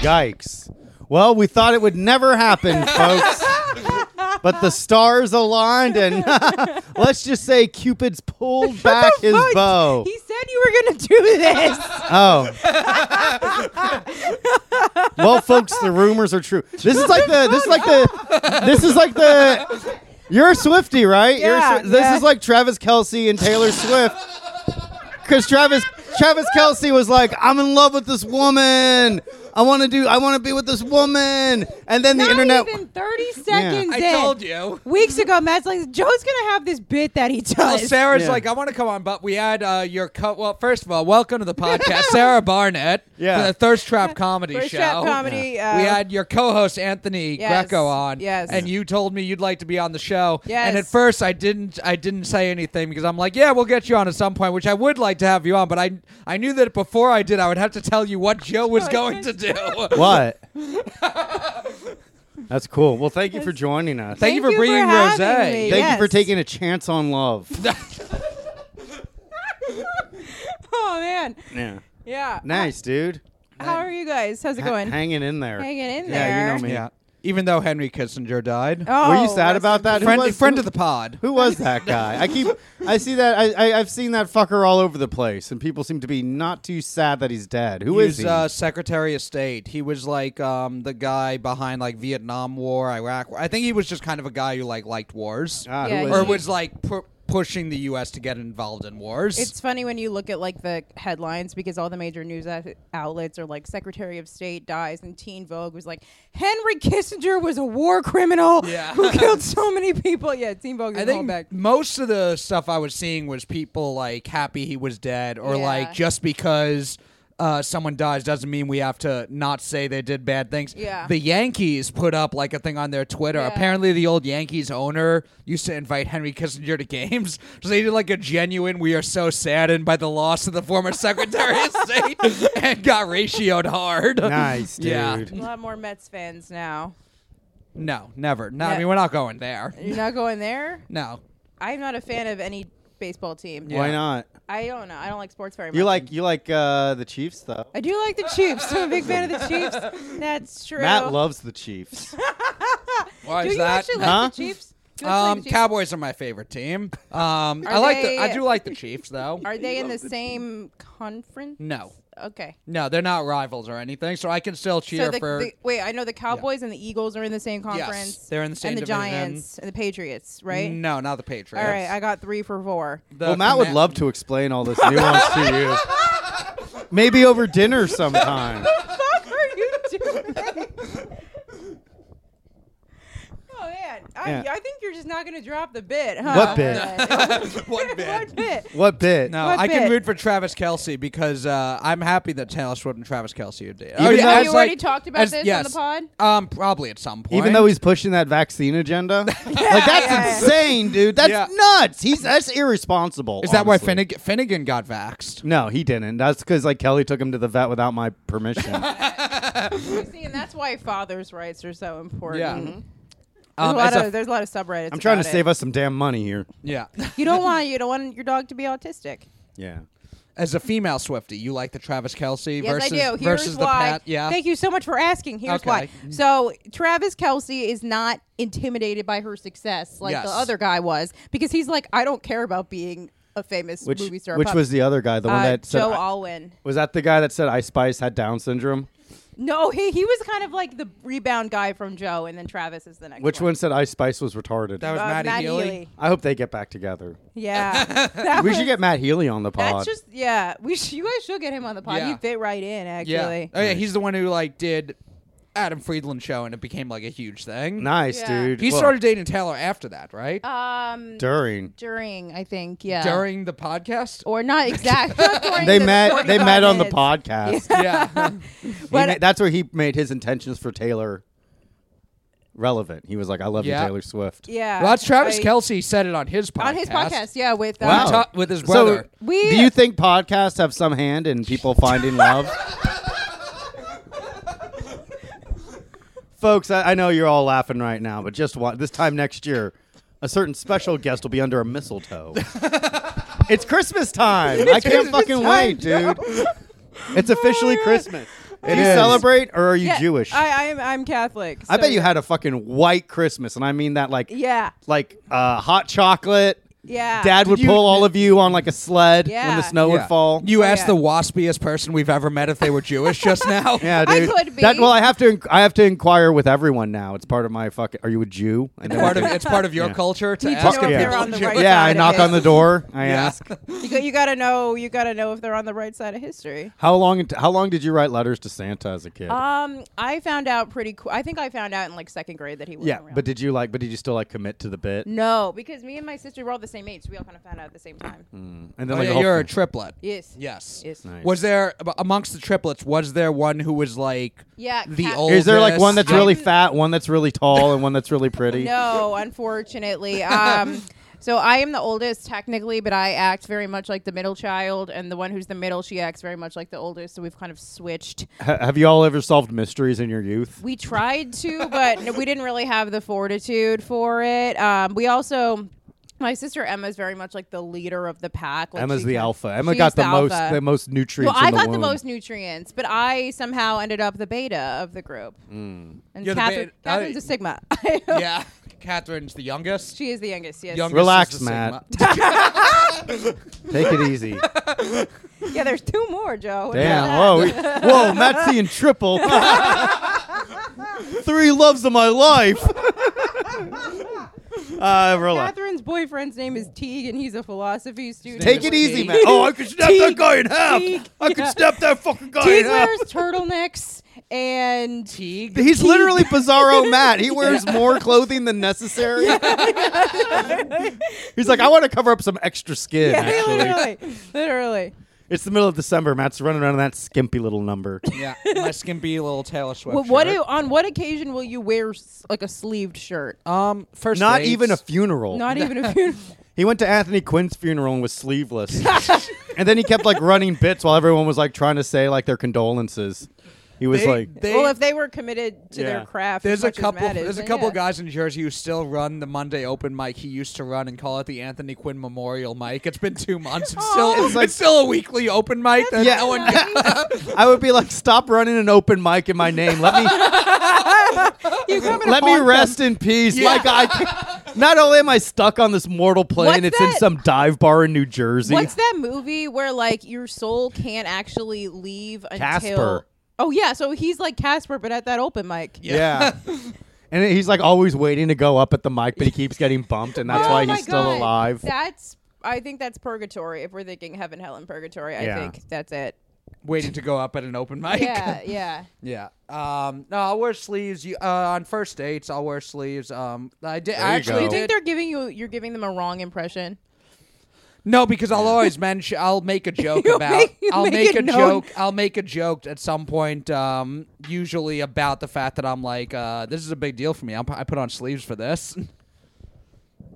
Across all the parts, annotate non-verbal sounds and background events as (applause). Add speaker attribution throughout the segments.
Speaker 1: Yikes. Well, we thought it would never
Speaker 2: (laughs)
Speaker 1: happen, folks. But the stars aligned, and (laughs) let's just say Cupid's pulled back his
Speaker 2: Fuck,
Speaker 1: bow.
Speaker 2: He said you were gonna do
Speaker 1: (laughs)
Speaker 2: this.
Speaker 1: Oh. well, folks, the rumors are true. This is like the. This is like the. This is like the. You're a Swifty, right? You're a
Speaker 2: Yeah,
Speaker 1: Swi- this
Speaker 2: yeah.
Speaker 1: is like Travis Kelsey and Taylor Swift. Because Travis Travis Kelsey was like, "I'm in love with this woman. I want to do. I want to be with this woman." And then the
Speaker 2: Not
Speaker 1: internet.
Speaker 2: even thirty seconds.
Speaker 1: I
Speaker 3: I
Speaker 2: in.
Speaker 3: told you.
Speaker 2: Weeks ago, Matt's like, Joe's gonna have this bit that he
Speaker 3: Well,
Speaker 2: does.
Speaker 3: Sarah's
Speaker 1: Yeah.
Speaker 3: like, I want to come on, but we had uh, your co. Well, first of all, welcome to
Speaker 2: (laughs)
Speaker 3: the podcast, Sarah Barnett.
Speaker 1: Yeah.
Speaker 3: for the Thirst Trap Comedy
Speaker 2: First
Speaker 3: Show.
Speaker 2: Trap comedy.
Speaker 3: we
Speaker 2: uh,
Speaker 3: had your co-host Anthony
Speaker 2: Yes,
Speaker 3: Greco on,
Speaker 2: yes.
Speaker 3: and you told me you'd like to be on the show.
Speaker 2: Yes.
Speaker 3: And at first, I didn't, I didn't say anything because I'm like, yeah, we'll get you on at some point, which I would like to have you on, but I, I knew that before I did, I would have to tell you what Joe was going to do.
Speaker 1: What? That's cool. Well, thank you for joining us.
Speaker 3: Thank you for
Speaker 2: Thank you for
Speaker 3: bringing Rose.
Speaker 2: having me.
Speaker 1: Thank you for
Speaker 2: Yes.
Speaker 1: taking a chance on love.
Speaker 2: (laughs)
Speaker 1: (laughs)
Speaker 2: oh man,
Speaker 1: yeah.
Speaker 2: yeah.
Speaker 1: Nice, dude.
Speaker 2: How are you guys? How's it
Speaker 1: Ha-
Speaker 2: going?
Speaker 1: hanging in there.
Speaker 2: Hanging in
Speaker 1: Yeah, you know
Speaker 2: there.
Speaker 1: me.
Speaker 3: Yeah. Even though Henry Kissinger died,
Speaker 2: Oh,
Speaker 1: Were you sad
Speaker 2: rest
Speaker 1: about
Speaker 2: in
Speaker 1: that? Who
Speaker 3: friend,
Speaker 1: was-
Speaker 3: friend
Speaker 1: who-
Speaker 3: of the pod.
Speaker 1: Who was that guy? I keep, I see that, I, I, I've seen that fucker all over the place, and people seem to be not too sad that he's dead. Who
Speaker 3: he
Speaker 1: is
Speaker 3: was
Speaker 1: he?
Speaker 3: uh, Secretary of State. He was like um, the guy behind like Vietnam War, Iraq. War. I think he was just kind of a guy who like liked wars,
Speaker 1: God,
Speaker 2: Yeah,
Speaker 1: who is
Speaker 3: or
Speaker 1: Ah, he?
Speaker 3: was like pu- pushing the U.S. to get involved in wars.
Speaker 2: It's funny when you look at like the headlines because all the major news out- outlets are like Secretary of State dies and Teen Vogue was like Henry Kissinger was a war criminal
Speaker 3: Yeah.
Speaker 2: who killed so many people. Yeah, Teen Vogue
Speaker 3: I
Speaker 2: is
Speaker 3: think
Speaker 2: going
Speaker 3: (laughs)
Speaker 2: back.
Speaker 3: most of the stuff I was seeing was people like happy he was dead, or
Speaker 2: Yeah.
Speaker 3: like just because uh, someone dies doesn't mean we have to not say they did bad things.
Speaker 2: Yeah.
Speaker 3: The Yankees put up like a thing on their Twitter.
Speaker 2: Yeah.
Speaker 3: Apparently, the old Yankees owner used to invite Henry Kissinger to games, (laughs) so they did like a genuine "We are so saddened by the loss of the former Secretary of State"
Speaker 2: (laughs)
Speaker 3: and got ratioed hard.
Speaker 1: nice, dude.
Speaker 3: (laughs) Yeah.
Speaker 2: A lot more Mets fans now.
Speaker 3: No, never. No, I
Speaker 2: Yeah.
Speaker 3: mean we're not going there.
Speaker 2: You're not going there.
Speaker 3: No.
Speaker 2: I'm not a fan of any baseball team.
Speaker 1: Why not?
Speaker 2: I don't know. I don't like sports very much.
Speaker 1: You like, you like uh, the Chiefs though.
Speaker 2: I do like the Chiefs. I'm a big fan of the (laughs) Chiefs. That's true.
Speaker 1: Matt loves the
Speaker 2: (laughs)
Speaker 1: Chiefs.
Speaker 3: Why
Speaker 2: do
Speaker 3: is
Speaker 2: you
Speaker 3: that?
Speaker 2: actually
Speaker 1: Huh?
Speaker 2: like the Chiefs? Do you actually like
Speaker 3: Um,
Speaker 2: the Chiefs?
Speaker 3: Cowboys are my
Speaker 2: (laughs)
Speaker 3: favorite team. Um, I
Speaker 2: Are
Speaker 3: like
Speaker 2: they-
Speaker 3: the, I do like the Chiefs though.
Speaker 2: Are they in the same conference?
Speaker 3: No,
Speaker 2: Okay.
Speaker 3: no, they're not rivals or anything, so I can still cheer
Speaker 2: So the,
Speaker 3: for.
Speaker 2: the- wait, I know the Cowboys and the Eagles are in the same conference.
Speaker 3: they're in the same
Speaker 2: And the
Speaker 3: division.
Speaker 2: Giants and the Patriots, right?
Speaker 3: No, not the Patriots.
Speaker 2: All right, I got three for
Speaker 3: (laughs)
Speaker 2: four.
Speaker 3: The
Speaker 1: well, Matt would
Speaker 3: Command-
Speaker 1: love to (laughs) explain all this nuance to
Speaker 2: (laughs)
Speaker 1: you. Maybe over dinner sometime.
Speaker 2: What are you doing? oh man, I,
Speaker 1: Yeah.
Speaker 2: I think you're just not gonna drop the bit, huh?
Speaker 1: What bit?
Speaker 3: (laughs) What bad.
Speaker 2: what bit?
Speaker 1: What bit?
Speaker 3: No,
Speaker 2: What
Speaker 3: I can
Speaker 2: bit?
Speaker 3: root for Travis Kelsey because uh, I'm happy that Taylor Swift and Travis Kelsey are dating.
Speaker 1: Even though-
Speaker 3: as
Speaker 1: You
Speaker 2: already talked about
Speaker 3: as-
Speaker 2: this on the
Speaker 3: yes.
Speaker 2: pod?
Speaker 3: Um, probably at some point.
Speaker 1: Even though he's pushing that vaccine
Speaker 2: (laughs)
Speaker 1: agenda, like that's
Speaker 2: yeah.
Speaker 1: insane, dude. That's
Speaker 3: Yeah.
Speaker 1: nuts. He's that's irresponsible.
Speaker 3: is that why
Speaker 1: honestly.
Speaker 3: Finnegan, Finnegan got vaxxed?
Speaker 1: No, he didn't. That's because like Kelly took him to the vet without my
Speaker 2: (laughs)
Speaker 1: permission.
Speaker 2: You see, and that's why fathers' rights are so important.
Speaker 3: Yeah.
Speaker 2: There's,
Speaker 3: Um,
Speaker 2: a lot
Speaker 3: as
Speaker 2: of,
Speaker 3: a-
Speaker 2: there's a lot of subreddits.
Speaker 1: I'm trying to
Speaker 2: about it.
Speaker 1: save us some damn money here.
Speaker 2: (laughs)
Speaker 3: yeah.
Speaker 2: You don't want you don't want your dog to be autistic.
Speaker 1: Yeah.
Speaker 3: As a female Swifty, you like the Travis Kelsey
Speaker 2: Yes,
Speaker 3: versus
Speaker 2: I do. Here's
Speaker 3: versus the
Speaker 2: why.
Speaker 3: Pat? Yeah.
Speaker 2: Thank you so much for asking. Here's
Speaker 3: Okay.
Speaker 2: why. So Travis Kelsey is not intimidated by her success like
Speaker 3: Yes.
Speaker 2: the other guy was because he's like, I don't care about being a famous
Speaker 1: Which
Speaker 2: movie star.
Speaker 1: which
Speaker 2: pop-
Speaker 1: was the other guy, the one
Speaker 2: uh,
Speaker 1: that said
Speaker 2: Joe
Speaker 1: I-
Speaker 2: Alwyn.
Speaker 1: was that the guy that said I Spice had Down syndrome?
Speaker 2: No, he he was kind of like the rebound guy from Joe, and then Travis is the next.
Speaker 1: Which one said I Spice was retarded?
Speaker 3: That was
Speaker 2: Uh,
Speaker 3: Maddie,
Speaker 2: Matt
Speaker 3: Healy.
Speaker 2: Healy.
Speaker 1: I hope they get back together. (laughs)
Speaker 2: Yeah, (laughs) That
Speaker 1: We
Speaker 2: was-
Speaker 1: should get Matt Healy on the pod.
Speaker 2: That's just yeah. We sh- you guys should get him on the pod.
Speaker 3: Yeah.
Speaker 2: He'd fit right in actually.
Speaker 3: Yeah. Oh, yeah, he's the one who like did Adam Friedland show and it became like a huge thing.
Speaker 1: nice,
Speaker 2: Yeah.
Speaker 1: dude.
Speaker 3: he
Speaker 1: Well,
Speaker 3: started dating Taylor after that, right?
Speaker 2: Um,
Speaker 1: during.
Speaker 2: during I think yeah.
Speaker 3: During
Speaker 2: (laughs)
Speaker 3: the podcast?
Speaker 2: or not exactly.
Speaker 1: They met. They met on the podcast.
Speaker 3: yeah.
Speaker 1: He
Speaker 2: But-
Speaker 1: ma- that's where he made his intentions for Taylor relevant. He was like, "I love
Speaker 3: Yeah.
Speaker 1: you, Taylor Swift."
Speaker 2: (laughs) Yeah.
Speaker 3: Well, that's Travis
Speaker 2: Like,
Speaker 3: Kelsey said it on his podcast.
Speaker 2: On his podcast, yeah, with uh,
Speaker 1: Wow.
Speaker 3: He ta- with his
Speaker 1: So,
Speaker 3: brother.
Speaker 2: We-
Speaker 1: do you think podcasts have some hand in people finding love? Folks, I, I know you're all laughing right now, but just wa- this time next year, a certain special guest will be under a
Speaker 2: (laughs)
Speaker 1: mistletoe. it's Christmas time. I can't
Speaker 2: Christmas
Speaker 1: fucking
Speaker 2: time,
Speaker 1: wait, dude. It's officially Christmas. Do
Speaker 4: It
Speaker 1: you
Speaker 4: is.
Speaker 1: celebrate or are you
Speaker 2: Yeah,
Speaker 1: Jewish?
Speaker 2: I, I'm I'm Catholic.
Speaker 1: I
Speaker 2: so
Speaker 1: bet you
Speaker 2: yeah.
Speaker 1: had a fucking white Christmas, and I mean that like
Speaker 2: Yeah,
Speaker 1: like uh, hot chocolate.
Speaker 2: yeah.
Speaker 1: Dad would
Speaker 3: you-
Speaker 1: pull all of you on like a sled when
Speaker 2: Yeah.
Speaker 1: the snow
Speaker 3: Yeah.
Speaker 1: would fall.
Speaker 3: You
Speaker 2: Oh,
Speaker 3: asked
Speaker 2: yeah.
Speaker 3: the waspiest person we've ever met if they were
Speaker 2: (laughs)
Speaker 3: Jewish just now.
Speaker 1: yeah,
Speaker 2: I
Speaker 1: dude.
Speaker 2: could be.
Speaker 1: That, well, I have to. I have to inquire with everyone now. It's part of my fucking. Are you a Jew? And then
Speaker 3: Part
Speaker 1: I
Speaker 3: of,
Speaker 1: do-
Speaker 3: it's part of your
Speaker 1: Yeah.
Speaker 3: culture to
Speaker 2: You
Speaker 3: ask
Speaker 2: know
Speaker 3: if
Speaker 1: if they're
Speaker 3: people
Speaker 2: on the
Speaker 3: are
Speaker 2: right
Speaker 3: Jewish.
Speaker 1: yeah, I
Speaker 2: side of
Speaker 1: knock
Speaker 2: it.
Speaker 1: on the door. I
Speaker 3: Yeah.
Speaker 1: ask,
Speaker 2: You, go- you gotta know. You gotta know if they're on the right side of history.
Speaker 1: how long? How long did you write letters to Santa as a kid?
Speaker 2: Um, I found out pretty. Qu- I think I found out in like second grade that he was.
Speaker 1: yeah, but did you like? But did you still like commit to the bit?
Speaker 2: no, because me and my sister were all the same age, so we all kind of found out at the same time.
Speaker 1: And
Speaker 3: Oh,
Speaker 1: like
Speaker 3: yeah,
Speaker 1: the whole
Speaker 3: you're a
Speaker 1: thing-
Speaker 3: triplet.
Speaker 2: Yes.
Speaker 3: Yes.
Speaker 2: Yes. Nice.
Speaker 3: Was there ab- amongst the triplets? Was there one who
Speaker 2: (laughs)
Speaker 3: was like (laughs)
Speaker 2: Yeah,
Speaker 3: the
Speaker 2: Cat-
Speaker 3: oldest?
Speaker 1: Is there like one that's
Speaker 2: I'm-
Speaker 1: really fat, one that's really tall, and one that's really pretty?
Speaker 2: (laughs)
Speaker 1: (laughs)
Speaker 2: No, unfortunately. Um, so I am the oldest technically, but I act very much like the middle child, and the one who's the middle, she acts very much like the oldest. So we've kind of switched.
Speaker 1: Ha- have you all ever solved mysteries in your youth?
Speaker 2: We tried to, but n- we didn't really have the fortitude for it. Um, we also. My sister Emma is very much like the leader of the pack. Like
Speaker 1: Emma's
Speaker 2: she
Speaker 1: the
Speaker 2: kin-
Speaker 1: alpha. Emma
Speaker 2: she's
Speaker 1: got the, most
Speaker 2: alpha.
Speaker 1: the most nutrients.
Speaker 2: Well, I
Speaker 1: in the
Speaker 2: got the
Speaker 1: womb.
Speaker 2: most nutrients, but I somehow ended up the beta of the group.
Speaker 1: Mm.
Speaker 2: And
Speaker 3: You're the
Speaker 2: Catherine,
Speaker 3: beta-
Speaker 2: Catherine's
Speaker 3: I-
Speaker 2: a sigma. (laughs)
Speaker 3: yeah. Catherine's the youngest.
Speaker 2: she is the youngest. Yes.
Speaker 3: youngest
Speaker 1: Relax,
Speaker 3: is the
Speaker 1: Matt. (laughs)
Speaker 3: Sigma. (laughs)
Speaker 1: Take it
Speaker 2: (laughs)
Speaker 1: easy.
Speaker 2: Yeah, there's two more, Joe.
Speaker 1: Damn. Whoa. we- whoa. Matt's seeing triple. (laughs) Three loves of my life. (laughs) uh, relax.
Speaker 2: Catherine's boyfriend's name is Teague, and he's a philosophy student.
Speaker 1: Take it easy, Matt. Oh, I could snap that
Speaker 2: Teague.
Speaker 1: guy in half.
Speaker 2: Teague,
Speaker 1: I could
Speaker 2: yeah.
Speaker 1: snap that fucking guy
Speaker 2: Teague
Speaker 1: in half. (laughs)
Speaker 2: wears turtlenecks and Teague.
Speaker 1: He's literally Bizarro Matt. He wears more clothing than necessary. (laughs) He's like, I want to cover up some extra skin.
Speaker 2: Yeah,
Speaker 1: actually,
Speaker 2: literally, literally.
Speaker 1: it's the middle of December. Matt's running around in that skimpy little number.
Speaker 3: yeah. My skimpy little Taylor Swift.
Speaker 2: Well, what
Speaker 3: shirt.
Speaker 2: do, on what occasion will you wear s- like a sleeved shirt?
Speaker 3: um first?
Speaker 1: Not
Speaker 3: dates.
Speaker 1: even a funeral.
Speaker 2: Not even if you.
Speaker 1: He went to Anthony Quinn's funeral and was sleeveless.
Speaker 2: (laughs)
Speaker 1: and then he kept like running bits while everyone was like trying to say like their condolences. He was
Speaker 3: They-
Speaker 1: like,
Speaker 3: they-
Speaker 2: well, if they were committed to
Speaker 1: Yeah.
Speaker 2: their craft,
Speaker 3: There's
Speaker 2: as
Speaker 3: a
Speaker 2: much as
Speaker 3: couple.
Speaker 2: Matt is,
Speaker 3: There's a
Speaker 2: then
Speaker 3: couple
Speaker 2: yeah.
Speaker 3: guys in Jersey who still run the Monday open mic he used to run and call it the Anthony Quinn Memorial mic. It's been two months. It's still
Speaker 1: It's
Speaker 3: it's,
Speaker 1: like-
Speaker 3: still a weekly open mic. That
Speaker 1: Yeah.
Speaker 3: no one
Speaker 1: I would be like, stop running an open mic in my name. Let me
Speaker 2: (laughs) You come in a
Speaker 1: Let me
Speaker 2: font-
Speaker 1: rest in peace.
Speaker 3: Yeah.
Speaker 1: Like I, can't- not only am I stuck on this mortal plane,
Speaker 2: What's
Speaker 1: it's in
Speaker 2: that?
Speaker 1: some dive bar in New Jersey.
Speaker 2: What's that movie where like your soul can't actually leave until?
Speaker 1: Casper.
Speaker 2: Oh yeah, so he's like Casper, but at that open mic. (laughs)
Speaker 1: Yeah. and he's like always waiting to go up at the mic, but he keeps getting bumped, and that's
Speaker 2: Oh
Speaker 1: why
Speaker 2: my
Speaker 1: he's still
Speaker 2: God.
Speaker 1: alive.
Speaker 2: That's I think that's purgatory. If we're thinking heaven, hell, and purgatory, I
Speaker 1: Yeah.
Speaker 2: think that's
Speaker 3: (laughs)
Speaker 2: it.
Speaker 3: (laughs) waiting to go up at an open mic.
Speaker 2: Yeah, yeah.
Speaker 3: Yeah. Um, no, I'll wear sleeves. You, uh, on first dates, I'll wear sleeves. Um, I did.
Speaker 1: you
Speaker 3: I
Speaker 2: Do
Speaker 3: actually
Speaker 1: go.
Speaker 2: you think
Speaker 3: did.
Speaker 2: they're giving you? You're giving them a wrong impression.
Speaker 3: No, because I'll always mention.
Speaker 1: (laughs)
Speaker 3: I'll make a joke
Speaker 2: You
Speaker 3: about.
Speaker 2: make- you
Speaker 3: I'll
Speaker 2: make
Speaker 3: make,
Speaker 2: it
Speaker 3: a
Speaker 2: known.
Speaker 3: joke. I'll make a joke at some point. Um, usually about the fact that I'm like, uh, this is a big deal for me. I'm, I put on sleeves for this. (laughs)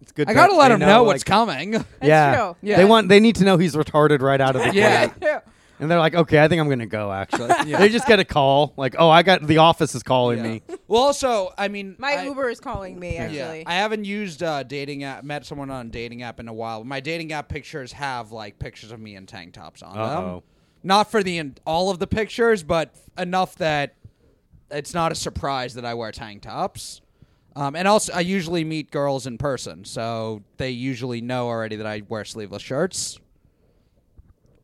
Speaker 1: It's good.
Speaker 3: I
Speaker 1: that
Speaker 3: gotta let
Speaker 1: they
Speaker 3: him know
Speaker 1: like- (laughs)
Speaker 3: what's coming.
Speaker 2: That's
Speaker 1: yeah.
Speaker 2: true.
Speaker 3: Yeah.
Speaker 1: They want. They need to know he's retarded right out of the
Speaker 3: Yeah.
Speaker 1: (laughs) gate. And they're like, okay, I think I'm gonna go. Actually,
Speaker 3: (laughs) Yeah.
Speaker 1: they just get a call. Like, oh, I got the office is calling
Speaker 3: Yeah.
Speaker 1: me.
Speaker 3: Well, also, I mean,
Speaker 2: (laughs) My
Speaker 3: I,
Speaker 2: Uber is calling me. Actually,
Speaker 3: I haven't used uh, dating app. Met someone on a dating app in a while. My dating app pictures have like pictures of me in tank tops on them.
Speaker 1: Uh-oh.
Speaker 3: Not for the in- all of the pictures, but enough that it's not a surprise that I wear tank tops. Um, and also, I usually meet girls in person, so they usually know already that I wear sleeveless shirts.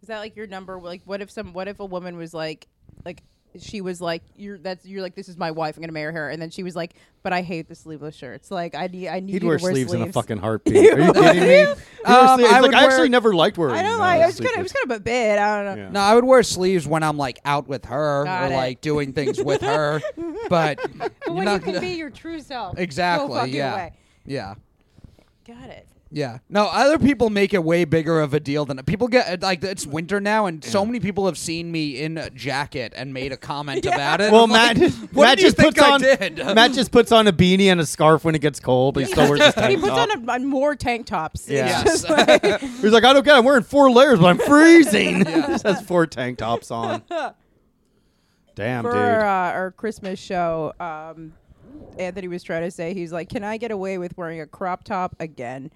Speaker 2: is that like your number? Like, what if some? What if a woman was like, like she was like, you're that's you're like, this is my wife. I'm gonna marry her. And then she was like, but I hate the sleeveless shirts. Like, I need, I need
Speaker 1: He'd
Speaker 2: you
Speaker 1: wear,
Speaker 2: to wear
Speaker 1: sleeves, in a
Speaker 2: sleeves." (laughs)
Speaker 1: fucking heartbeat. Are you kidding me? He'd wear
Speaker 3: Um,
Speaker 1: sleeves.
Speaker 3: I
Speaker 1: He's like,
Speaker 3: would
Speaker 1: I
Speaker 3: wear-
Speaker 1: actually never liked wearing.
Speaker 2: I don't
Speaker 1: uh,
Speaker 2: like. It's kind
Speaker 1: sleeveless."
Speaker 2: of, it's kind of a bit. I don't know. (laughs)
Speaker 1: Yeah.
Speaker 3: No, I would wear sleeves when I'm like out with her
Speaker 2: Got
Speaker 3: or
Speaker 2: it.
Speaker 3: like doing things with her, but
Speaker 5: But when you
Speaker 3: not-
Speaker 5: can be your true self.
Speaker 3: (laughs) exactly,
Speaker 2: fucking
Speaker 3: yeah,
Speaker 2: way.
Speaker 3: yeah.
Speaker 2: Got it.
Speaker 3: Yeah. No, other people make it way bigger of a deal than people get. Like it's winter now, and so many people have seen me in a jacket and made a comment about it.
Speaker 1: Well,
Speaker 3: I'm
Speaker 1: Matt,
Speaker 3: like,
Speaker 1: (laughs)
Speaker 3: what
Speaker 1: Matt
Speaker 3: do you
Speaker 1: just
Speaker 3: think
Speaker 1: puts
Speaker 3: I
Speaker 1: on
Speaker 2: (laughs)
Speaker 3: did?
Speaker 1: (laughs) Matt just puts on a beanie and a scarf when it gets cold, but (laughs) he still wears his
Speaker 2: But he
Speaker 1: tank
Speaker 2: puts
Speaker 1: top.
Speaker 2: on a, on more tank tops.
Speaker 1: Yeah.
Speaker 2: It's
Speaker 3: (laughs) Yes. (laughs)
Speaker 2: just like-
Speaker 1: He's like, I don't care. I'm wearing four layers,
Speaker 2: (laughs)
Speaker 1: but I'm freezing. He just has four tank tops on. Damn,
Speaker 2: for
Speaker 1: dude.
Speaker 2: our, uh, our Christmas show, um, Anthony was trying to say he's like, "Can I get away with wearing a crop top again?"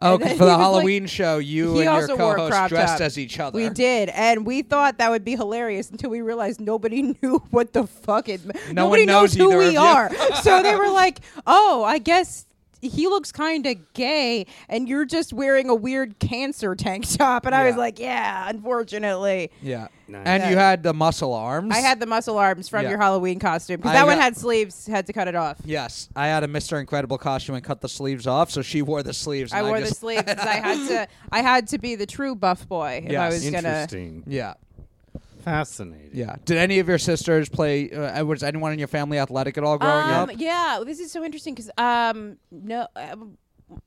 Speaker 3: Oh,
Speaker 2: And then
Speaker 3: for
Speaker 2: he
Speaker 3: the
Speaker 2: was like-
Speaker 3: Halloween show, you
Speaker 2: he
Speaker 3: and your
Speaker 2: also wore a
Speaker 3: co-host
Speaker 2: crop
Speaker 3: dressed
Speaker 2: top.
Speaker 3: as each other.
Speaker 2: We did, and we thought that would be hilarious until we realized nobody (laughs) knew what the fuck it.
Speaker 3: No
Speaker 2: nobody
Speaker 3: one knows
Speaker 2: knows who
Speaker 3: either of
Speaker 2: we
Speaker 3: you. (laughs)
Speaker 2: are, so they were like, "Oh, I guess." He looks kind of gay, and you're just wearing a weird cancer tank top. And I was
Speaker 3: Yeah.
Speaker 2: like, Yeah, unfortunately.
Speaker 3: Yeah.
Speaker 1: Nice.
Speaker 3: And you
Speaker 2: Yeah.
Speaker 3: had the muscle arms.
Speaker 2: I had the muscle arms from
Speaker 3: Yeah.
Speaker 2: your Halloween costume because
Speaker 3: I
Speaker 2: that one
Speaker 3: got-
Speaker 2: had sleeves, had to cut it off.
Speaker 3: Yes, I had a Mr. Incredible costume and cut the sleeves off, so she wore the sleeves.
Speaker 2: I
Speaker 3: and
Speaker 2: wore the
Speaker 3: just-
Speaker 2: sleeves. 'cause I had to. I had to be the true buff boy if I
Speaker 3: Yes.
Speaker 2: was gonna.
Speaker 1: Interesting.
Speaker 3: Yeah,
Speaker 1: Fascinating.
Speaker 3: yeah. Did any of your sisters play? Uh, was anyone in your family athletic at all growing
Speaker 2: Um,
Speaker 3: up?
Speaker 2: yeah, this is so interesting because um, no, um,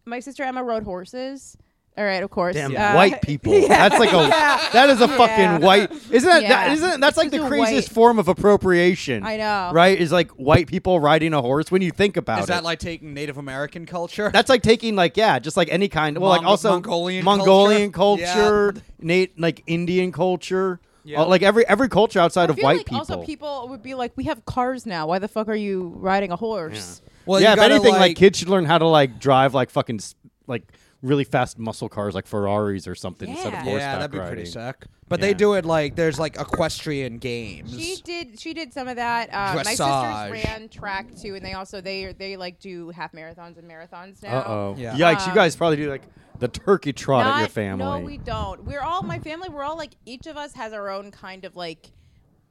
Speaker 2: my sister Emma rode horses. All right, of course.
Speaker 1: Damn
Speaker 2: Uh, (laughs)
Speaker 1: white people.
Speaker 2: yeah.
Speaker 1: That's like a that is a
Speaker 2: Yeah.
Speaker 1: fucking white. Isn't that, that
Speaker 2: Yeah.
Speaker 1: isn't that's like the
Speaker 2: Just a
Speaker 1: craziest
Speaker 2: white-
Speaker 1: form of appropriation?
Speaker 2: I know.
Speaker 1: Right? Is like white people riding a horse when you think about
Speaker 3: Is
Speaker 1: it.
Speaker 3: that like taking Native American culture?
Speaker 1: that's like taking like yeah, just like any kind. Well, like
Speaker 3: Mong-
Speaker 1: also
Speaker 3: Mongolian
Speaker 1: Mongolian
Speaker 3: culture?
Speaker 1: culture,
Speaker 3: Yeah. (laughs)
Speaker 1: Nate like Indian culture.
Speaker 3: Yeah.
Speaker 1: Uh, like every every culture outside
Speaker 2: I
Speaker 1: of
Speaker 2: feel
Speaker 1: white
Speaker 2: like
Speaker 1: people.
Speaker 2: also people would be like, "We have cars now. Why the fuck are you riding a horse?"
Speaker 3: (laughs) well,
Speaker 1: yeah,
Speaker 3: you
Speaker 1: if
Speaker 3: gotta,
Speaker 1: anything, like,
Speaker 3: like
Speaker 1: kids should learn how to like drive like fucking s- like really fast muscle cars like Ferraris or something instead of
Speaker 2: Yeah.
Speaker 1: horseback
Speaker 3: yeah, that'd be pretty
Speaker 1: riding.
Speaker 3: sick. But they
Speaker 1: Yeah.
Speaker 3: do it like there's like equestrian games.
Speaker 2: She did. She did some of that. Uh, my
Speaker 3: Dressage.
Speaker 2: sisters ran track too, and they also they they like do half marathons and marathons now.
Speaker 1: Uh oh.
Speaker 3: Yeah.
Speaker 1: Yikes! You
Speaker 2: Um,
Speaker 1: guys probably do like the turkey trot at your
Speaker 2: Not-
Speaker 1: family.
Speaker 2: No, we don't. We're all my family. We're all like each of us has our own kind of like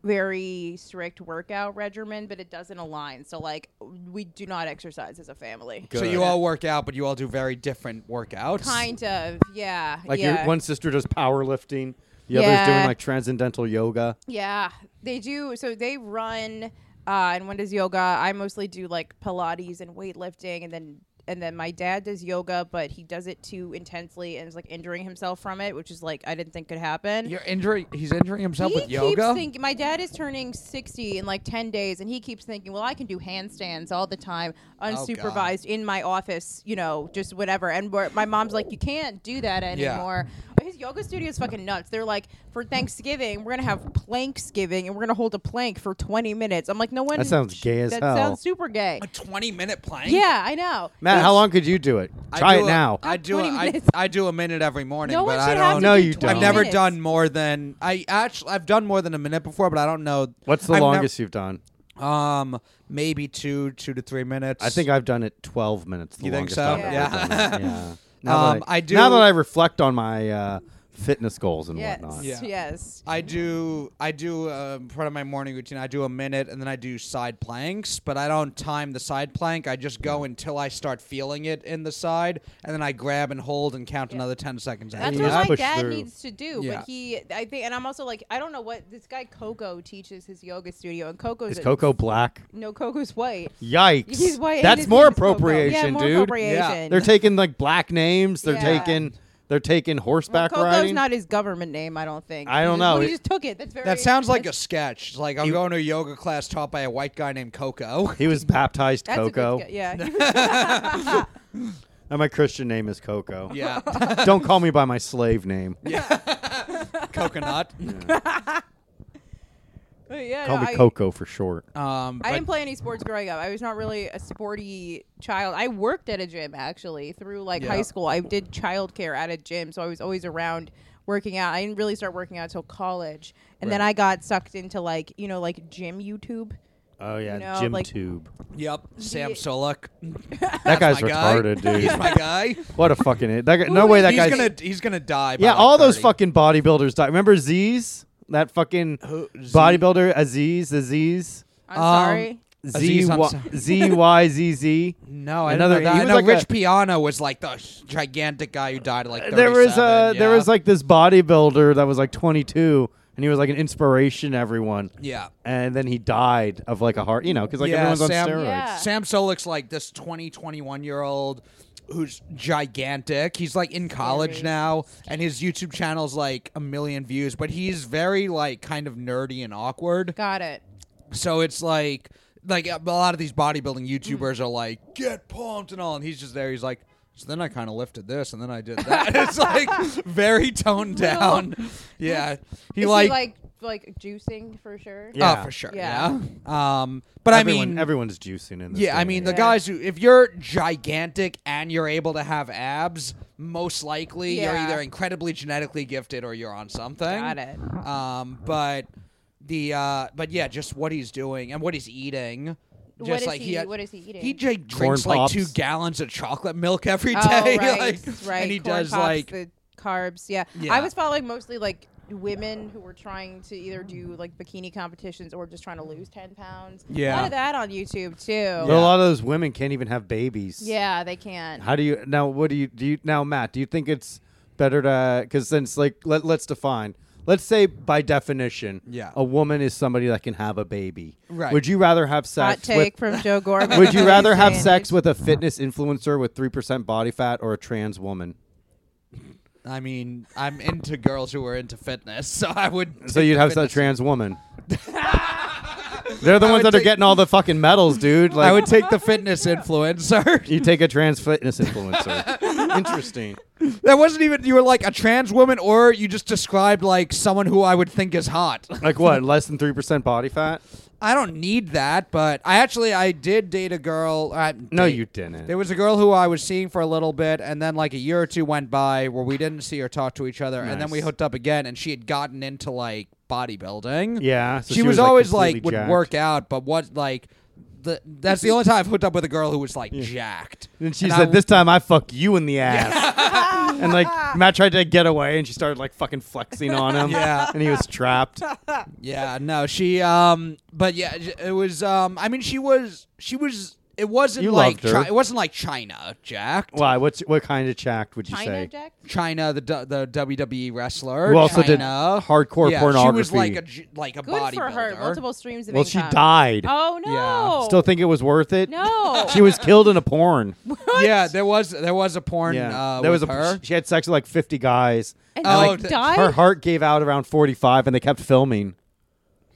Speaker 2: very strict workout regimen, but it doesn't align. So like we do not exercise as a family.
Speaker 3: So
Speaker 1: Good.
Speaker 3: you all work out, but you all do very different workouts.
Speaker 2: Kind of, yeah,
Speaker 1: like
Speaker 2: yeah,
Speaker 1: your one sister does powerlifting, the other's
Speaker 2: Yeah.
Speaker 1: doing like transcendental yoga.
Speaker 2: yeah. They do. So they run, uh, and one does yoga. I mostly do like Pilates and weightlifting, and then. And then my dad does yoga, but he does it too intensely and is like injuring himself from it, which is like I didn't think could happen.
Speaker 3: You're injuring. He's injuring himself
Speaker 2: he
Speaker 3: with yoga.
Speaker 2: keeps thinking my dad is turning 60 in like 10 days and he keeps thinking well i can do handstands all the time unsupervised in my office you know just whatever and where my mom's like you can't do that
Speaker 3: Yeah.
Speaker 2: anymore But his yoga studio is fucking nuts they're like for thanksgiving we're gonna have planksgiving and we're gonna hold a plank for 20 minutes i'm like no one
Speaker 1: That sounds gay as
Speaker 2: that
Speaker 1: hell.
Speaker 2: sounds super gay
Speaker 3: a 20 minute plank.
Speaker 2: yeah i know
Speaker 1: Matt, how long could you do it?
Speaker 3: I
Speaker 1: Try
Speaker 3: do
Speaker 1: it
Speaker 3: a-
Speaker 1: now.
Speaker 3: I do. A,
Speaker 2: 20
Speaker 3: I,
Speaker 2: minutes.
Speaker 3: I do a minute every morning.
Speaker 2: no
Speaker 3: but
Speaker 2: one
Speaker 3: I
Speaker 2: should
Speaker 3: don't,
Speaker 2: have to
Speaker 1: No,
Speaker 2: do
Speaker 1: you don't.
Speaker 2: 20
Speaker 3: I've never
Speaker 2: minutes.
Speaker 3: done more than I actually. I've done more than a minute before, but I don't know.
Speaker 1: What's the
Speaker 3: I've never-
Speaker 1: longest you've done?
Speaker 3: um, maybe two, two to three minutes.
Speaker 1: I think I've done it 12 minutes. The
Speaker 3: You
Speaker 1: longest
Speaker 3: think so?
Speaker 1: I've ever
Speaker 3: Yeah.
Speaker 1: done it.
Speaker 3: (laughs)
Speaker 1: yeah. Now,
Speaker 3: Um,
Speaker 1: that I,
Speaker 3: I do-
Speaker 1: now that I reflect on my uh, fitness goals and
Speaker 2: yes
Speaker 1: whatnot.
Speaker 3: Yeah.
Speaker 2: yes
Speaker 3: I do. I do uh, part of my morning routine. I do a minute, and then I do side planks. But I don't time the side plank. I just go until I start feeling it in the side, and then I grab and hold and count another ten seconds.
Speaker 2: That's
Speaker 3: after
Speaker 1: you
Speaker 2: what
Speaker 1: just
Speaker 3: that.
Speaker 2: my
Speaker 1: push
Speaker 2: dad
Speaker 1: through.
Speaker 2: needs to do.
Speaker 3: Yeah.
Speaker 2: But he, I think, and I'm also like, I don't know what this guy Coco teaches his yoga studio, and Coco's
Speaker 1: Is Coco black?
Speaker 2: no,
Speaker 1: (laughs)
Speaker 2: Coco's white.
Speaker 1: Yikes.
Speaker 2: He's white. and
Speaker 1: That's
Speaker 2: his
Speaker 1: more
Speaker 2: name's Coco.
Speaker 1: appropriation,
Speaker 2: yeah, more
Speaker 1: dude.
Speaker 2: Appropriation.
Speaker 1: They're taking like black names. They're
Speaker 2: Yeah.
Speaker 1: taking they're taking
Speaker 2: Well,
Speaker 1: horseback
Speaker 2: Coco's
Speaker 1: riding.
Speaker 2: not his government name, I don't think.
Speaker 1: I don't
Speaker 2: He just-
Speaker 1: know.
Speaker 2: well, He
Speaker 1: It-
Speaker 2: just took it. That's very.
Speaker 3: That sounds like a
Speaker 2: that's-
Speaker 3: sketch. Like I'm going to a yoga class taught by a white guy
Speaker 1: (laughs)
Speaker 3: named Coco.
Speaker 1: he was baptized
Speaker 2: That's A
Speaker 1: Coco,
Speaker 2: good,
Speaker 1: (laughs)
Speaker 2: sk- yeah.
Speaker 1: and my Christian name is
Speaker 3: (laughs)
Speaker 1: Coco.
Speaker 3: Yeah,
Speaker 1: Don't call me by my slave name. (laughs)
Speaker 3: coconut.
Speaker 2: But (laughs) yeah.
Speaker 1: Call
Speaker 2: no,
Speaker 1: me
Speaker 2: I,
Speaker 1: Coco for short.
Speaker 3: Um,
Speaker 2: I
Speaker 3: but-
Speaker 2: didn't play any sports growing up. I was not really a sporty child. I worked at a gym actually through like
Speaker 3: Yeah.
Speaker 2: high school. I did childcare at a gym, so I was always around working out. I didn't really start working out till college, and then
Speaker 3: Right.
Speaker 2: I got sucked into like you know like gym YouTube.
Speaker 1: Oh yeah,
Speaker 2: You know,
Speaker 1: Jim
Speaker 2: like- (laughs)
Speaker 1: Tube.
Speaker 3: Yep, Sam
Speaker 2: The-
Speaker 3: Solak.
Speaker 1: That guy's
Speaker 3: my guy.
Speaker 1: retarded,
Speaker 3: He's
Speaker 1: dude.
Speaker 3: my guy.
Speaker 1: what a fucking i- that guy, no way (laughs) that
Speaker 3: he's
Speaker 1: guy's
Speaker 3: gonna he's gonna die. by
Speaker 1: yeah.
Speaker 3: like
Speaker 1: All those
Speaker 3: 30.
Speaker 1: fucking bodybuilders die. Remember Z's that fucking
Speaker 3: Who- Z-
Speaker 1: bodybuilder Aziz Aziz
Speaker 2: I'm
Speaker 3: Um,
Speaker 2: sorry.
Speaker 1: Z
Speaker 3: Aziz, I'm
Speaker 1: Y- (laughs)
Speaker 3: sorry.
Speaker 1: Z Y Z
Speaker 3: (laughs)
Speaker 1: Z.
Speaker 3: No, I
Speaker 1: Another-
Speaker 3: another. Know that.
Speaker 1: he
Speaker 3: I
Speaker 1: was
Speaker 3: know
Speaker 1: like
Speaker 3: Rich
Speaker 1: a-
Speaker 3: Piano was like the h- gigantic guy who died at like.
Speaker 1: There was uh
Speaker 3: 37,
Speaker 1: there
Speaker 3: yeah.
Speaker 1: was like this bodybuilder that was like 22 and he was like an inspiration to everyone.
Speaker 3: yeah.
Speaker 1: And then he died of like a heart, you know, because like
Speaker 3: Yeah,
Speaker 1: everyone's on
Speaker 3: Sam-
Speaker 1: steroids.
Speaker 2: Yeah.
Speaker 3: Sam Solik's like this 20, 21 year old who's gigantic. He's like in college
Speaker 2: Scary.
Speaker 3: now, and his YouTube channel's like a million views, but he's very like kind of nerdy and awkward.
Speaker 2: Got it.
Speaker 3: So it's like like a lot of these bodybuilding YouTubers are like get pumped and all, and he's just there. He's like. So then I kind of lifted this, (laughs) and then I did that. it's like very toned down. Yeah, he
Speaker 2: Is
Speaker 3: like,
Speaker 2: he like like juicing for sure.
Speaker 1: Yeah.
Speaker 3: Oh, for sure.
Speaker 2: Yeah.
Speaker 3: Yeah. Um, but I
Speaker 1: Everyone-
Speaker 3: mean,
Speaker 1: everyone's juicing in this.
Speaker 3: yeah,
Speaker 1: day
Speaker 3: I
Speaker 1: and
Speaker 3: mean,
Speaker 1: age.
Speaker 3: the
Speaker 2: Yeah.
Speaker 3: guys who, if you're gigantic and you're able to have abs, most likely you're
Speaker 2: Yeah.
Speaker 3: either incredibly genetically gifted or you're on something.
Speaker 2: Got it.
Speaker 3: Um, but the uh, but yeah, just what he's doing and what he's eating.
Speaker 2: What
Speaker 3: Just
Speaker 2: is
Speaker 3: like
Speaker 2: he-
Speaker 3: he, uh,
Speaker 2: what is he eating?
Speaker 3: He j- drinks
Speaker 1: Corn
Speaker 3: like
Speaker 1: pops.
Speaker 3: two gallons of chocolate milk every day. (laughs)
Speaker 1: (laughs)
Speaker 2: Oh, right,
Speaker 3: like,
Speaker 2: right.
Speaker 3: And he
Speaker 2: Corn
Speaker 3: does
Speaker 2: pops,
Speaker 3: like
Speaker 2: the carbs. Yeah.
Speaker 3: Yeah.
Speaker 2: I was following mostly like women who were trying to either do like bikini competitions or just trying to lose ten pounds. a lot
Speaker 3: Yeah.
Speaker 2: of that on YouTube too.
Speaker 1: But a lot of those women can't even have babies.
Speaker 2: Yeah, they can't.
Speaker 1: How do you now? What do you do? You, now, Matt, do you think it's better to because since like let, let's define. Let's say by definition,
Speaker 3: Yeah.
Speaker 1: a woman is somebody that can have a baby.
Speaker 3: Right.
Speaker 1: Would you rather have
Speaker 2: Hot
Speaker 1: sex? with,
Speaker 2: take from
Speaker 1: (laughs)
Speaker 2: Joe Gorman.
Speaker 1: would
Speaker 2: (laughs)
Speaker 1: you rather have
Speaker 2: Saying-
Speaker 1: sex with a fitness influencer with three percent body fat or a trans woman?
Speaker 3: I mean, I'm into girls who are into fitness, (laughs) so I would.
Speaker 1: So
Speaker 3: take
Speaker 1: you'd
Speaker 3: the
Speaker 1: have that
Speaker 3: fitness-
Speaker 1: trans
Speaker 3: (laughs)
Speaker 1: woman. They're the
Speaker 3: I
Speaker 1: ones
Speaker 3: would
Speaker 1: that are
Speaker 3: take-
Speaker 1: getting all the fucking medals, dude. Like
Speaker 3: I would take
Speaker 2: (laughs)
Speaker 3: the fitness influencer. (laughs)
Speaker 1: you take a trans fitness influencer. Interesting.
Speaker 3: That wasn't even you were like a trans woman, or you just described like someone who I would think is hot. (laughs)
Speaker 1: Like what? Less than three percent body fat?
Speaker 3: I don't need that, but I actually I did date a girl. I,
Speaker 1: No,
Speaker 3: date-
Speaker 1: you didn't.
Speaker 3: There was a girl who I was seeing for a little bit, and then like a year or two went by where we didn't see or talk to each other, and then we
Speaker 1: Nice.
Speaker 3: hooked up again, and she had gotten into like bodybuilding.
Speaker 1: Yeah, so
Speaker 3: she,
Speaker 1: she
Speaker 3: was,
Speaker 1: was, like,
Speaker 3: always like
Speaker 1: completely
Speaker 3: would
Speaker 1: jacked.
Speaker 3: work out, but what like. The, that's the only time I've hooked up with a girl who was like jacked.
Speaker 1: And she
Speaker 3: And I
Speaker 1: said, "This time I fuck you in the ass."
Speaker 3: (laughs)
Speaker 1: and like Matt tried to get away, and she started like fucking flexing on him.
Speaker 3: Yeah.
Speaker 1: and he was
Speaker 3: (laughs)
Speaker 1: trapped.
Speaker 3: Yeah, no, she um but yeah, j- it was um I mean she was she was it wasn't
Speaker 1: You
Speaker 3: like
Speaker 1: loved her.
Speaker 3: Chi- it wasn't like China jacked.
Speaker 1: Why? What's what kind of chacked would you
Speaker 2: China
Speaker 1: say?
Speaker 2: Jack?
Speaker 3: China the du- the WWE wrestler
Speaker 1: Who also did
Speaker 3: China.
Speaker 1: hardcore
Speaker 3: yeah, She was
Speaker 1: pornography.
Speaker 3: like a j- like a
Speaker 2: Good for her.
Speaker 3: bodybuilder.
Speaker 2: Multiple streams of
Speaker 1: well, she
Speaker 2: income.
Speaker 1: died.
Speaker 2: Oh no.
Speaker 3: Yeah.
Speaker 1: Still think it was worth it?
Speaker 2: no.
Speaker 1: (laughs) She was killed in a porn.
Speaker 3: (laughs) Yeah, there was there was a porn
Speaker 1: yeah,
Speaker 3: uh
Speaker 1: there was a
Speaker 3: with her.
Speaker 1: she had sex with like fifty guys.
Speaker 2: and
Speaker 3: Oh,
Speaker 2: oh,
Speaker 3: d-
Speaker 2: died.
Speaker 1: Her heart gave out around forty five, and they kept filming.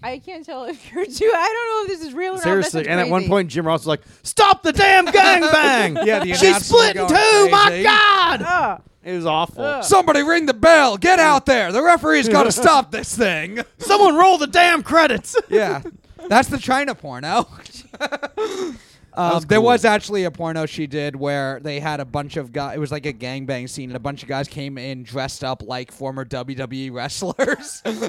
Speaker 2: I can't tell if you're (laughs) too. I don't know if this is real or
Speaker 1: Seriously,
Speaker 2: not. That's
Speaker 1: and at one
Speaker 2: crazy.
Speaker 1: point, Jim Ross was like, "Stop the damn (laughs) gangbang!"
Speaker 3: Yeah, the
Speaker 1: she's
Speaker 3: announcers were
Speaker 1: split in two.
Speaker 3: going
Speaker 1: My
Speaker 3: crazy.
Speaker 1: God,
Speaker 2: Ah.
Speaker 1: it was awful.
Speaker 3: (laughs) Somebody ring the bell. Get out there. The
Speaker 1: (laughs)
Speaker 3: referee's got to stop this thing.
Speaker 1: Someone roll the damn (laughs) credits.
Speaker 3: yeah. (laughs) That's the China porno. (laughs) Um,
Speaker 1: was
Speaker 3: There
Speaker 1: cool.
Speaker 3: was actually a porno she did where they had a bunch of guys. It was like a gangbang scene, and a bunch of guys came in dressed up like former WWE wrestlers. (laughs) and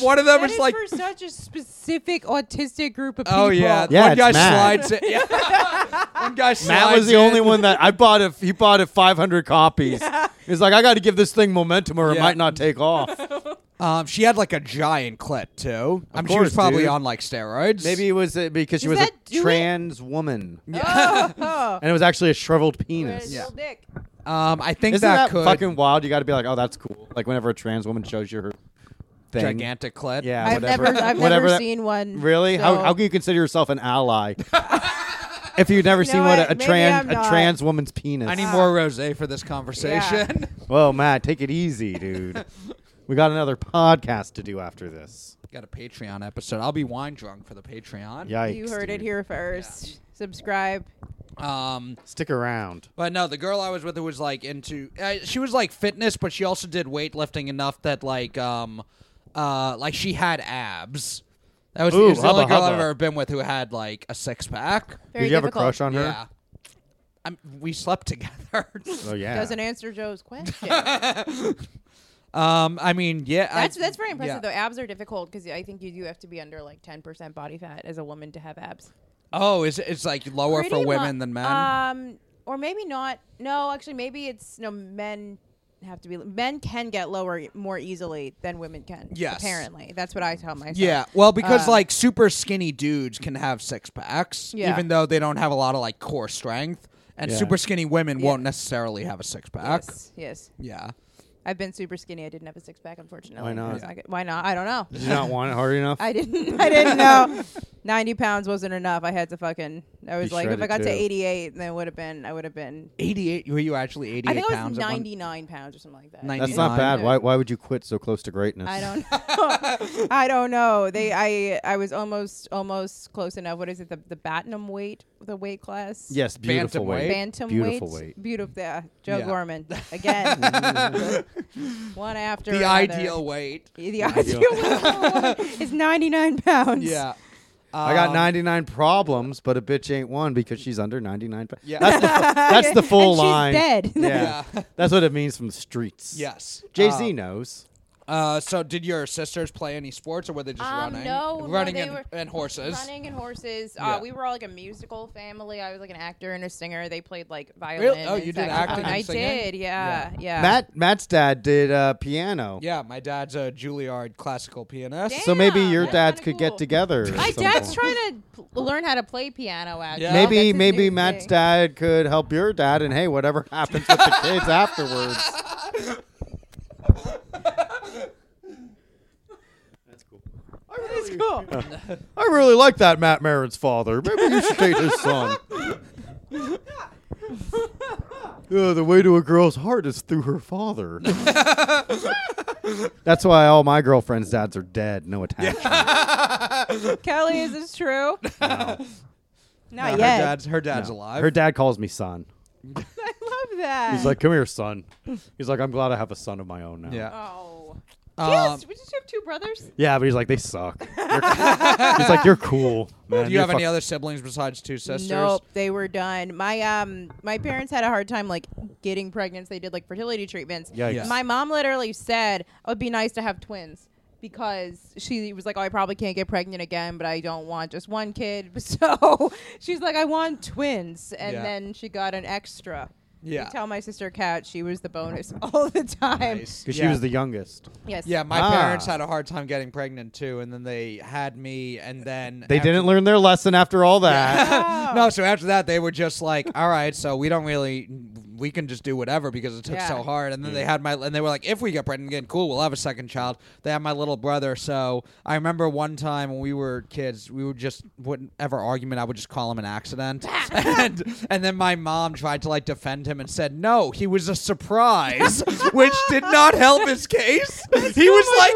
Speaker 3: one of
Speaker 2: That
Speaker 3: them was
Speaker 2: is
Speaker 3: like,
Speaker 2: for such a specific autistic group of people.
Speaker 3: "Oh yeah,
Speaker 1: Yeah,
Speaker 3: one
Speaker 1: it's
Speaker 3: guy
Speaker 1: Matt. (laughs)
Speaker 3: slides in." Yeah. one guy slides.
Speaker 1: Matt was the only
Speaker 3: in.
Speaker 1: one that I bought. A, he bought a 500 copies. He's like, I got to give this thing momentum, or it
Speaker 3: Yeah.
Speaker 1: might not take off.
Speaker 3: Um, she had like a giant clit too. I mean, she
Speaker 1: course,
Speaker 3: was probably
Speaker 1: dude.
Speaker 3: on like steroids.
Speaker 1: Maybe it was uh, because she
Speaker 2: Does
Speaker 1: was
Speaker 2: that do
Speaker 1: a
Speaker 2: it?
Speaker 1: trans woman,
Speaker 2: Oh, oh.
Speaker 1: (laughs) and it was actually a shriveled
Speaker 2: Where's
Speaker 1: penis.
Speaker 2: your
Speaker 3: Yeah.
Speaker 2: dick?
Speaker 3: Um, I think
Speaker 1: Isn't that,
Speaker 3: could
Speaker 1: fucking wild? You got to be like, oh, that's cool. Like whenever a trans woman shows you her thing.
Speaker 3: gigantic clit.
Speaker 1: Yeah,
Speaker 2: I've
Speaker 1: whatever.
Speaker 2: never, I've
Speaker 1: whatever
Speaker 2: never
Speaker 1: that-
Speaker 2: seen one.
Speaker 1: Really? How,
Speaker 2: so-
Speaker 1: how can you consider yourself an ally (laughs) if you've never
Speaker 2: know
Speaker 1: seen what
Speaker 2: what?
Speaker 1: a, a
Speaker 2: Maybe
Speaker 1: trans
Speaker 2: I'm
Speaker 1: a
Speaker 2: not.
Speaker 1: trans woman's penis?
Speaker 3: I need more rosé for this conversation. (laughs)
Speaker 1: Whoa, Matt, take it easy, dude. we got another podcast to do after this.
Speaker 3: Got a Patreon episode. I'll be wine drunk for the Patreon.
Speaker 1: Yikes!
Speaker 2: you heard
Speaker 1: dude.
Speaker 2: it here first. Subscribe.
Speaker 3: Um,
Speaker 1: Stick around.
Speaker 3: but no, the girl I was with who was like into, uh, she was like fitness, but she also did weightlifting enough that like, um, uh, like she had abs. That was, it
Speaker 1: Ooh,
Speaker 3: was the only
Speaker 1: hubba
Speaker 3: girl I've
Speaker 1: hubba.
Speaker 3: ever been with who had like a six pack.
Speaker 2: Very
Speaker 1: Did you have a
Speaker 2: difficult.
Speaker 1: crush on her?
Speaker 3: Yeah. I'm, we slept (laughs) together.
Speaker 1: Oh yeah.
Speaker 2: Doesn't answer
Speaker 3: (laughs)
Speaker 2: Joe's question. that's
Speaker 3: um, I mean, yeah, I-
Speaker 2: that's very impressive
Speaker 3: yeah.
Speaker 2: though. Abs are difficult because I think you do have to be under like ten percent body fat as a woman to have abs.
Speaker 3: Oh, is it- it's like lower for
Speaker 2: Pretty mu-
Speaker 3: women than men?
Speaker 2: Um, or maybe not. No, actually, maybe it's no men have to be men can get lower e- more easily than women can.
Speaker 3: Yes.
Speaker 2: apparently that's what I tell myself.
Speaker 3: Yeah, well, because
Speaker 2: Uh,
Speaker 3: like super skinny dudes can have six packs,
Speaker 2: Yeah.
Speaker 3: even though they don't have a lot of like core strength, and
Speaker 1: Yeah.
Speaker 3: super skinny women
Speaker 2: Yeah.
Speaker 3: won't necessarily have a six pack.
Speaker 2: Yes, yes.
Speaker 3: Yeah,
Speaker 2: I've been super skinny. I didn't have a six pack, unfortunately.
Speaker 1: Why not?
Speaker 2: It's good. Why not? I don't
Speaker 3: (laughs)
Speaker 2: know.
Speaker 1: Did you not want it hard enough?
Speaker 2: (laughs) I didn't. I didn't know. Ninety pounds wasn't enough. I had to fucking. I was
Speaker 1: Be
Speaker 2: like, if I
Speaker 1: shredded
Speaker 2: got
Speaker 1: too.
Speaker 2: to eighty-eight, then would have been. I would have been.
Speaker 3: eighty-eight. Were you actually eighty-eight
Speaker 2: I think I was
Speaker 3: pounds? at one-
Speaker 2: ninety-nine pounds or something like that.
Speaker 3: Ninety-
Speaker 1: That's not
Speaker 3: 99.
Speaker 1: bad. Why, why would you quit so close to greatness?
Speaker 2: I
Speaker 3: (laughs)
Speaker 2: don't know. I don't know. They I I was almost almost close enough. What is it? The the Batnum weight, the weight class?
Speaker 1: Yes, beautiful
Speaker 3: Bantamweight.
Speaker 1: weight.
Speaker 2: Bantam
Speaker 1: beautiful
Speaker 2: weight.
Speaker 1: weight.
Speaker 3: (laughs)
Speaker 2: Beautiful. Yeah. Joe
Speaker 3: Yeah. (laughs)
Speaker 2: Gorman again. one after
Speaker 3: the
Speaker 2: another. (laughs)
Speaker 3: ideal weight. (laughs)
Speaker 2: The ideal (laughs) weight is 99 pounds.
Speaker 3: Yeah.
Speaker 1: I got
Speaker 3: Um,
Speaker 1: 99 problems, but a bitch ain't one because she's under 99. Po-
Speaker 3: Yeah.
Speaker 1: That's the, fu-
Speaker 3: (laughs)
Speaker 1: that's the full
Speaker 2: And she's
Speaker 1: line.
Speaker 2: dead.
Speaker 1: Yeah.
Speaker 3: Yeah.
Speaker 1: That's what it means from the streets.
Speaker 3: Um, Yes.
Speaker 1: Jay Z knows.
Speaker 3: Uh, so did your sisters play any sports, or were they just
Speaker 2: Um,
Speaker 3: running?
Speaker 2: no, no,
Speaker 3: running
Speaker 2: they
Speaker 3: and,
Speaker 2: were
Speaker 3: and horses.
Speaker 2: Running and horses. Uh,
Speaker 3: Yeah.
Speaker 2: We were all like a musical family. I was like an actor and a singer. They played like violin.
Speaker 3: Really? Oh,
Speaker 2: and
Speaker 3: you did
Speaker 2: saxophone.
Speaker 3: acting and
Speaker 2: I
Speaker 3: singing?
Speaker 2: did. Yeah. Yeah.
Speaker 1: Matt Matt's dad did uh, piano.
Speaker 3: Yeah, my dad's a Juilliard classical pianist.
Speaker 2: Damn.
Speaker 1: So maybe your
Speaker 2: Yeah.
Speaker 1: dads
Speaker 2: Kinda
Speaker 1: could
Speaker 2: cool.
Speaker 1: get together. or
Speaker 2: My
Speaker 1: something.
Speaker 2: dad's trying to pl- learn how to play piano. Actually,
Speaker 3: Yeah.
Speaker 2: Oh, That's
Speaker 1: Maybe
Speaker 2: his
Speaker 1: maybe
Speaker 2: new
Speaker 1: Matt's
Speaker 2: thing.
Speaker 1: dad could help your dad, and hey, whatever happens with the kids afterwards.
Speaker 2: That's cool.
Speaker 1: I really like that Matt Marin's father. Maybe you should date his son. Uh, the way to a girl's heart is through her father. That's why all my girlfriends' dads are dead. No attachment.
Speaker 2: (laughs) Kelly, is this
Speaker 3: (laughs)
Speaker 2: true?
Speaker 3: Uh,
Speaker 2: Not
Speaker 3: her
Speaker 2: yet.
Speaker 3: dad's her dad's alive.
Speaker 1: Her dad calls me son.
Speaker 2: (laughs) I love that.
Speaker 1: He's like, "Come here, son." He's like, "I'm glad I have a son of my own now."
Speaker 3: Yeah.
Speaker 2: oh.
Speaker 3: Um,
Speaker 2: yes, we just have two brothers.
Speaker 1: Yeah, but he's like, "They suck." You're- he's like, "You're cool, man."
Speaker 3: (laughs) do you
Speaker 1: You're
Speaker 3: have any
Speaker 1: fuck-
Speaker 3: other siblings besides two sisters?
Speaker 2: Nope, they were done. My um, my parents had a hard time like getting pregnant. so They did like fertility treatments.
Speaker 1: Yikes.
Speaker 3: Yeah.
Speaker 2: My mom literally said it would be nice to have twins because she was like, "Oh, I probably can't get pregnant again, but I don't want just one kid." (laughs) So she's like, "I want twins," and
Speaker 3: Yeah.
Speaker 2: then she got an extra.
Speaker 3: Yeah.
Speaker 2: You tell my sister Kat she was the bonus (laughs) all the time.
Speaker 3: Nice.
Speaker 1: Because she
Speaker 3: Yeah.
Speaker 1: was the youngest.
Speaker 2: Yes.
Speaker 3: Yeah, my
Speaker 1: Ah.
Speaker 3: parents had a hard time getting pregnant too, and then they had me, and then
Speaker 1: They
Speaker 3: after-
Speaker 1: didn't learn their lesson after all that.
Speaker 2: Oh.
Speaker 3: (laughs) no, so after that they were just like, "All right, so we don't really, we can just do whatever because it took
Speaker 2: Yeah.
Speaker 3: so hard." And then they had my, and they were like, "If we get pregnant again, cool, we'll have a second child." They had my little brother, so I remember one time when we were kids, we would just whatever argument, I would just call him
Speaker 2: (laughs)
Speaker 3: an accident, and and then my mom tried to like defend him and said, "No, he was a surprise," (laughs) which did not help
Speaker 2: (laughs)
Speaker 3: his case. he was like,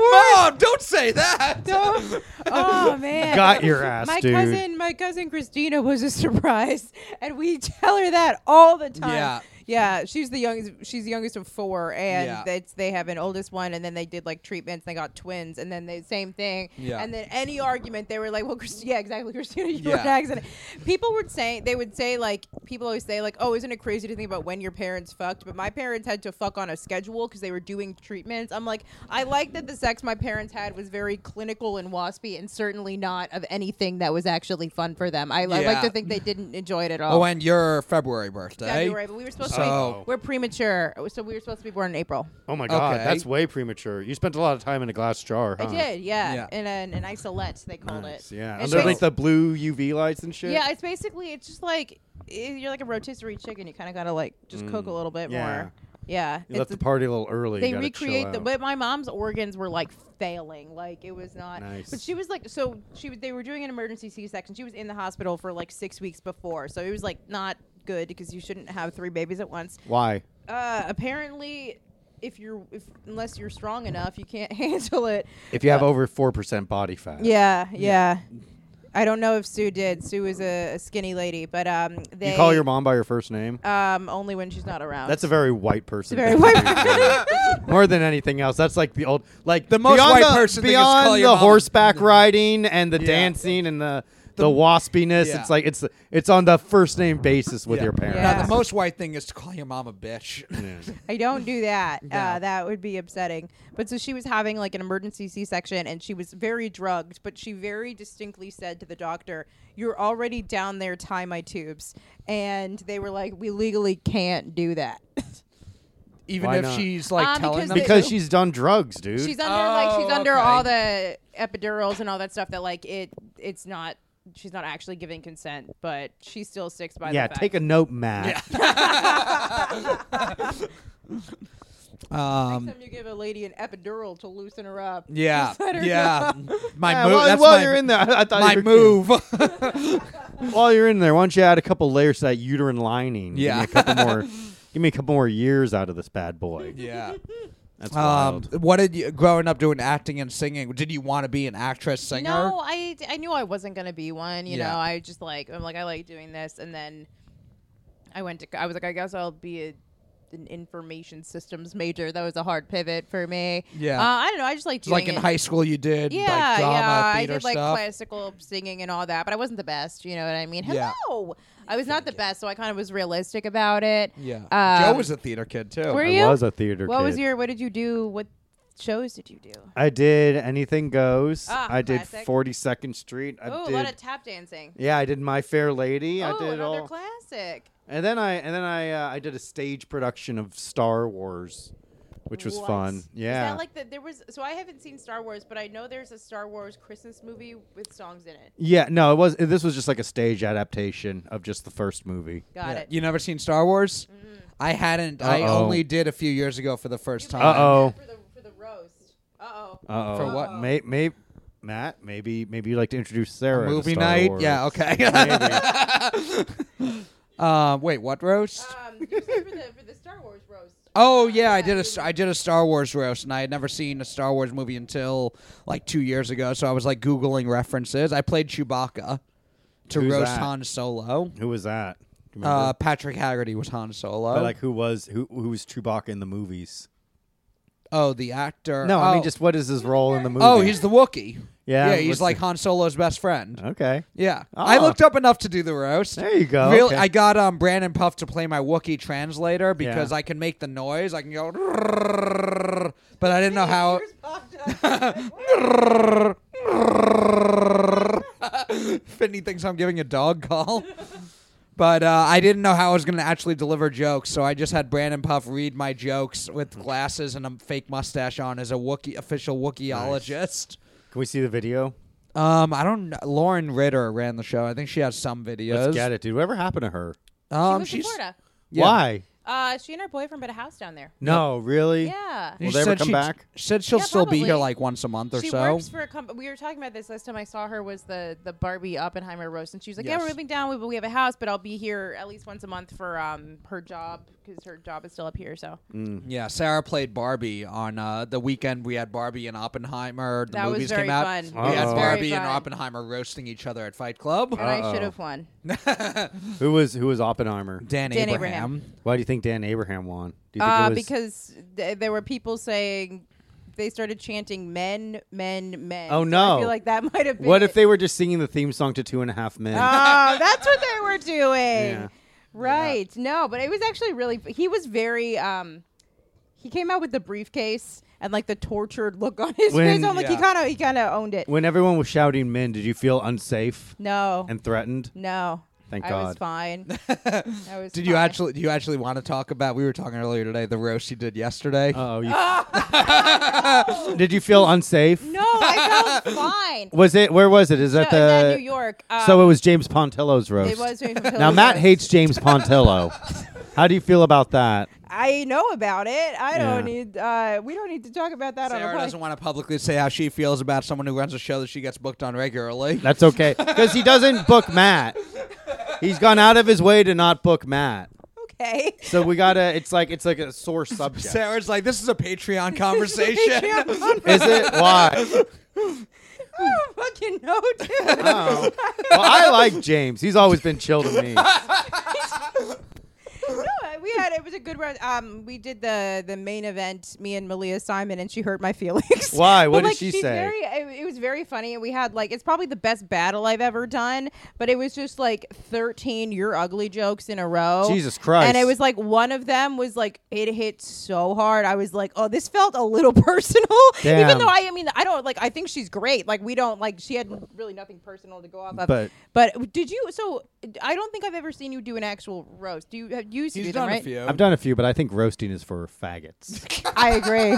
Speaker 3: "Mom, don't say that."
Speaker 2: So- (laughs) oh man.
Speaker 1: Got your ass,
Speaker 2: my
Speaker 1: dude.
Speaker 2: cousin my cousin christina was a (laughs) surprise and we tell her that all the time
Speaker 3: Yeah.
Speaker 2: Yeah, she's the youngest she's the youngest of four
Speaker 3: Yeah.
Speaker 2: and that's they have an oldest one and then they did like treatments they got twins and then the same thing
Speaker 3: Yeah.
Speaker 2: and then any argument they were like well christina yeah exactly christina you were an
Speaker 3: Yeah.
Speaker 2: accident people would say they would say like people always say like oh isn't it crazy to think about when your parents fucked but my parents had to fuck on a schedule because they were doing treatments i'm like i like that the sex my parents had was very clinical and waspy and certainly not of anything that was actually fun for them i, I like
Speaker 3: Yeah.
Speaker 2: to think they didn't enjoy it at all
Speaker 3: Oh, and your February birthday.
Speaker 2: February, but we were supposed to
Speaker 3: So-
Speaker 2: be we're premature, so we were supposed to be born in April.
Speaker 1: Oh my god,
Speaker 3: Okay.
Speaker 1: that's way premature. You spent a lot of time in a glass jar. Huh?
Speaker 2: I did, yeah,
Speaker 3: Uh-huh. Yeah.
Speaker 2: in an, an isolette they called
Speaker 1: Nice,
Speaker 2: it.
Speaker 1: Yeah,
Speaker 2: It's
Speaker 1: under like
Speaker 2: basi-
Speaker 1: the blue UV lights and shit.
Speaker 2: yeah, it's basically it's just like i- you're like a rotisserie chicken. You kind of gotta like just cook a little bit
Speaker 1: Mm. yeah.
Speaker 2: more. Yeah,
Speaker 1: you left
Speaker 2: it's-
Speaker 1: the party a little early.
Speaker 2: they
Speaker 1: you gotta
Speaker 2: recreate
Speaker 1: chill
Speaker 2: the
Speaker 1: out.
Speaker 2: but my mom's organs were like failing like it was not
Speaker 1: Nice.
Speaker 2: but she was like so she was they were doing an emergency c-section she was in the hospital for like six weeks before so it was like not good because you shouldn't have three babies at once
Speaker 1: Why?
Speaker 2: uh apparently if you're if unless you're strong enough you can't (laughs) handle it
Speaker 1: If you have over four percent body fat.
Speaker 2: yeah yeah i don't know if sue did sue is a, a skinny lady but um they
Speaker 1: you call your mom by your first name.
Speaker 2: um only when she's not around
Speaker 1: That's a very white person.
Speaker 2: very
Speaker 1: thing
Speaker 2: white
Speaker 1: to do. (laughs) More than anything else, that's like the old, like
Speaker 3: The most
Speaker 1: beyond
Speaker 3: white
Speaker 1: the,
Speaker 3: person thing is
Speaker 1: beyond
Speaker 3: call your
Speaker 1: the
Speaker 3: mom. (laughs)
Speaker 1: horseback riding and the dancing and the the, waspiness.
Speaker 3: Yeah.
Speaker 1: It's like it's it's on the first name basis with
Speaker 3: Yeah.
Speaker 1: your parents.
Speaker 2: Yeah.
Speaker 3: No, the most white thing is to call your mom
Speaker 1: (laughs)
Speaker 3: a bitch.
Speaker 2: I don't do that.
Speaker 3: Yeah.
Speaker 2: Uh, that would be upsetting. But so she was having like an emergency C section and she was very drugged, but she very distinctly said to the doctor, You're already down there, tie my tubes. And they were like, We legally can't do that.
Speaker 3: Even
Speaker 1: Why
Speaker 3: if
Speaker 1: not?
Speaker 3: she's like
Speaker 2: Um,
Speaker 3: telling them
Speaker 1: Because
Speaker 3: to.
Speaker 1: she's done drugs, dude.
Speaker 2: she's under like she's
Speaker 3: Oh,
Speaker 2: under
Speaker 3: okay.
Speaker 2: all the epidurals and all that stuff that like it it's not she's not actually giving consent, but she still sticks by
Speaker 1: yeah,
Speaker 2: the fact.
Speaker 1: take a note, Matt. (laughs)
Speaker 3: um,
Speaker 1: um,
Speaker 2: Next time you give a lady an epidural to loosen her up.
Speaker 3: yeah,
Speaker 2: just let her (laughs)
Speaker 3: yeah.
Speaker 2: know.
Speaker 3: My
Speaker 1: Yeah,
Speaker 3: move.
Speaker 1: while,
Speaker 3: that's
Speaker 1: while
Speaker 3: my,
Speaker 1: you're in there, (laughs) I, I thought
Speaker 3: my
Speaker 1: you were-
Speaker 3: move.
Speaker 2: (laughs)
Speaker 1: While you're in there, why don't you add a couple layers to that uterine lining?
Speaker 3: Yeah.
Speaker 1: give me a couple
Speaker 3: (laughs)
Speaker 1: more. give me a couple more years out of this bad boy.
Speaker 3: yeah.
Speaker 1: That's
Speaker 3: Um,
Speaker 1: wild.
Speaker 3: what did you growing up doing acting and singing? Did you want to be an actress singer?
Speaker 2: No, I, I knew I wasn't gonna be one. You
Speaker 3: Yeah.
Speaker 2: know, I just like I'm like I like doing this, and then I went to I was like I guess I'll be a an information systems major. That was a hard pivot for me.
Speaker 3: Yeah.
Speaker 2: Uh, I don't know. I just like doing
Speaker 3: like in
Speaker 2: it.
Speaker 3: high school, you did
Speaker 2: Yeah,
Speaker 3: like drama,
Speaker 2: yeah. I
Speaker 3: theater
Speaker 2: did like
Speaker 3: stuff.
Speaker 2: classical singing and all that, but I wasn't the best. You know what I mean?
Speaker 3: Yeah.
Speaker 2: Hello. I was not the best, so I kind of was realistic about it.
Speaker 3: yeah,
Speaker 2: Um,
Speaker 3: Joe was a theater kid too.
Speaker 2: Were
Speaker 1: I
Speaker 2: you?
Speaker 1: was a theater
Speaker 2: what
Speaker 1: kid.
Speaker 2: was your? What did you do? What shows did you do?
Speaker 1: I did Anything Goes.
Speaker 2: Ah,
Speaker 1: I did
Speaker 2: classic.
Speaker 1: 42nd Street. I
Speaker 2: Oh,
Speaker 1: did
Speaker 2: a lot of tap dancing.
Speaker 1: Yeah, I did My Fair Lady. I
Speaker 2: oh,
Speaker 1: did it
Speaker 2: another
Speaker 1: all.
Speaker 2: classic.
Speaker 1: and then I and then I uh, I did a stage production of Star Wars, which was
Speaker 2: What?
Speaker 1: fun. Yeah.
Speaker 2: Is that like the, there was? So I haven't seen Star Wars, but I know there's a Star Wars Christmas movie with songs in it.
Speaker 1: yeah, no, it was this was just like a stage adaptation of just the first movie.
Speaker 2: Got
Speaker 3: Yeah.
Speaker 2: it.
Speaker 3: You never seen Star Wars? I hadn't. I
Speaker 1: Uh-oh.
Speaker 3: only did a few years ago for the first time.
Speaker 1: Uh-oh.
Speaker 2: For the, for the roast. Uh oh.
Speaker 1: Uh-oh.
Speaker 3: For what?
Speaker 1: May, may, Matt, maybe maybe you'd like to introduce Sarah. to
Speaker 3: Movie
Speaker 1: Star
Speaker 3: night?
Speaker 1: Wars.
Speaker 3: Yeah. Okay. (laughs) um. Wait. What roast?
Speaker 2: Um, you said for the for the Star Wars roast.
Speaker 3: (laughs) Oh yeah, I did a Star- I did a Star Wars roast, and I had never seen a Star Wars movie until like two years ago. So I was like googling references. I played Chewbacca to
Speaker 1: Who's
Speaker 3: roast
Speaker 1: that?
Speaker 3: Han Solo.
Speaker 1: Who was that? Do you remember?
Speaker 3: Uh, Patrick Haggerty was Han Solo.
Speaker 1: but like who was who who was Chewbacca in the movies?
Speaker 3: oh, the actor.
Speaker 1: No,
Speaker 3: oh.
Speaker 1: I mean just what is his role in the movie?
Speaker 3: Oh, he's the Wookiee.
Speaker 1: Yeah,
Speaker 3: yeah.
Speaker 1: what's
Speaker 3: He's like
Speaker 1: the-
Speaker 3: Han Solo's best friend.
Speaker 1: Okay.
Speaker 3: Yeah,
Speaker 1: Ah.
Speaker 3: I looked up enough to do the roast.
Speaker 1: There you go,
Speaker 3: Really,
Speaker 1: okay.
Speaker 3: I got um Brandon Puff to play my Wookiee translator because
Speaker 1: Yeah.
Speaker 3: I can make the noise. I can go, but I didn't know how.
Speaker 2: Yours popped
Speaker 3: (laughs)
Speaker 2: up.
Speaker 3: Finny thinks I'm giving a dog call. But uh, I didn't know how I was going to actually deliver jokes, so I just had Brandon Puff read my jokes with glasses and a fake mustache on as a Wookie official Wookieologist.
Speaker 1: Can we see the video?
Speaker 3: Um, I don't. know. Lauren Ritter ran the show. I think she has some videos.
Speaker 1: Let's get it, dude. Whatever happened to her?
Speaker 2: she
Speaker 3: Um,
Speaker 2: was in
Speaker 3: she's-
Speaker 2: Florida.
Speaker 3: yeah.
Speaker 1: Why?
Speaker 2: Uh, she and her boyfriend bought a house down there.
Speaker 1: No, really?
Speaker 2: Yeah.
Speaker 1: Will
Speaker 3: She
Speaker 1: they ever
Speaker 3: said
Speaker 1: come
Speaker 3: she-
Speaker 1: back?
Speaker 3: she said she'll
Speaker 2: Yeah,
Speaker 3: still be here
Speaker 2: probably.
Speaker 3: like once a month or
Speaker 2: She
Speaker 3: so.
Speaker 2: works for a company. We were talking about this last time I saw her was the the Barbie Oppenheimer roast, and she was like, "Yeah,
Speaker 3: Yes.
Speaker 2: we're moving down. We, we have a house, but I'll be here at least once a month for um her job because her job is still up here." So
Speaker 1: Hmm.
Speaker 3: yeah, Sarah played Barbie on uh, the weekend. We had Barbie and Oppenheimer. The
Speaker 2: That was
Speaker 3: movies
Speaker 2: very
Speaker 3: came out.
Speaker 2: fun.
Speaker 3: We
Speaker 1: That
Speaker 3: had
Speaker 1: was very
Speaker 3: Barbie and
Speaker 2: fun.
Speaker 3: Oppenheimer roasting each other at Fight Club. Uh,
Speaker 2: and I should have won.
Speaker 1: Who was who was Oppenheimer?
Speaker 3: Dan,
Speaker 2: Dan
Speaker 3: Abraham.
Speaker 2: Abraham.
Speaker 1: Why do you think Dan Abraham won? Do you think
Speaker 2: Uh,
Speaker 1: it was-
Speaker 2: because th- there were people saying they started chanting "men, men, men."
Speaker 1: Oh,
Speaker 2: So I
Speaker 1: no.
Speaker 2: feel like that (laughs) might have been.
Speaker 1: what if
Speaker 2: it.
Speaker 1: they were just singing the theme song to Two and a Half Men? (laughs)
Speaker 2: Oh, that's what they were doing.
Speaker 1: Yeah.
Speaker 2: Right. No, but it was actually really he was very um he came out with the briefcase and like the tortured look on his
Speaker 1: When-
Speaker 2: face. I'm like he
Speaker 3: Yeah.
Speaker 2: kind of he kind of owned it.
Speaker 1: when everyone was shouting "men," did you feel unsafe
Speaker 2: no.
Speaker 1: and threatened?
Speaker 2: no.
Speaker 1: Thank
Speaker 2: I was
Speaker 1: God.
Speaker 2: fine.
Speaker 1: (laughs)
Speaker 2: I was
Speaker 3: Did you
Speaker 2: fine.
Speaker 3: actually? Do you actually want to talk about? We were talking earlier today. The roast you did yesterday.
Speaker 1: Oh, you... (laughs) did you feel unsafe?
Speaker 2: Ah. No, I
Speaker 1: (laughs)
Speaker 2: felt fine.
Speaker 1: Was it where was it? Is
Speaker 2: No,
Speaker 1: that
Speaker 2: it's at
Speaker 1: the
Speaker 2: New York. Um,
Speaker 1: so it was James Pontillo's roast.
Speaker 2: it
Speaker 1: (laughs)
Speaker 2: was
Speaker 1: now Matt hates James Pontillo.
Speaker 2: (laughs)
Speaker 1: How do you feel about that?
Speaker 2: I know about it. I don't
Speaker 1: Yeah.
Speaker 2: need uh we don't need to talk about that
Speaker 3: Sarah
Speaker 2: on a
Speaker 3: doesn't want to publicly say how she feels about someone who runs a show that she gets booked on regularly.
Speaker 1: That's okay because he doesn't book Matt. He's gone out of his way to not book Matt.
Speaker 2: Okay.
Speaker 1: So we gotta. It's like it's like a sore subject.
Speaker 3: (laughs) Sarah's like, this is a
Speaker 2: (laughs)
Speaker 3: Patreon conversation. (laughs)
Speaker 1: Is it why?
Speaker 2: I don't (laughs) fucking know, dude.
Speaker 1: Hmm. (laughs) Oh. Well, I like James. He's always been chill to me.
Speaker 2: (laughs) no, uh, we had it was a good round. Um, we did the the main event, me and Malia Simon, and she hurt my (laughs) feelings.
Speaker 1: Why?
Speaker 2: But,
Speaker 1: What did
Speaker 2: like,
Speaker 1: she
Speaker 2: she's
Speaker 1: say?
Speaker 2: Very, it, it was very funny, and we had like it's probably the best battle I've ever done. But it was just like thirteen "you're ugly" jokes in a row.
Speaker 1: Jesus Christ.
Speaker 2: And it was like one of them was like it hit so hard. I was like, oh, this felt a little (laughs) personal,
Speaker 1: Damn.
Speaker 2: even though I, I mean, I don't like. I think she's great. Like we don't like. She had really nothing personal to go off of.
Speaker 1: But-
Speaker 2: but did you? So I don't think I've ever seen you do an actual roast. Do you? Have you used to
Speaker 3: He's
Speaker 2: do
Speaker 3: done
Speaker 2: them, right?
Speaker 3: a few.
Speaker 1: I've done a few, but I think roasting is for faggots.
Speaker 2: I agree.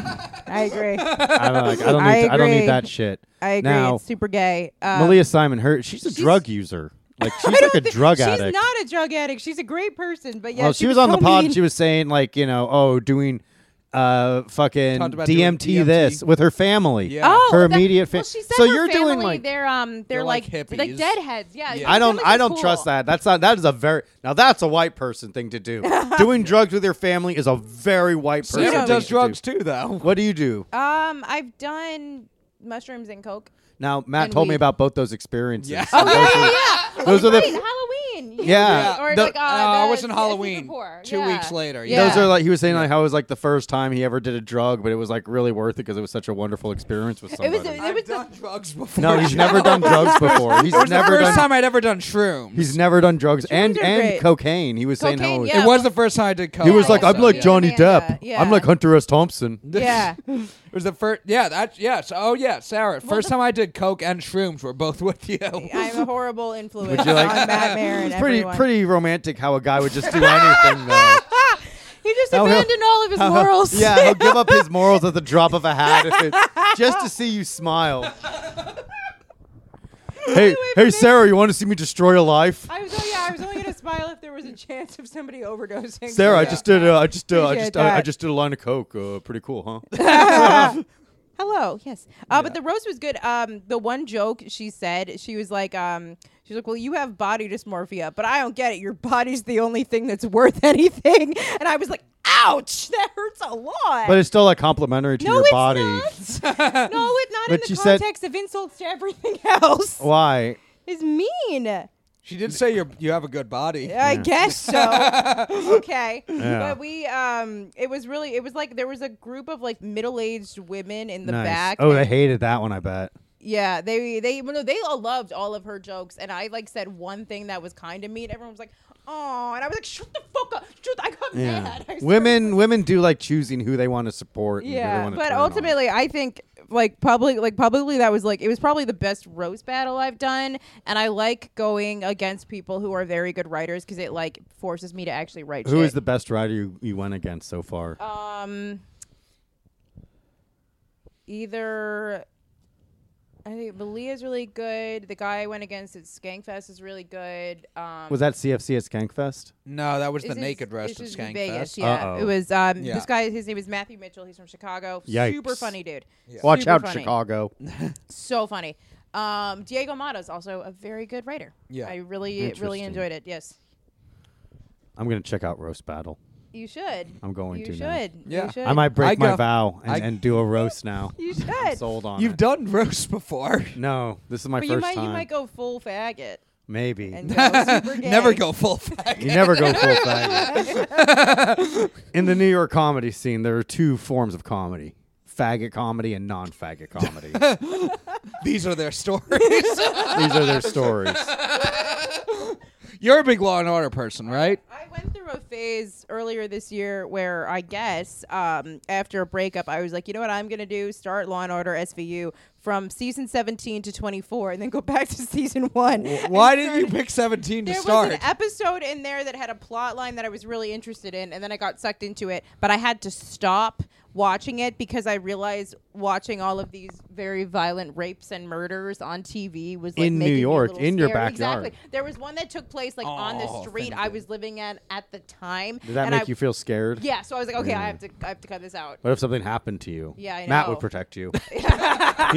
Speaker 2: I agree.
Speaker 1: I don't, like, I don't need.
Speaker 2: I
Speaker 1: I don't need
Speaker 2: agree.
Speaker 1: that shit.
Speaker 2: I agree.
Speaker 1: Now,
Speaker 2: it's super gay. Um,
Speaker 1: Malia Simon, her she's a
Speaker 2: she's-
Speaker 1: drug user. Like
Speaker 2: I
Speaker 1: she's
Speaker 2: don't
Speaker 1: like a
Speaker 2: thi-
Speaker 1: drug
Speaker 2: (laughs) she's
Speaker 1: addict.
Speaker 2: not a drug addict. She's a great person, but yeah,
Speaker 1: well, she, was on
Speaker 2: so
Speaker 1: the pod.
Speaker 2: mean.
Speaker 1: She was saying like you know, oh, doing uh fucking
Speaker 3: Talked about
Speaker 1: DMT,
Speaker 3: doing DMT.
Speaker 1: this with her family.
Speaker 3: Yeah.
Speaker 2: (laughs) Oh,
Speaker 1: her
Speaker 2: that-
Speaker 1: immediate family.
Speaker 2: Well, she said
Speaker 1: so
Speaker 2: her
Speaker 1: you're doing
Speaker 2: family,
Speaker 1: like
Speaker 2: they're um they're,
Speaker 3: They're like
Speaker 2: like
Speaker 3: hippies.
Speaker 2: like deadheads. Yeah,
Speaker 3: Yeah.
Speaker 1: I don't I don't trust that. That's not that is a very now that's a white person thing to
Speaker 2: (laughs)
Speaker 1: do. doing drugs with your family is a very white person.
Speaker 2: you
Speaker 3: Sarah
Speaker 1: thing
Speaker 2: don't-
Speaker 3: does
Speaker 1: to
Speaker 3: drugs
Speaker 1: do.
Speaker 3: too, though.
Speaker 1: What do you do?
Speaker 2: Um, I've done mushrooms and coke.
Speaker 1: Now Matt
Speaker 2: And
Speaker 1: told me
Speaker 2: weed.
Speaker 1: about both (laughs) those experiences.
Speaker 3: Yeah.
Speaker 1: those
Speaker 2: yeah, yeah.
Speaker 1: those are the
Speaker 2: Halloween.
Speaker 1: Yeah.
Speaker 2: Or
Speaker 1: The-
Speaker 2: like, uh,
Speaker 3: Uh,
Speaker 2: the
Speaker 3: it was in
Speaker 2: Secret
Speaker 3: Halloween.
Speaker 2: War.
Speaker 3: Two
Speaker 2: Yeah.
Speaker 3: weeks later.
Speaker 2: Yeah.
Speaker 1: Those are like he was saying like how it was like the first time he ever did a drug, but it was like really worth it because it was such a wonderful experience with
Speaker 2: It
Speaker 1: somebody.
Speaker 2: was. It,
Speaker 3: I've
Speaker 2: was the,
Speaker 3: done (laughs) drugs before.
Speaker 1: no, he's never
Speaker 2: (laughs)
Speaker 1: done drugs before. He's
Speaker 3: It was the
Speaker 1: never
Speaker 3: first
Speaker 1: done.
Speaker 3: time I'd ever done shrooms.
Speaker 1: He's never done drugs and
Speaker 2: are
Speaker 1: and
Speaker 2: great.
Speaker 1: cocaine. He was saying how
Speaker 2: Cocaine, yeah.
Speaker 3: it was the first time I did coke.
Speaker 1: he was like,
Speaker 2: Yeah,
Speaker 1: I'm
Speaker 2: so
Speaker 1: like
Speaker 2: yeah.
Speaker 1: Johnny
Speaker 2: Yeah,
Speaker 1: Depp.
Speaker 2: yeah.
Speaker 1: I'm like Hunter S. Thompson. (laughs)
Speaker 2: yeah.
Speaker 3: It was the first. Yeah, that's yes. Oh yeah, Sarah. First time I did coke and shrooms were both with you.
Speaker 2: I'm a horrible influence
Speaker 1: you like-
Speaker 2: on Matt Maron.
Speaker 1: It's pretty
Speaker 2: everyone. (laughs)
Speaker 1: pretty romantic how a guy would just do anything though.
Speaker 2: He just
Speaker 1: How he'll-
Speaker 2: abandoned all of his morals.
Speaker 1: Yeah,
Speaker 2: (laughs)
Speaker 1: he'll give up his morals at the drop of a hat if it, just to see you
Speaker 2: (laughs)
Speaker 1: smile. Hey, hey, Sarah, you want to see me destroy a life?
Speaker 2: I was. Oh yeah. I was only gonna smile if there was a chance of somebody overdosing.
Speaker 1: Sarah, I
Speaker 3: Yeah.
Speaker 1: just did. Uh, I just. Uh, I
Speaker 2: Appreciate
Speaker 1: just. I, I
Speaker 2: that.
Speaker 1: just did a line of coke. Uh, pretty cool,
Speaker 2: (laughs)
Speaker 1: huh?
Speaker 2: Hello. Yes. Uh, But the roast was good. Um, the one joke she said, she was like, um, she's like, well, you have body dysmorphia, but I don't get it. Your body's the only thing that's worth (laughs) anything. And I was like, ouch, that hurts a lot.
Speaker 1: but it's still like complimentary to
Speaker 2: no,
Speaker 1: your
Speaker 2: it's
Speaker 1: body. (laughs)
Speaker 2: not. no, it's not in
Speaker 1: But
Speaker 2: the
Speaker 1: she said- Oh.
Speaker 2: context of insults to everything (laughs) else.
Speaker 1: Why?
Speaker 2: Is mean.
Speaker 3: (laughs) She did say you you have a good body.
Speaker 2: I
Speaker 1: (laughs)
Speaker 2: guess so. okay.
Speaker 1: Yeah.
Speaker 2: But we um it was really it was like there was a group of like middle-aged women in the
Speaker 1: nice.
Speaker 2: back.
Speaker 1: oh,
Speaker 2: and-
Speaker 1: they hated that one. I bet.
Speaker 2: Yeah, they they well, no, they all loved all of her jokes, and I like said one thing that was kind of mean. Everyone was like, "Oh," and I was like, "Shut the fuck up!" Shut, I got mad. (laughs) I was
Speaker 1: Women, women do like choosing who they want to support.
Speaker 2: like-
Speaker 1: and who they
Speaker 2: yeah,
Speaker 1: wanna
Speaker 2: but
Speaker 1: turn on.
Speaker 2: ultimately, I think like public like publicly that was like it was probably the best roast battle I've done, and I like going against people who are very good writers because it like forces me to actually write.
Speaker 1: who
Speaker 2: shit.
Speaker 1: is the best rider you, you went against so far?
Speaker 2: um either I think Malia is really good. The guy I went against at Skankfest is really good. Um,
Speaker 1: was that CFC at Skankfest?
Speaker 3: No, that was the
Speaker 2: this is-
Speaker 3: naked
Speaker 2: this
Speaker 3: rest of
Speaker 2: is
Speaker 3: Skank
Speaker 2: Vegas,
Speaker 3: Fest.
Speaker 2: Yeah,
Speaker 1: Uh-oh.
Speaker 2: it was um,
Speaker 3: Yeah.
Speaker 2: this guy. His name is Matthew Mitchell. He's from Chicago. Super
Speaker 1: Yikes.
Speaker 2: funny dude.
Speaker 1: Watch
Speaker 2: Super
Speaker 1: out,
Speaker 2: funny. (laughs)
Speaker 1: Chicago.
Speaker 2: So funny. Um, Diego Mata is also a very good writer.
Speaker 3: Yeah.
Speaker 2: I really really
Speaker 1: Interesting.
Speaker 2: enjoyed it. Yes,
Speaker 1: I'm gonna check out roast battle.
Speaker 2: you should.
Speaker 1: I'm going
Speaker 2: you
Speaker 1: to
Speaker 2: should.
Speaker 1: now.
Speaker 3: Yeah.
Speaker 2: You should.
Speaker 1: I might break my
Speaker 3: go-
Speaker 1: vow and,
Speaker 3: I-
Speaker 1: and do a roast now.
Speaker 2: You
Speaker 1: I'm
Speaker 2: should.
Speaker 1: sold on
Speaker 3: You've
Speaker 1: it.
Speaker 3: done roast before.
Speaker 1: No, this is my
Speaker 2: But
Speaker 1: first
Speaker 2: you might
Speaker 1: time.
Speaker 2: you might go full faggot
Speaker 1: Maybe.
Speaker 3: (laughs)
Speaker 2: and go super gay.
Speaker 3: Never go full fag.
Speaker 1: You never go
Speaker 2: (laughs)
Speaker 1: full faggot. In the New York comedy scene, there are two forms of comedy: faggot comedy and non-faggot
Speaker 2: (laughs)
Speaker 1: comedy.
Speaker 3: (laughs) These are their stories. (laughs)
Speaker 1: These are their stories.
Speaker 3: You're a big Law and Order person, right?
Speaker 2: I went through a phase earlier this year where I guess um, after a breakup, I was like, you know what I'm going to do? Start Law and Order SVU from season 17 to 24 and then go (laughs) back to season one. And
Speaker 3: Why didn't you
Speaker 2: started-
Speaker 3: pick 17 to
Speaker 2: There
Speaker 3: start?
Speaker 2: was an episode in there that had a plot line that I was really interested in, and then I got sucked into it, but I had to stop watching it because I realized watching all of these very violent rapes and murders on TV was like
Speaker 1: In New
Speaker 2: making me a
Speaker 1: York,
Speaker 2: little
Speaker 1: in your
Speaker 2: scared.
Speaker 1: backyard.
Speaker 2: Exactly. There was one that took place like on the
Speaker 3: Oh,
Speaker 2: street
Speaker 3: thank
Speaker 2: I
Speaker 3: you.
Speaker 2: was living at at the time.
Speaker 1: Did that
Speaker 2: and
Speaker 1: make
Speaker 2: I-
Speaker 1: you Mm. feel scared?
Speaker 2: Yeah. So I was like, okay,
Speaker 1: Yeah.
Speaker 2: I have to, I have to cut this out.
Speaker 1: What if something happened to you?
Speaker 2: Yeah, I
Speaker 1: Matt
Speaker 2: know.
Speaker 1: would protect
Speaker 2: (laughs)
Speaker 1: you. He'd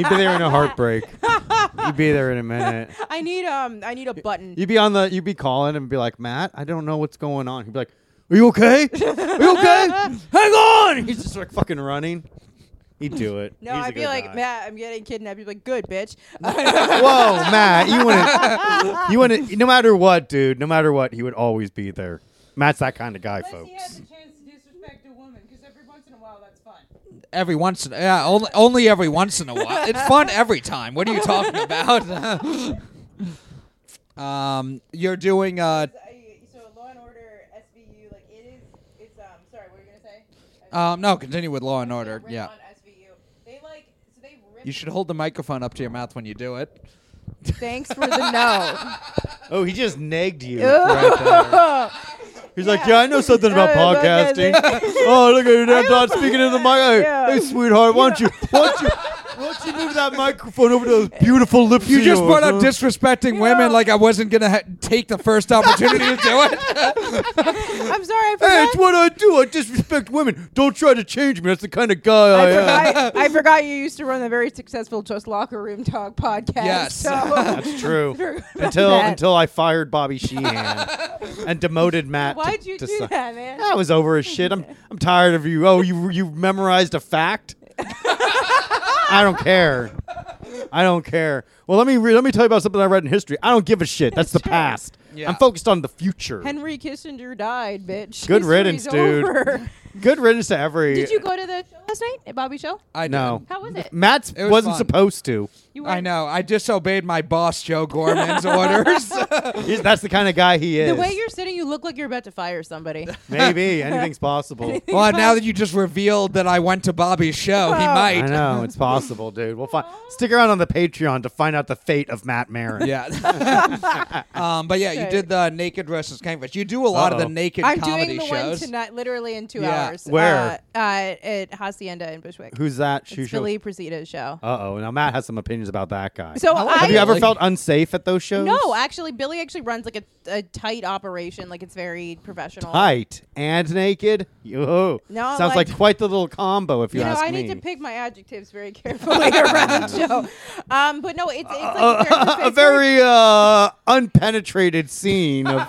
Speaker 1: be there in a heartbreak. You'd be there in a minute.
Speaker 2: I need um, I need a button.
Speaker 1: You'd be on the. You'd be calling and be like, Matt, I don't know what's going on. He'd be like, Are you okay? Are you okay? Hang on. He's just like fucking running. He'd do it.
Speaker 2: no,
Speaker 1: He's a
Speaker 2: I'd be
Speaker 1: good
Speaker 2: like,
Speaker 1: guy.
Speaker 2: Matt, I'm getting kidnapped. You'd be like, good, bitch.
Speaker 1: (laughs) Whoa, Matt, you wouldn't. You wouldn't. No matter what, dude. No matter what, he would always be there. Matt's that kind of guy, folks.
Speaker 2: chance to disrespect a woman, because every once in a while that's fun.
Speaker 3: every once in yeah, only, only every once in a while. It's fun every time. What are you talking about? (laughs) um, you're doing uh,
Speaker 2: So Law and Order, SVU, like it is. It's um. Sorry, what were you gonna say?
Speaker 3: um no, continue with Law and Order. Yeah.
Speaker 2: SVU. They like. So they
Speaker 3: You should hold the microphone up to your mouth when you do it.
Speaker 2: (laughs)
Speaker 3: (laughs)
Speaker 2: Thanks for the no.
Speaker 1: Oh, he just negged you. right there. He's like, yeah, I know something
Speaker 2: (laughs)
Speaker 1: about
Speaker 2: Uh,
Speaker 1: podcasting. (laughs) oh, look at you, damn Todd
Speaker 2: (laughs)
Speaker 1: speaking into the mic. Hey,
Speaker 2: Yeah.
Speaker 1: hey, sweetheart, why
Speaker 2: (laughs)
Speaker 1: don't you, why don't you, why don't you move that microphone over to those beautiful lips?
Speaker 3: You
Speaker 1: of
Speaker 3: just
Speaker 1: yours,
Speaker 3: brought up
Speaker 1: huh?
Speaker 3: disrespecting women
Speaker 2: women like
Speaker 3: like I wasn't gonna take the first opportunity to do it. (laughs)
Speaker 2: I'm sorry. I
Speaker 1: Hey,
Speaker 2: forgot.
Speaker 1: it's what I do. I disrespect women. Don't try to change me. That's the kind of guy I,
Speaker 2: I,
Speaker 1: am.
Speaker 2: forgot, I forgot you used to run the very successful Just Locker Room Talk podcast.
Speaker 3: Yes.
Speaker 2: So
Speaker 1: That's
Speaker 2: (laughs)
Speaker 1: true.
Speaker 2: about
Speaker 1: until
Speaker 2: that.
Speaker 1: until I fired Bobby Sheehan
Speaker 2: (laughs)
Speaker 1: and demoted Matt. to-
Speaker 2: why'd you
Speaker 1: to
Speaker 2: do
Speaker 1: si-
Speaker 2: that, man?
Speaker 1: I was over his shit. I'm I'm tired of you. Oh, you you memorized a fact. I don't care. I don't care. Well, let me re- let me tell you about something I read in history. I don't give a shit. That's the past.
Speaker 3: Yeah.
Speaker 1: I'm focused on the future.
Speaker 2: Henry Kissinger died, bitch.
Speaker 1: Good
Speaker 2: History's
Speaker 1: riddance, dude.
Speaker 2: over.
Speaker 1: Good riddance to every.
Speaker 2: Did you go to the show last night at Bobby's show?
Speaker 3: I
Speaker 1: No.
Speaker 3: did.
Speaker 2: How was it?
Speaker 1: Matt's
Speaker 3: It was
Speaker 1: was not
Speaker 3: fun.
Speaker 1: supposed to.
Speaker 2: You
Speaker 3: I
Speaker 2: weren't-
Speaker 3: know. I disobeyed my boss, Joe Gorman's orders.
Speaker 1: He's- that's the kind of guy he is.
Speaker 2: The way you're sitting, you look like you're about to fire somebody.
Speaker 1: Maybe anything's
Speaker 2: (laughs)
Speaker 1: possible.
Speaker 3: well, now that you just revealed that I went to Bobby's show, he
Speaker 1: I
Speaker 3: might.
Speaker 1: know it's possible, dude. We'll find. Stick around on the Patreon to find out the fate of Matt Marin.
Speaker 3: Yeah.
Speaker 2: (laughs)
Speaker 3: um, but yeah, you
Speaker 2: Okay.
Speaker 3: did the naked versus canvas. You do a lot of
Speaker 1: Uh-oh.
Speaker 3: the naked
Speaker 2: I'm
Speaker 3: comedy
Speaker 2: doing the one
Speaker 3: shows.
Speaker 2: tonight, literally in two
Speaker 3: Yeah.
Speaker 2: hours.
Speaker 1: Where?
Speaker 2: Uh, uh, at Hacienda in Bushwick.
Speaker 1: Who's that?
Speaker 2: It's Billy Presita's show.
Speaker 1: Uh oh. Now Matt has some opinions about that guy.
Speaker 2: so
Speaker 3: How
Speaker 2: I,
Speaker 1: have you ever
Speaker 3: Really?
Speaker 1: felt unsafe at those shows?
Speaker 2: No, actually, Billy actually runs like a, a tight operation. Like it's very professional.
Speaker 1: Tight and naked. Yo.
Speaker 2: No,
Speaker 1: Sounds like,
Speaker 2: like-
Speaker 1: quite the little combo, if you,
Speaker 2: You know,
Speaker 1: ask
Speaker 2: I
Speaker 1: me.
Speaker 2: need to
Speaker 1: (laughs)
Speaker 2: pick my adjectives very (laughs) carefully around Joe. Um, but no, it's, it's
Speaker 1: (laughs)
Speaker 2: like
Speaker 1: a
Speaker 2: it's very-
Speaker 1: very uh, unpenetrated scene of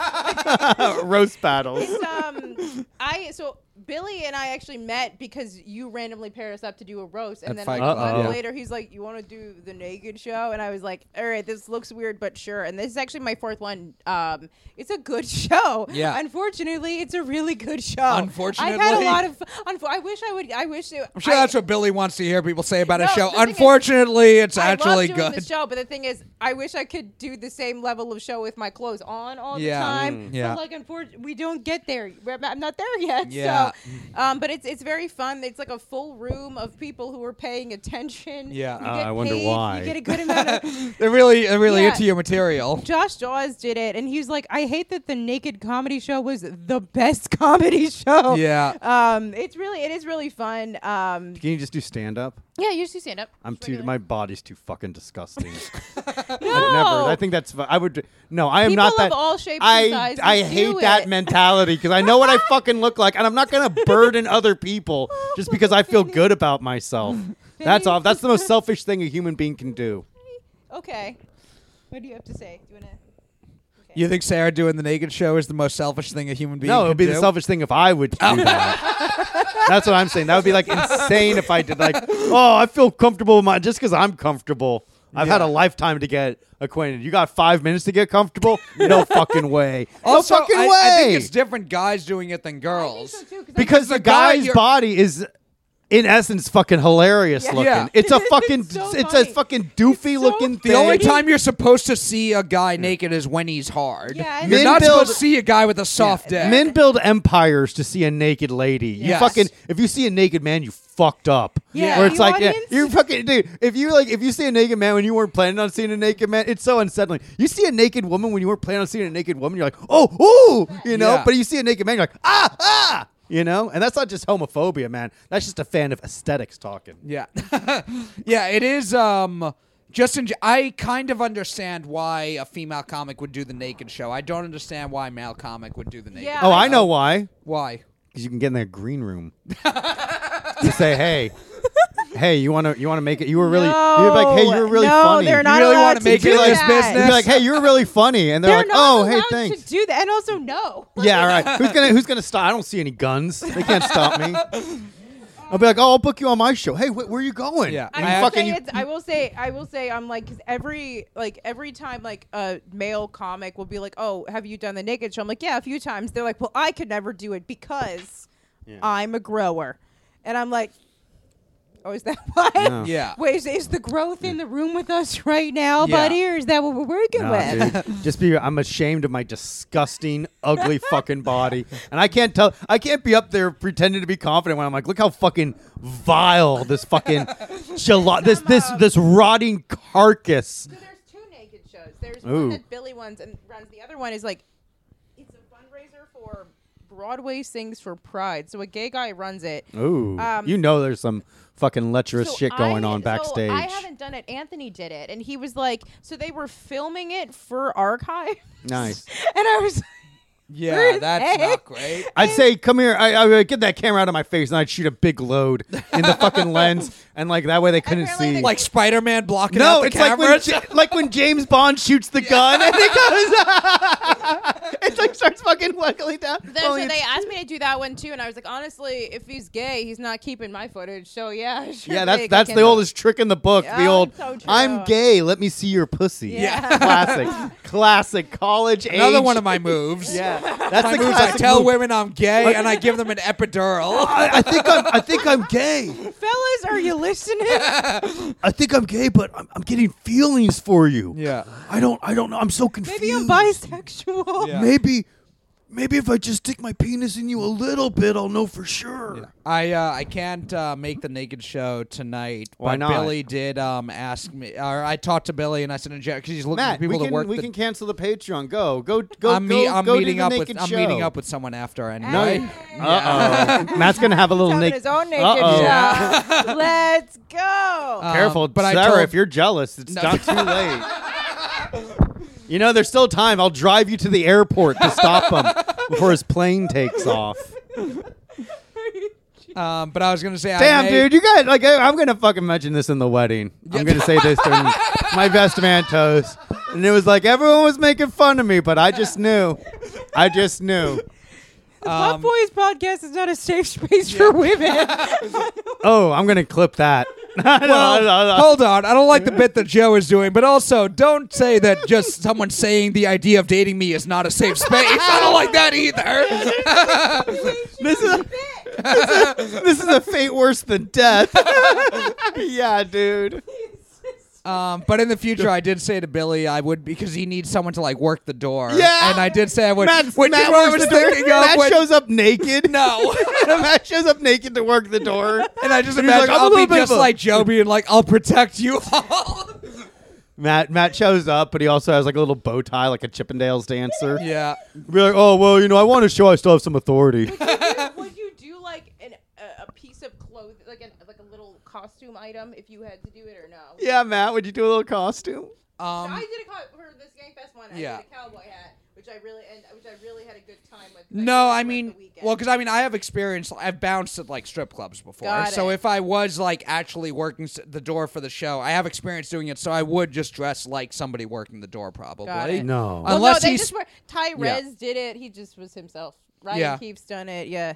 Speaker 1: (laughs) roast battles.
Speaker 2: it's, um, I so Billy and I actually met because you randomly paired us up to do a roast, and
Speaker 3: At
Speaker 2: then
Speaker 3: Fight
Speaker 2: like
Speaker 1: Club,
Speaker 2: months
Speaker 1: yeah.
Speaker 2: later he's like, "You want to do the naked show?" And I was like, "All right, this looks weird, but sure." And this is actually my fourth one. Um, it's a good (laughs) show.
Speaker 3: Yeah.
Speaker 2: Unfortunately, it's a really good show. I've had
Speaker 3: Unfortunately.
Speaker 2: a lot of. Unfo- I wish I would. I wish. It,
Speaker 3: I'm sure
Speaker 2: I-
Speaker 3: that's what Billy wants to hear people say about a
Speaker 2: No,
Speaker 3: show.
Speaker 2: the thing is,
Speaker 3: Unfortunately, it's
Speaker 2: I
Speaker 3: actually
Speaker 2: love doing The
Speaker 3: good.
Speaker 2: show, but the thing is, I wish I could do the same level of show with my clothes on all
Speaker 3: Yeah.
Speaker 2: the time.
Speaker 3: Mm. Yeah.
Speaker 2: But like, unfortunately, we don't get there. We're- I'm not there yet.
Speaker 3: Yeah.
Speaker 2: So, um, but it's it's very fun. It's like a full room of people who are paying attention.
Speaker 3: Yeah.
Speaker 2: You
Speaker 1: Uh,
Speaker 2: get
Speaker 1: I wonder
Speaker 2: paid,
Speaker 1: why.
Speaker 2: You get a good
Speaker 1: (laughs)
Speaker 2: amount of.
Speaker 3: (laughs) They're really, they're really
Speaker 2: Yeah.
Speaker 3: into your material.
Speaker 2: Josh Dawes did it, and he's like, "I hate that the naked comedy show was the best (laughs) comedy show."
Speaker 3: Yeah.
Speaker 2: Um, it's really, it is really fun. Um,
Speaker 1: Can you just do stand up?
Speaker 2: yeah, you should stand up.
Speaker 1: I'm
Speaker 2: Just
Speaker 1: too.
Speaker 2: regular.
Speaker 1: My body's too fucking
Speaker 2: (laughs)
Speaker 1: disgusting.
Speaker 2: no.
Speaker 1: I'd never. I think that's. fu- I would. No, I am
Speaker 2: People
Speaker 1: not that.
Speaker 2: of all shapes and
Speaker 1: I
Speaker 2: sizes
Speaker 1: I
Speaker 2: do
Speaker 1: hate
Speaker 2: it.
Speaker 1: that mentality because I know what I fucking look like, and I'm not gonna burden other
Speaker 2: (laughs)
Speaker 1: people
Speaker 2: Oh,
Speaker 1: just because I feel good about myself. That's all. That's the most selfish thing a human being can do.
Speaker 2: Okay. What do you have to say? Do you wanna?
Speaker 3: You think Sarah doing the naked show is the most selfish thing a human being? Oh.
Speaker 1: No, it
Speaker 3: could
Speaker 1: would be
Speaker 3: do?
Speaker 1: the selfish thing if I would do that. That's what I'm saying. That would be like insane if I did like, oh, I feel comfortable with my just because I'm comfortable. I've had a
Speaker 3: Yeah.
Speaker 1: lifetime to get acquainted. You got five minutes to get comfortable?
Speaker 3: (laughs)
Speaker 1: No fucking way.
Speaker 3: Also,
Speaker 1: no fucking
Speaker 3: I,
Speaker 1: way.
Speaker 3: I think it's different guys doing it than girls.
Speaker 1: because the
Speaker 3: the guy
Speaker 1: guy's
Speaker 3: you're-
Speaker 1: body is in essence fucking hilarious
Speaker 2: Yeah.
Speaker 1: looking.
Speaker 2: (laughs)
Speaker 3: Yeah.
Speaker 1: It's a fucking it's,
Speaker 2: It's so
Speaker 1: a
Speaker 2: funny.
Speaker 1: fucking doofy
Speaker 2: so
Speaker 1: looking
Speaker 2: funny.
Speaker 1: thing.
Speaker 3: The only time you're supposed to see a guy naked is when he's hard.
Speaker 2: Yeah,
Speaker 3: you're
Speaker 1: Men
Speaker 3: not
Speaker 1: build-
Speaker 3: supposed to see a guy with a soft dick.
Speaker 1: Men build empires to see a naked lady. You
Speaker 3: Yes.
Speaker 1: fucking if you see a naked man, you fucked up.
Speaker 2: Yeah.
Speaker 1: Where it's
Speaker 2: You
Speaker 1: like yeah,
Speaker 2: audience?
Speaker 1: you're fucking dude. If you like if you see a naked man when you weren't planning on seeing a naked man, it's so unsettling. You see a naked woman when you weren't planning on seeing a naked woman, you're like, oh, ooh, you know.
Speaker 3: Yeah.
Speaker 1: But you see a naked man, you're like, ah, ah, you know. And that's not just homophobia, man. That's just a fan of aesthetics talking.
Speaker 3: Yeah. (laughs) yeah, it is um just in, I kind of understand why a female comic would do the naked show. I don't understand why a male comic would do the naked.
Speaker 2: Yeah.
Speaker 1: Oh, I know why.
Speaker 3: Why?
Speaker 1: Because you can get in that green room. to say, hey, hey, you want to you want to make it? You were really, you're like, hey, you were really
Speaker 2: no,
Speaker 1: funny.
Speaker 2: They're not
Speaker 3: You really
Speaker 2: allowed
Speaker 3: wanna
Speaker 2: to
Speaker 3: make
Speaker 2: do
Speaker 3: it in this
Speaker 2: that.
Speaker 3: business?
Speaker 1: You'd be like, hey, you were really funny, and they're,
Speaker 2: They're
Speaker 1: like,
Speaker 2: not
Speaker 1: oh,
Speaker 2: allowed
Speaker 1: hey, thanks.
Speaker 2: to do that. And also, no. Like,
Speaker 1: yeah, all right. Who's gonna who's gonna stop? I don't see any guns. They can't stop
Speaker 2: (laughs)
Speaker 1: me. I'll be like, oh, I'll book you on my show. Hey, wh- where are you going?
Speaker 3: Yeah.
Speaker 2: I
Speaker 1: You
Speaker 2: will,
Speaker 3: I-
Speaker 1: fucking
Speaker 2: say
Speaker 1: you-
Speaker 2: it's, I will say, I will say, I'm like, 'cause every, like, every time, like, a male comic will be like, "Oh, have you done the naked show?" I'm like, "Yeah, a few times." They're like, "Well, I could never do it because I'm a grower," and I'm like, "Oh, is that (laughs) why?"
Speaker 1: No.
Speaker 3: Yeah.
Speaker 2: Wait, is, is the growth in the room with us right now,
Speaker 3: Yeah.
Speaker 2: buddy, or is that what we're working
Speaker 1: Nah,
Speaker 2: (laughs) with?
Speaker 1: dude. Just be. I'm ashamed of my disgusting,
Speaker 2: (laughs)
Speaker 1: ugly fucking body, and I can't tell. I can't be up there pretending to be confident when I'm like, look how fucking vile this fucking
Speaker 2: (laughs)
Speaker 1: gelato, this this this rotting carcass.
Speaker 2: So there's two naked shows. There's
Speaker 1: Ooh.
Speaker 2: one that Billy runs and runs. The other one is like, it's a fundraiser for Broadway Sings for Pride. So a gay guy runs it.
Speaker 1: Ooh,
Speaker 2: Um,
Speaker 1: you know there's some fucking lecherous
Speaker 2: So
Speaker 1: shit going
Speaker 2: I-
Speaker 1: on
Speaker 2: so
Speaker 1: backstage.
Speaker 2: I haven't done it. Anthony did it, and he was like, so they were filming it for archive.
Speaker 1: Nice.
Speaker 2: (laughs) and I was.
Speaker 3: Yeah,
Speaker 2: Where's
Speaker 3: that's
Speaker 2: Ed?
Speaker 3: not great.
Speaker 2: (laughs)
Speaker 1: I'd say, come here. I, I would get that camera out of my face, and I'd shoot a big load in the fucking lens, and like that way they couldn't
Speaker 2: Apparently
Speaker 1: see.
Speaker 2: they-
Speaker 3: like Spider-Man blocking
Speaker 1: no,
Speaker 3: out the
Speaker 1: it's like when
Speaker 3: cameras.
Speaker 1: Ja- like when James Bond shoots the gun and it goes.
Speaker 3: (laughs)
Speaker 1: (laughs) it's like starts fucking wiggling down.
Speaker 2: Then,
Speaker 1: Only
Speaker 2: so they
Speaker 1: it's-
Speaker 2: asked (laughs) me to do that one too, and I was like, honestly, if he's gay, he's not keeping my footage. So yeah, (laughs) sure
Speaker 1: yeah,
Speaker 2: thing, I
Speaker 1: that's that's the
Speaker 2: can-
Speaker 1: oldest trick in the book. the
Speaker 2: Yeah,
Speaker 1: old
Speaker 2: it's so true.
Speaker 1: I'm gay, let me see your pussy.
Speaker 2: (laughs) Yeah.
Speaker 1: classic, classic college
Speaker 3: Another
Speaker 1: age-
Speaker 3: one of my moves.
Speaker 1: (laughs) Yeah, that's
Speaker 3: My
Speaker 1: the
Speaker 3: moves. I
Speaker 1: classic
Speaker 3: tell
Speaker 1: move.
Speaker 3: women I'm gay and I give them
Speaker 1: (laughs)
Speaker 3: an epidural.
Speaker 1: I, I think I'm I think I'm gay.
Speaker 2: Fellas, are you (laughs) listening?
Speaker 1: I think I'm gay, but I'm, I'm getting feelings for you.
Speaker 3: Yeah.
Speaker 1: I don't I don't know. I'm so confused.
Speaker 2: Maybe I'm bisexual.
Speaker 3: Yeah.
Speaker 1: Maybe maybe if I just stick my penis in you a little bit, I'll know for sure.
Speaker 3: I uh, I can't uh, make the naked show tonight.
Speaker 1: Why
Speaker 3: but
Speaker 1: not?
Speaker 3: Billy did um, ask me, or I talked to Billy and I said, because he's looking
Speaker 1: Matt,
Speaker 3: for people
Speaker 1: we can
Speaker 3: to work.
Speaker 1: we
Speaker 3: the,
Speaker 1: can cancel the Patreon. Go go go.
Speaker 3: I'm, me-
Speaker 1: go,
Speaker 3: I'm
Speaker 1: go do
Speaker 3: meeting
Speaker 1: the
Speaker 3: up with
Speaker 1: naked
Speaker 3: I'm
Speaker 1: show.
Speaker 3: meeting up with someone after
Speaker 1: (laughs) No,
Speaker 3: anyway.
Speaker 1: uh oh. (laughs) Matt's gonna have a little
Speaker 2: Having
Speaker 1: naked.
Speaker 2: his own naked
Speaker 1: Uh-oh.
Speaker 2: show. (laughs) Let's go.
Speaker 3: Uh,
Speaker 1: Careful,
Speaker 3: Um, but I
Speaker 1: Sarah.
Speaker 3: told-
Speaker 1: if you're jealous, it's
Speaker 3: No.
Speaker 1: not too
Speaker 3: (laughs)
Speaker 1: late. you know, there's still time. I'll drive you to the airport to stop him before his plane
Speaker 3: (laughs)
Speaker 1: takes off. Uh.
Speaker 2: (laughs)
Speaker 3: Um, but I was gonna say,
Speaker 1: Damn,
Speaker 3: I may-
Speaker 1: dude, you got like I- I'm gonna fucking mention this in the wedding. I'm gonna say
Speaker 3: (laughs)
Speaker 1: this during my best man toast, and it was like everyone was making fun of me, but I just knew, I just knew.
Speaker 2: the Pop
Speaker 3: um,
Speaker 2: Boys podcast is not a safe space for women.
Speaker 1: (laughs)
Speaker 2: (laughs)
Speaker 1: Oh, I'm gonna clip that. (laughs)
Speaker 3: Well, hold on. I don't like the bit that Joe is doing, but also don't say that just someone saying the idea of dating me is not a safe space. I don't like that either. (laughs)
Speaker 1: this is this is a fate worse than death. (laughs) yeah, dude.
Speaker 3: Um, but in the future, I did say to Billy I would because he needs someone to like work the door.
Speaker 1: Yeah.
Speaker 3: and I did say I would.
Speaker 1: Matt's-
Speaker 3: which
Speaker 1: Matt
Speaker 3: is what I
Speaker 1: works
Speaker 3: was
Speaker 1: the door.
Speaker 3: thinking of.
Speaker 1: Matt
Speaker 3: when-
Speaker 1: shows up (laughs) naked.
Speaker 3: no. (laughs)
Speaker 1: Matt shows up naked to work the door.
Speaker 3: And I just
Speaker 1: And he's like,
Speaker 3: imagine
Speaker 1: "I'm a
Speaker 3: I'll be
Speaker 1: little bit
Speaker 3: just
Speaker 1: of a-"
Speaker 3: like Joe being like, I'll protect you all.
Speaker 1: Matt Matt shows up, but he also has like a little bow tie, like a Chippendales dancer.
Speaker 3: yeah.
Speaker 1: Be like, oh well, you know, I want to show I still have some authority.
Speaker 2: Would you do like an, a, a piece of clothing, like an, like a little costume item, if you had to do it or no?
Speaker 1: (laughs) yeah, Matt, would you do a little costume?
Speaker 2: I
Speaker 3: Um,
Speaker 2: did a co- for this Gang Fest one. I
Speaker 3: Yeah.
Speaker 2: did a cowboy hat, which I really and which I really had a good time with. 'cause
Speaker 3: no,
Speaker 2: did it
Speaker 3: I
Speaker 2: for
Speaker 3: mean,
Speaker 2: the weekend.
Speaker 3: well, because I mean, I have experience. I've bounced at like strip clubs before.
Speaker 2: Got
Speaker 3: so
Speaker 2: it.
Speaker 3: if I was like actually working s- the door for the show, I have experience doing it. So I would just dress like somebody working the door, probably.
Speaker 2: Got it.
Speaker 1: No.
Speaker 2: Well,
Speaker 3: Unless
Speaker 2: no, they
Speaker 3: he's-
Speaker 2: just were. Tyrez did it. He just was himself. Ryan
Speaker 3: Yeah.
Speaker 2: Keefe's done it. Yeah.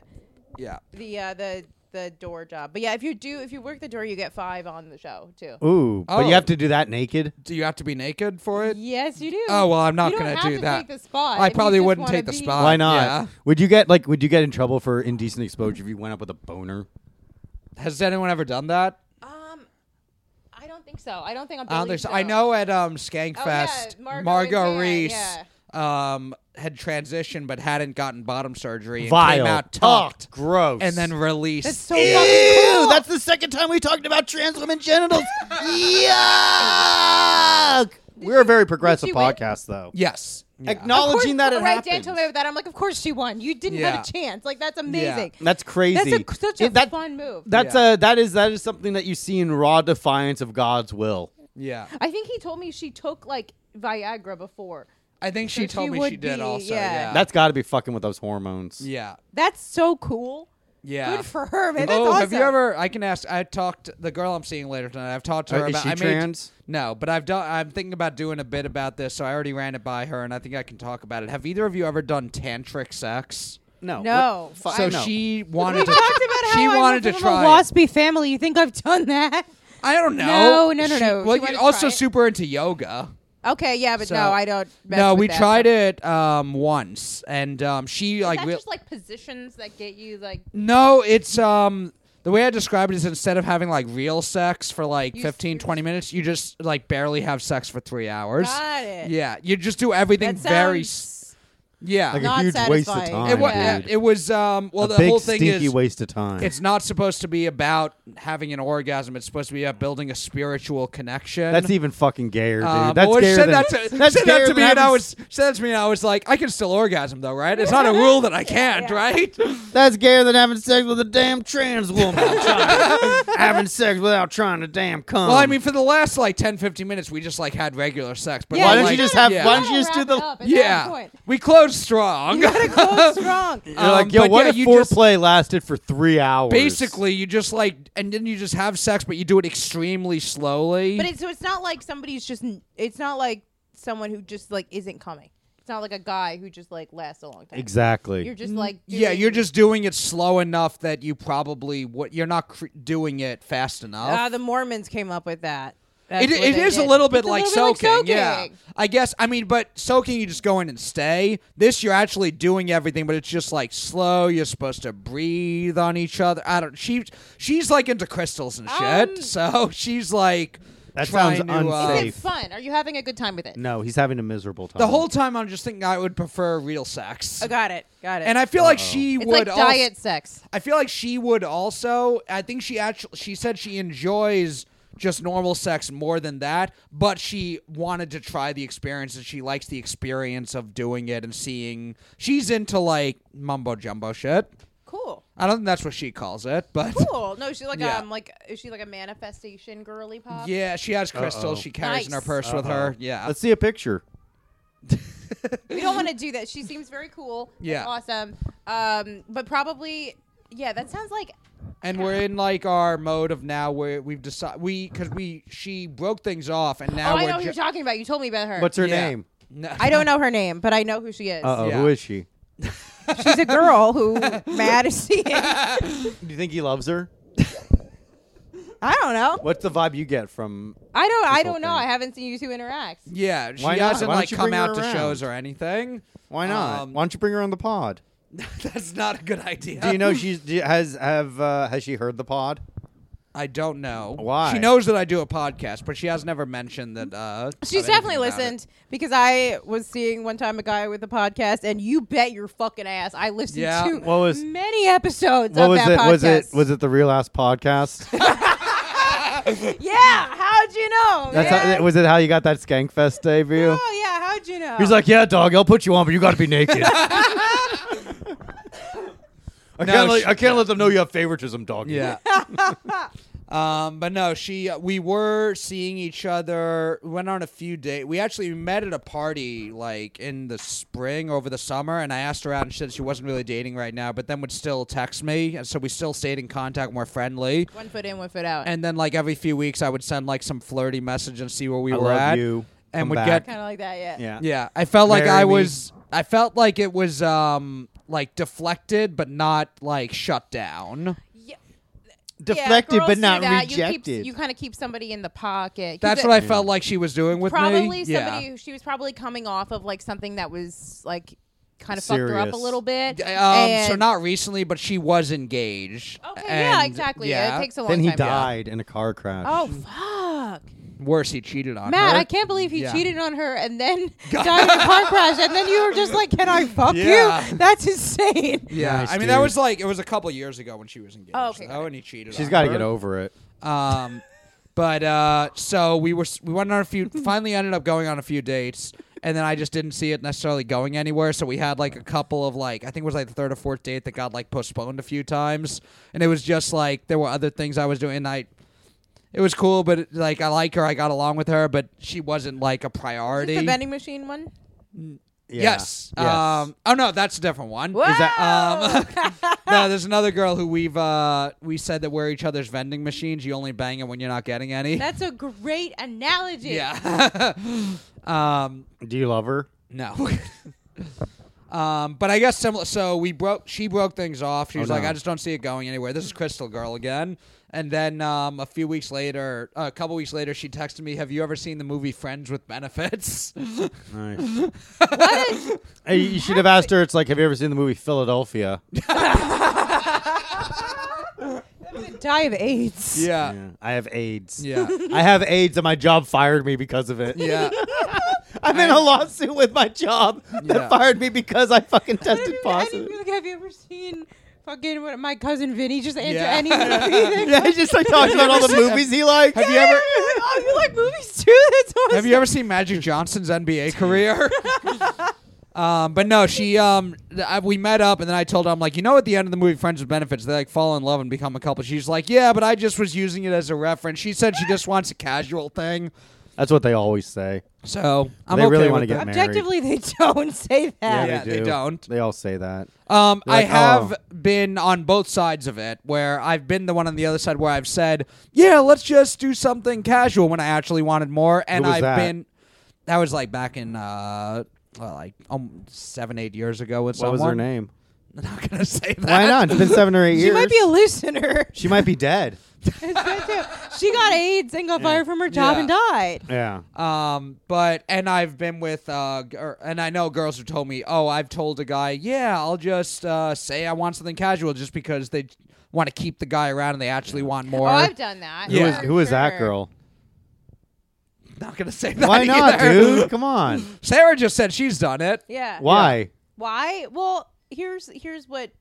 Speaker 3: Yeah.
Speaker 2: The uh, the the door job. But yeah, if you do, if you work the door, you get five on the show too.
Speaker 1: Ooh, but
Speaker 3: Oh.
Speaker 1: you have to do that naked.
Speaker 3: Do you have to be naked for it?
Speaker 2: Yes, you do.
Speaker 3: Oh well, I'm not
Speaker 2: You don't
Speaker 3: gonna
Speaker 2: have
Speaker 3: do
Speaker 2: to
Speaker 3: that.
Speaker 2: take the spot
Speaker 3: I
Speaker 2: if you
Speaker 3: probably
Speaker 2: just
Speaker 3: wouldn't
Speaker 2: wanna
Speaker 3: take the
Speaker 2: be-
Speaker 3: spot.
Speaker 1: Why not?
Speaker 3: Yeah.
Speaker 1: Would you get like would you get in trouble for indecent exposure if you went up with a boner?
Speaker 3: Has anyone ever done that?
Speaker 2: Um, I don't think so. I don't think I'm.
Speaker 3: I, don't think so. Uh, I know at um, Skankfest,
Speaker 2: Oh, yeah, Margot
Speaker 3: Margot
Speaker 2: and Dan,
Speaker 3: Reese um, had transitioned but hadn't gotten bottom surgery and came out tucked
Speaker 1: Ugh, gross,
Speaker 3: and then released.
Speaker 2: That's so
Speaker 1: Ew,
Speaker 2: fucking cool.
Speaker 1: that's the second time we talked about trans women genitals. Yuck! We're a very progressive
Speaker 2: you win?
Speaker 1: podcast, though.
Speaker 3: yes. Yeah.
Speaker 1: Acknowledging that it
Speaker 2: right, Dan
Speaker 1: happens.
Speaker 2: told me about that. I'm like, of course she won. You didn't
Speaker 3: Yeah.
Speaker 2: have a chance. Like that's amazing.
Speaker 1: That's crazy.
Speaker 2: That's a, such a
Speaker 1: It- that-
Speaker 2: fun move.
Speaker 1: That's
Speaker 3: Yeah.
Speaker 1: a that is that is something that you see in raw defiance of God's will.
Speaker 3: yeah.
Speaker 2: I think he told me she took like Viagra before.
Speaker 3: I think she
Speaker 2: she
Speaker 3: told me she
Speaker 2: would
Speaker 3: did
Speaker 2: be,
Speaker 3: also. Yeah.
Speaker 2: yeah.
Speaker 1: That's got to be fucking with those hormones.
Speaker 3: yeah.
Speaker 2: That's so cool.
Speaker 3: Yeah.
Speaker 2: Good for her, man. That's
Speaker 3: Oh,
Speaker 2: awesome.
Speaker 3: have you ever? I can ask. I talked the girl I'm seeing later tonight. I've talked to her
Speaker 1: Uh, is
Speaker 3: about.
Speaker 1: she
Speaker 3: I made-
Speaker 1: trans?
Speaker 3: no, but I've done. I'm thinking about doing a bit about this, so I already ran it by her, and I think I can talk about it. Have either of you ever done tantric sex?
Speaker 1: No.
Speaker 2: No.
Speaker 1: What the fuck?
Speaker 3: so
Speaker 1: No.
Speaker 3: she
Speaker 2: We
Speaker 3: wanted
Speaker 2: talked
Speaker 3: to.
Speaker 2: about how
Speaker 3: she
Speaker 2: I
Speaker 3: wanted to
Speaker 2: went from
Speaker 3: try.
Speaker 2: a waspy family. You think I've done that?
Speaker 3: I don't know.
Speaker 2: No, no, no,
Speaker 3: She-
Speaker 2: no.
Speaker 3: Well,
Speaker 2: She wanted
Speaker 3: you're
Speaker 2: to
Speaker 3: also
Speaker 2: try it.
Speaker 3: super into yoga.
Speaker 2: Okay, yeah, but
Speaker 3: So-
Speaker 2: no, I don't. mess
Speaker 3: no,
Speaker 2: with
Speaker 3: we
Speaker 2: that.
Speaker 3: tried it um, once, and um, she
Speaker 2: Is
Speaker 3: like.
Speaker 2: that
Speaker 3: we-
Speaker 2: just like positions that get you like
Speaker 3: No, it's um the way I describe it is instead of having like real sex for like
Speaker 2: You-
Speaker 3: 15
Speaker 2: you-
Speaker 3: 20 minutes, you just like barely have sex for 3 hours.
Speaker 2: Got it.
Speaker 3: Yeah, you just do everything
Speaker 2: that
Speaker 3: very s-
Speaker 2: sounds
Speaker 3: yeah.
Speaker 1: Like
Speaker 2: Not
Speaker 1: a huge waste of
Speaker 2: satisfying.
Speaker 1: time.
Speaker 3: it, was,
Speaker 2: yeah.
Speaker 1: dude.
Speaker 3: it was um well
Speaker 1: a
Speaker 3: the
Speaker 1: big
Speaker 3: whole thing
Speaker 1: stinky
Speaker 3: is
Speaker 1: waste of time.
Speaker 3: it's not supposed to be about having an orgasm. It's supposed to be about building a spiritual connection.
Speaker 1: that's even fucking gayer, dude.
Speaker 3: Um,
Speaker 1: that's
Speaker 3: well,
Speaker 1: gayer
Speaker 3: said
Speaker 1: than,
Speaker 3: that to,
Speaker 1: that's
Speaker 3: said that
Speaker 1: gayer
Speaker 3: to
Speaker 1: than
Speaker 3: me, and I
Speaker 1: having-
Speaker 3: was said that to me, and I was like, I can still orgasm though, right? It's not a rule that
Speaker 2: (laughs)
Speaker 3: I can't, right?
Speaker 1: That's gayer than having sex with a damn trans
Speaker 3: (laughs)
Speaker 1: woman. Trying- having sex without trying to damn cum.
Speaker 3: Well, I mean, for the last like 10, 15 15 minutes, we just like had regular sex. But
Speaker 2: Yeah,
Speaker 1: why
Speaker 3: like,
Speaker 1: don't you
Speaker 2: like-
Speaker 1: just have?
Speaker 3: yeah.
Speaker 1: Why don't you just do
Speaker 2: Wrap
Speaker 1: the?
Speaker 2: it up at that
Speaker 3: yeah,
Speaker 2: point.
Speaker 3: we closed strong. (laughs)
Speaker 2: gotta go strong.
Speaker 1: You're like,
Speaker 3: Um,
Speaker 1: yo,
Speaker 3: but
Speaker 1: what
Speaker 3: yeah,
Speaker 1: if
Speaker 3: you just-
Speaker 1: foreplay lasted for three hours?
Speaker 3: Basically, you just like, and then you just have sex, but you do it extremely slowly.
Speaker 2: But it's, so it's not like somebody's just. n- It's not like someone who just like isn't coming. It's not like a guy who just like lasts a long time.
Speaker 1: Exactly.
Speaker 2: You're just like.
Speaker 3: Mm, yeah, you're
Speaker 2: doing-
Speaker 3: just doing it slow enough that you probably what you're not cr- doing it fast enough.
Speaker 2: Uh, the Mormons came up with that. That's
Speaker 3: It,
Speaker 2: what
Speaker 3: it
Speaker 2: they
Speaker 3: is a
Speaker 2: did.
Speaker 3: little bit
Speaker 2: It's a
Speaker 3: like
Speaker 2: little
Speaker 3: soaking, yeah.
Speaker 2: soaking.
Speaker 3: I guess. I mean, but soaking, you just go in and stay. This, you're actually doing everything, but it's just like slow. You're supposed to breathe on each other. I don't. She, she's like into crystals and shit,
Speaker 2: Um,
Speaker 3: so (laughs) she's like.
Speaker 1: That
Speaker 3: trying
Speaker 1: sounds
Speaker 3: to, uh,
Speaker 1: unsafe.
Speaker 2: Is it
Speaker 1: Safe.
Speaker 2: fun? Are you having a good time with it?
Speaker 1: no, he's having a miserable time.
Speaker 3: The whole time, I'm just thinking I would prefer real sex,
Speaker 2: Oh, got it. Got it.
Speaker 3: and I feel like she
Speaker 1: Oh.
Speaker 2: it's like
Speaker 3: would also-
Speaker 2: diet sex.
Speaker 3: I feel like she would also. I think she actually. She said she enjoys just normal sex more than that, but she wanted to try the experience and she likes the experience of doing it and seeing. She's into like mumbo jumbo shit.
Speaker 2: Cool.
Speaker 3: I don't think that's what she calls it, but
Speaker 2: Cool. No, she's like
Speaker 3: Yeah.
Speaker 2: um like is she like a manifestation girly pop?
Speaker 3: yeah, she has crystals she carries in her
Speaker 2: Nice.
Speaker 3: purse with her. Yeah.
Speaker 1: Uh-huh. Let's see a picture.
Speaker 2: We don't want to do that. She seems very cool. That's
Speaker 3: Yeah.
Speaker 2: awesome. Um, but probably yeah. That sounds like
Speaker 3: (laughs)
Speaker 2: oh,
Speaker 3: and we're in like our mode of now where we've decided we because we she broke things off and now
Speaker 2: oh,
Speaker 3: we're
Speaker 2: I know who
Speaker 3: ju-
Speaker 2: you're talking about. You told me about her.
Speaker 1: What's her
Speaker 3: Yeah.
Speaker 1: name?
Speaker 3: No.
Speaker 2: I don't know her name, but I know who she is.
Speaker 1: Uh oh,
Speaker 3: Yeah.
Speaker 1: who is she?
Speaker 2: She's a girl
Speaker 1: (laughs)
Speaker 2: who mad is seeing. I
Speaker 1: Do you think he loves her?
Speaker 2: don't know.
Speaker 1: What's the vibe you get from?
Speaker 2: I don't. I
Speaker 1: whole
Speaker 2: don't know.
Speaker 1: thing.
Speaker 2: I haven't seen you two interact.
Speaker 3: Yeah, she
Speaker 1: Why not?
Speaker 3: hasn't
Speaker 1: Why don't
Speaker 3: like
Speaker 1: you
Speaker 3: come
Speaker 1: bring her
Speaker 3: out to
Speaker 1: around?
Speaker 3: shows or anything.
Speaker 1: Why not?
Speaker 3: Um,
Speaker 1: Why don't you bring her on the pod?
Speaker 3: (laughs) That's not a good idea. (laughs)
Speaker 1: Do you know she's do you- has have uh, has she heard the pod?
Speaker 3: I don't know
Speaker 1: Why?
Speaker 3: She knows that I do a podcast, but she has never mentioned that. Uh,
Speaker 2: She's
Speaker 3: of anything
Speaker 2: definitely
Speaker 3: about
Speaker 2: listened because I was seeing one time a guy with a podcast, and you bet your fucking ass I listened
Speaker 3: Yeah.
Speaker 2: to
Speaker 1: What was-
Speaker 2: many episodes
Speaker 1: What
Speaker 2: of
Speaker 1: was
Speaker 2: that
Speaker 1: it?
Speaker 2: podcast.
Speaker 1: Was it was it the real ass
Speaker 3: (laughs)
Speaker 1: podcast?
Speaker 2: Yeah, how'd you know?
Speaker 1: That's
Speaker 2: man?
Speaker 1: how, was it. How you got that Skankfest debut?
Speaker 2: Oh yeah, how'd you know?
Speaker 1: He's like, yeah, dog, I'll put you on, but you got to be
Speaker 2: (laughs)
Speaker 1: naked. I can't,
Speaker 3: No,
Speaker 1: let,
Speaker 3: she-
Speaker 1: I can't let them know you have favoritism, dog.
Speaker 2: (laughs)
Speaker 3: Yeah. (laughs) um, but no, she. We were seeing each other. We went on a few dates. We actually met at a party like in the spring over the summer, and I asked her out, and she said she wasn't really dating right now, but then would still text me, and so we still stayed in contact, more friendly.
Speaker 2: one foot in, one foot out.
Speaker 3: And then like every few weeks, I would send like some flirty message and see where we
Speaker 1: I
Speaker 3: were
Speaker 1: love
Speaker 3: at.
Speaker 1: you.
Speaker 3: And
Speaker 1: Come
Speaker 3: would
Speaker 1: back.
Speaker 3: get
Speaker 2: kind of like that, yeah.
Speaker 1: yeah,
Speaker 3: Yeah, I felt like
Speaker 1: Marry
Speaker 3: I
Speaker 1: me.
Speaker 3: was. I felt like it was um like deflected, but not like shut down.
Speaker 2: Yeah,
Speaker 1: Deflected,
Speaker 2: girls
Speaker 1: but
Speaker 2: do
Speaker 1: not
Speaker 2: that. You,
Speaker 1: rejected.
Speaker 2: keep, you kind of keep somebody in the pocket. 'Cause
Speaker 3: That's
Speaker 2: it-
Speaker 3: what I felt like she was doing with me.
Speaker 2: probably somebody.
Speaker 3: Yeah.
Speaker 2: who- She was probably coming off of like something that was like kind of fucked her up a
Speaker 1: Serious.
Speaker 2: little bit.
Speaker 3: D- Um, so
Speaker 2: and-
Speaker 3: not recently, but she was engaged.
Speaker 2: Okay, yeah,
Speaker 3: and-
Speaker 2: exactly.
Speaker 3: Yeah,
Speaker 2: It takes a long
Speaker 1: then he
Speaker 2: time.
Speaker 1: died in a car crash.
Speaker 2: Oh fuck,
Speaker 3: worse. He cheated on
Speaker 2: Matt!
Speaker 3: her.
Speaker 2: I can't believe he
Speaker 3: Yeah.
Speaker 2: cheated on her and
Speaker 3: (laughs)
Speaker 2: then died in a car crash, and then you were just like, "Can I fuck
Speaker 3: Yeah.
Speaker 2: you?" That's insane.
Speaker 3: Yeah,
Speaker 1: Nice,
Speaker 3: I mean that
Speaker 1: dude.
Speaker 3: was like it was a couple years ago when she was engaged.
Speaker 2: Oh, okay, got
Speaker 3: though,
Speaker 2: it.
Speaker 3: and he cheated.
Speaker 1: She's
Speaker 3: got to
Speaker 1: get over it.
Speaker 3: Um, but uh, so we were we went on a few. Finally, ended up going on a few dates, and then I just didn't see it necessarily going anywhere. So we had like a couple of like I think it was like the third or fourth date that got like postponed a few times, and it was just like there were other things I was doing. And I it was cool, but like I like her, I got along with her, but she wasn't like a priority.
Speaker 2: The vending machine one.
Speaker 1: Yeah.
Speaker 3: Yes. Um, oh no, that's a different one.
Speaker 2: Whoa!
Speaker 3: that- um, no, there's another girl who we've uh, we said that we're each other's vending machines. You only bang it when you're not getting
Speaker 2: (laughs)
Speaker 3: any.
Speaker 2: That's a great analogy.
Speaker 3: Yeah. (laughs) um,
Speaker 1: Do you love her?
Speaker 3: no. (laughs) um, but I guess similar. So we broke. She broke things off. She was like,
Speaker 1: no.
Speaker 3: I just don't see it going anywhere. This is Crystal Girl again. And then um, a few weeks later, a couple weeks later, she texted me, "Have you ever seen the movie Friends with Benefits?"
Speaker 1: Nice.
Speaker 2: (laughs)
Speaker 1: (laughs)
Speaker 2: What?
Speaker 1: hey, you should have asked her. It's like, have you ever seen the movie Philadelphia?
Speaker 2: Die of AIDS.
Speaker 3: (laughs) yeah.
Speaker 1: I have AIDS.
Speaker 3: Yeah.
Speaker 1: I have AIDS, and my job fired me because of it.
Speaker 3: (laughs) Yeah.
Speaker 1: I'm in a lawsuit with my job
Speaker 3: Yeah.
Speaker 1: that fired me because I fucking
Speaker 2: I
Speaker 1: tested
Speaker 2: didn't- I
Speaker 1: positive.
Speaker 2: didn't feel like, have you ever seen fucking what, my cousin Vinny just answer
Speaker 1: (laughs)
Speaker 3: Yeah.
Speaker 2: any
Speaker 1: (laughs)
Speaker 2: movie?
Speaker 1: Yeah, he just like talks about all the movies he likes.
Speaker 3: Have you ever?
Speaker 2: oh, you like movies too? (laughs) That's awesome.
Speaker 3: Have you ever seen Magic Johnson's NBA career? (laughs) um, but no, she um, th- I, we met up, and then I told her I'm like, you know, at the end of the movie Friends with Benefits, they like fall in love and become a couple. She's like, yeah, but I just was using it as a reference. She said she just wants a casual thing.
Speaker 1: That's what they always say.
Speaker 3: So I'm
Speaker 1: They really
Speaker 3: okay
Speaker 1: wanna
Speaker 3: with
Speaker 1: get
Speaker 3: that.
Speaker 1: married.
Speaker 2: Objectively, they don't say that.
Speaker 3: Yeah, they
Speaker 1: do.
Speaker 3: don't.
Speaker 1: They all say that.
Speaker 3: Um,
Speaker 1: They're
Speaker 3: I
Speaker 1: like,
Speaker 3: have
Speaker 1: "Oh."
Speaker 3: been on both sides of it, where I've been the one on the other side where I've said, "Yeah, let's just do something casual" when I actually wanted more, and
Speaker 1: Who was
Speaker 3: I've
Speaker 1: that?
Speaker 3: been that was like back in uh, well, like um, seven, eight years ago with
Speaker 1: What
Speaker 3: someone.
Speaker 1: was her name?
Speaker 3: I'm (laughs) not gonna say that.
Speaker 1: Why not? It's been seven or eight
Speaker 2: She
Speaker 1: years.
Speaker 2: might be a listener. (laughs)
Speaker 1: she might be dead.
Speaker 2: That's good, too. she got AIDS and got fired from her job
Speaker 3: Yeah.
Speaker 2: and died.
Speaker 1: Yeah.
Speaker 3: (laughs) Um, but and I've been with uh, g- er, and I know girls who told me, oh, I've told a guy, yeah, I'll just uh, say I want something casual, just because they want to keep the guy around and they actually want more.
Speaker 2: oh, I've done that.
Speaker 1: Who is
Speaker 2: for
Speaker 1: who is that
Speaker 2: sure. (laughs)
Speaker 1: girl?
Speaker 3: not gonna say that.
Speaker 1: Why not,
Speaker 3: either. (laughs)
Speaker 1: dude? Come
Speaker 2: (laughs)
Speaker 1: on.
Speaker 3: Sarah just said she's done it.
Speaker 2: Yeah.
Speaker 1: Why?
Speaker 2: Why? Well, here's here's what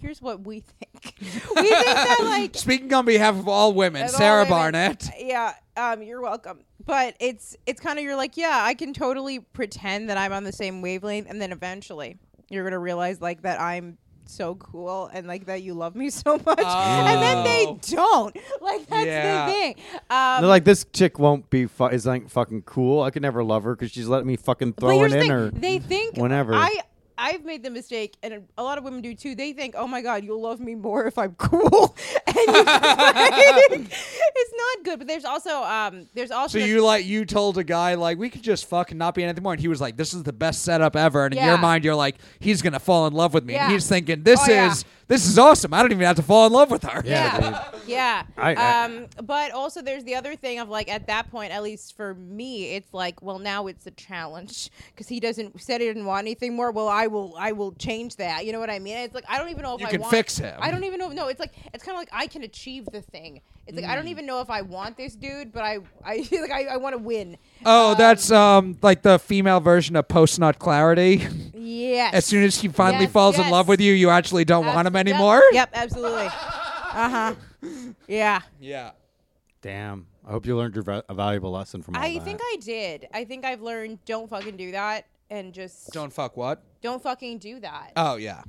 Speaker 2: here's what we (laughs) think. we think that like
Speaker 3: Speaking on behalf of all women,
Speaker 2: Of all
Speaker 3: Sarah
Speaker 2: women.
Speaker 3: Barnett.
Speaker 2: (laughs) yeah, um, you're welcome. But it's it's kind of you're like yeah, I can totally pretend that I'm on the same wavelength, and then eventually you're gonna realize like that I'm so cool and like that you love me (laughs) so much, and then
Speaker 3: Oh.
Speaker 2: they don't. Like that's
Speaker 3: Yeah.
Speaker 2: the thing. Um,
Speaker 1: They're like this chick won't be fu- is like fucking cool. I could never love her because she's letting me fucking throw
Speaker 2: here's
Speaker 1: it
Speaker 2: the
Speaker 1: in
Speaker 2: thing,
Speaker 1: her.
Speaker 2: They think
Speaker 1: whenever.
Speaker 2: I I've made the mistake, and a lot of women do too. They think, oh my god, you'll love me more if I'm (laughs) cool, and you,
Speaker 3: (laughs)
Speaker 2: it's not good. But there's also um there's also
Speaker 3: So you like you told a guy like we could just fuck and not be anything more, and he was like, "This is the best setup ever." And in your
Speaker 2: Yeah.
Speaker 3: mind, you're like, "He's gonna fall in love with me." And
Speaker 2: Yeah.
Speaker 3: he's thinking, "This
Speaker 2: Oh, yeah.
Speaker 3: is this is awesome. I don't even have to fall in love with her."
Speaker 2: yeah, (laughs) yeah.
Speaker 1: I- I-
Speaker 2: um, but also there's the other thing of like at that point, at least for me, it's like, well, now it's a challenge (laughs) because he doesn't said he didn't want anything more. Well, I will, I will change that. You know what I mean? It's like I don't even know if
Speaker 3: You
Speaker 2: I
Speaker 3: can
Speaker 2: want,
Speaker 3: fix him.
Speaker 2: I don't even know. No, it's like it's kind of like I can achieve the thing. It's like I
Speaker 3: Mm.
Speaker 2: don't even know if I want this dude, but I, I (laughs) like I, I want to win.
Speaker 3: Oh, that's um like the female version of post nut clarity.
Speaker 2: Yes.
Speaker 3: As soon as he finally
Speaker 2: Yes,
Speaker 3: falls in
Speaker 2: yes.
Speaker 3: love with you, you actually don't
Speaker 2: Abs-
Speaker 3: want him
Speaker 2: yep,
Speaker 3: anymore.
Speaker 2: Yep, absolutely. Uh
Speaker 3: (laughs)
Speaker 2: huh. Yeah.
Speaker 3: Yeah.
Speaker 1: Damn. I hope you learned your va- a valuable lesson from all
Speaker 2: I
Speaker 1: that.
Speaker 2: think I did. I think I've learned don't fucking do that and just
Speaker 3: Don't fuck what?
Speaker 2: don't fucking do that.
Speaker 3: Oh yeah.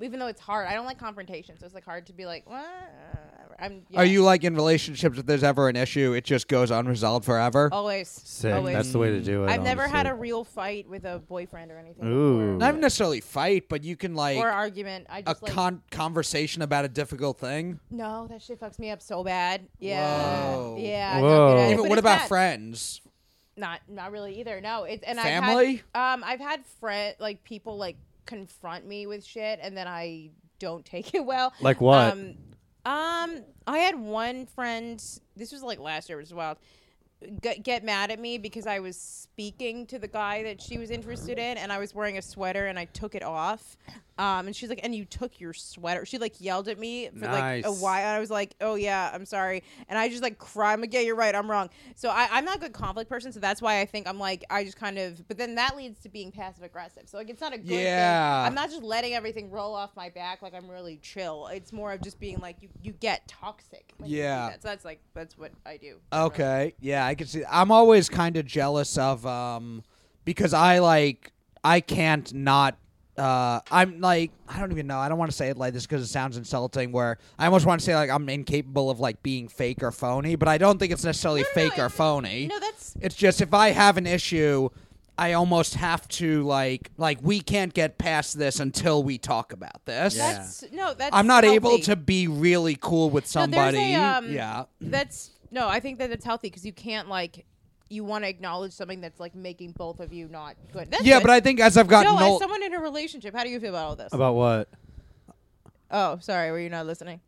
Speaker 2: Even though it's hard, I don't like confrontation, so it's like hard to be like, "Well, uh, I'm. yeah."
Speaker 3: Are you like in relationships if there's ever an issue, it just goes unresolved forever?
Speaker 2: always
Speaker 1: Sick.
Speaker 2: Always.
Speaker 1: That's the way to do it.
Speaker 2: I've never had a
Speaker 1: honestly.
Speaker 2: real fight with a boyfriend or anything.
Speaker 1: Ooh.
Speaker 3: Not even necessarily fight, but you can like
Speaker 2: Or, or argument. I
Speaker 3: a
Speaker 2: just like
Speaker 3: con- conversation about a difficult thing.
Speaker 2: no, that shit fucks me up so bad. Yeah,
Speaker 3: Whoa.
Speaker 2: yeah. I don't
Speaker 1: Whoa.
Speaker 2: get it.
Speaker 1: Yeah,
Speaker 3: Even
Speaker 2: But
Speaker 3: what
Speaker 2: it's
Speaker 3: about
Speaker 2: bad.
Speaker 3: friends?
Speaker 2: Not, not really either. No, it's and
Speaker 3: Family?
Speaker 2: I've had, um, I've had friend like people like confront me with shit, and then I don't take it well.
Speaker 1: Like what?
Speaker 2: Um, um, I had one friend. This was like last year. It was wild. Get, get mad at me because I was speaking to the guy that she was interested in, and I was wearing a sweater, and I took it off. Um, and she's like, "And you took your sweater?" She like yelled at me for like a
Speaker 1: Nice.
Speaker 2: while, and I was like, "Oh yeah, I'm sorry." And I just like cry. I'm like, "Yeah, you're right. I'm wrong." So I, I'm not a good conflict person, so that's why I think I'm like I just kind of. But then that leads to being passive aggressive. So like, it's not a good thing.
Speaker 3: Yeah.
Speaker 2: I'm not just letting everything roll off my back like I'm really chill. It's more of just being like you, you get toxic. when you do
Speaker 3: Yeah.
Speaker 2: that. So that's like that's what I do.
Speaker 3: Okay. Yeah, I can see. I'm always kind of jealous of um because I like I can't not uh I'm like I don't even know. I don't want to say it like this cuz it sounds insulting where I almost want to say like I'm incapable of like being fake or phony, but I don't think it's necessarily
Speaker 2: no,
Speaker 3: fake or
Speaker 2: it's-
Speaker 3: phony.
Speaker 2: No, that's
Speaker 3: It's just if I have an issue, I almost have to like like we can't get past this until we talk about this.
Speaker 1: Yeah.
Speaker 2: that's no that's.
Speaker 3: I'm not able
Speaker 2: healthy.
Speaker 3: to be really cool with
Speaker 2: No, there's
Speaker 3: somebody.
Speaker 2: a, um,
Speaker 3: yeah.
Speaker 2: That's no. I think that it's healthy because you can't like you want to acknowledge something that's like making both of you not good. That's
Speaker 3: Yeah,
Speaker 2: good.
Speaker 3: but I think as I've gotten
Speaker 2: Joe, as
Speaker 3: old,
Speaker 2: someone in a relationship, how do you feel about all this?
Speaker 1: About what?
Speaker 2: oh, sorry, were you not
Speaker 3: (laughs)
Speaker 2: listening?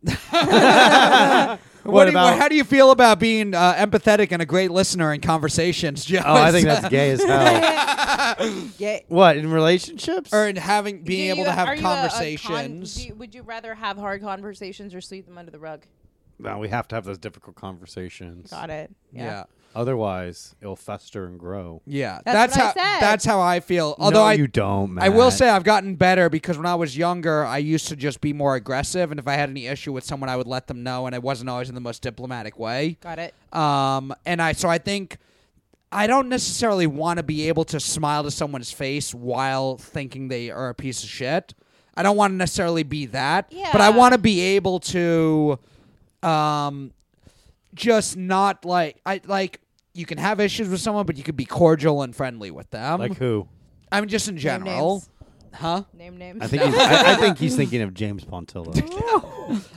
Speaker 1: What,
Speaker 3: what do you-
Speaker 1: about?
Speaker 3: how do you feel about being uh, empathetic and a great listener in conversations, Joe?
Speaker 1: oh, I think (laughs)
Speaker 3: (laughs)
Speaker 1: that's gay as hell.
Speaker 2: yeah.
Speaker 1: what in relationships?
Speaker 3: or in having being
Speaker 2: Do
Speaker 3: able
Speaker 2: you-
Speaker 3: to
Speaker 2: are
Speaker 3: have
Speaker 2: you a- a con-
Speaker 3: conversations.
Speaker 2: do you- would you rather have hard conversations or sweep them under the rug?
Speaker 1: no, we have to have those difficult conversations.
Speaker 2: Got it.
Speaker 3: yeah. yeah.
Speaker 1: Otherwise, it'll fester and grow.
Speaker 3: that's,
Speaker 2: That's
Speaker 3: how
Speaker 2: what I said.
Speaker 3: that's how I feel. Although
Speaker 1: no,
Speaker 3: I
Speaker 1: you don't.
Speaker 3: I will
Speaker 1: Matt.
Speaker 3: say I've gotten better because when I was younger, I used to just be more aggressive, and if I had any issue with someone, I would let them know, and it wasn't always in the most diplomatic way.
Speaker 2: Got it.
Speaker 3: Um, and I so I think I don't necessarily want to be able to smile to someone's face while thinking they are a piece of shit. I don't want to necessarily be that, but I
Speaker 2: Yeah.
Speaker 3: want to be able to, um, just not like I like you can have issues with someone, but you can be cordial and friendly with them.
Speaker 1: Like who?
Speaker 3: I mean, just in general,
Speaker 2: names.
Speaker 3: huh?
Speaker 2: Name names.
Speaker 1: I (laughs) think he's, I, I think he's thinking of James Pontillo.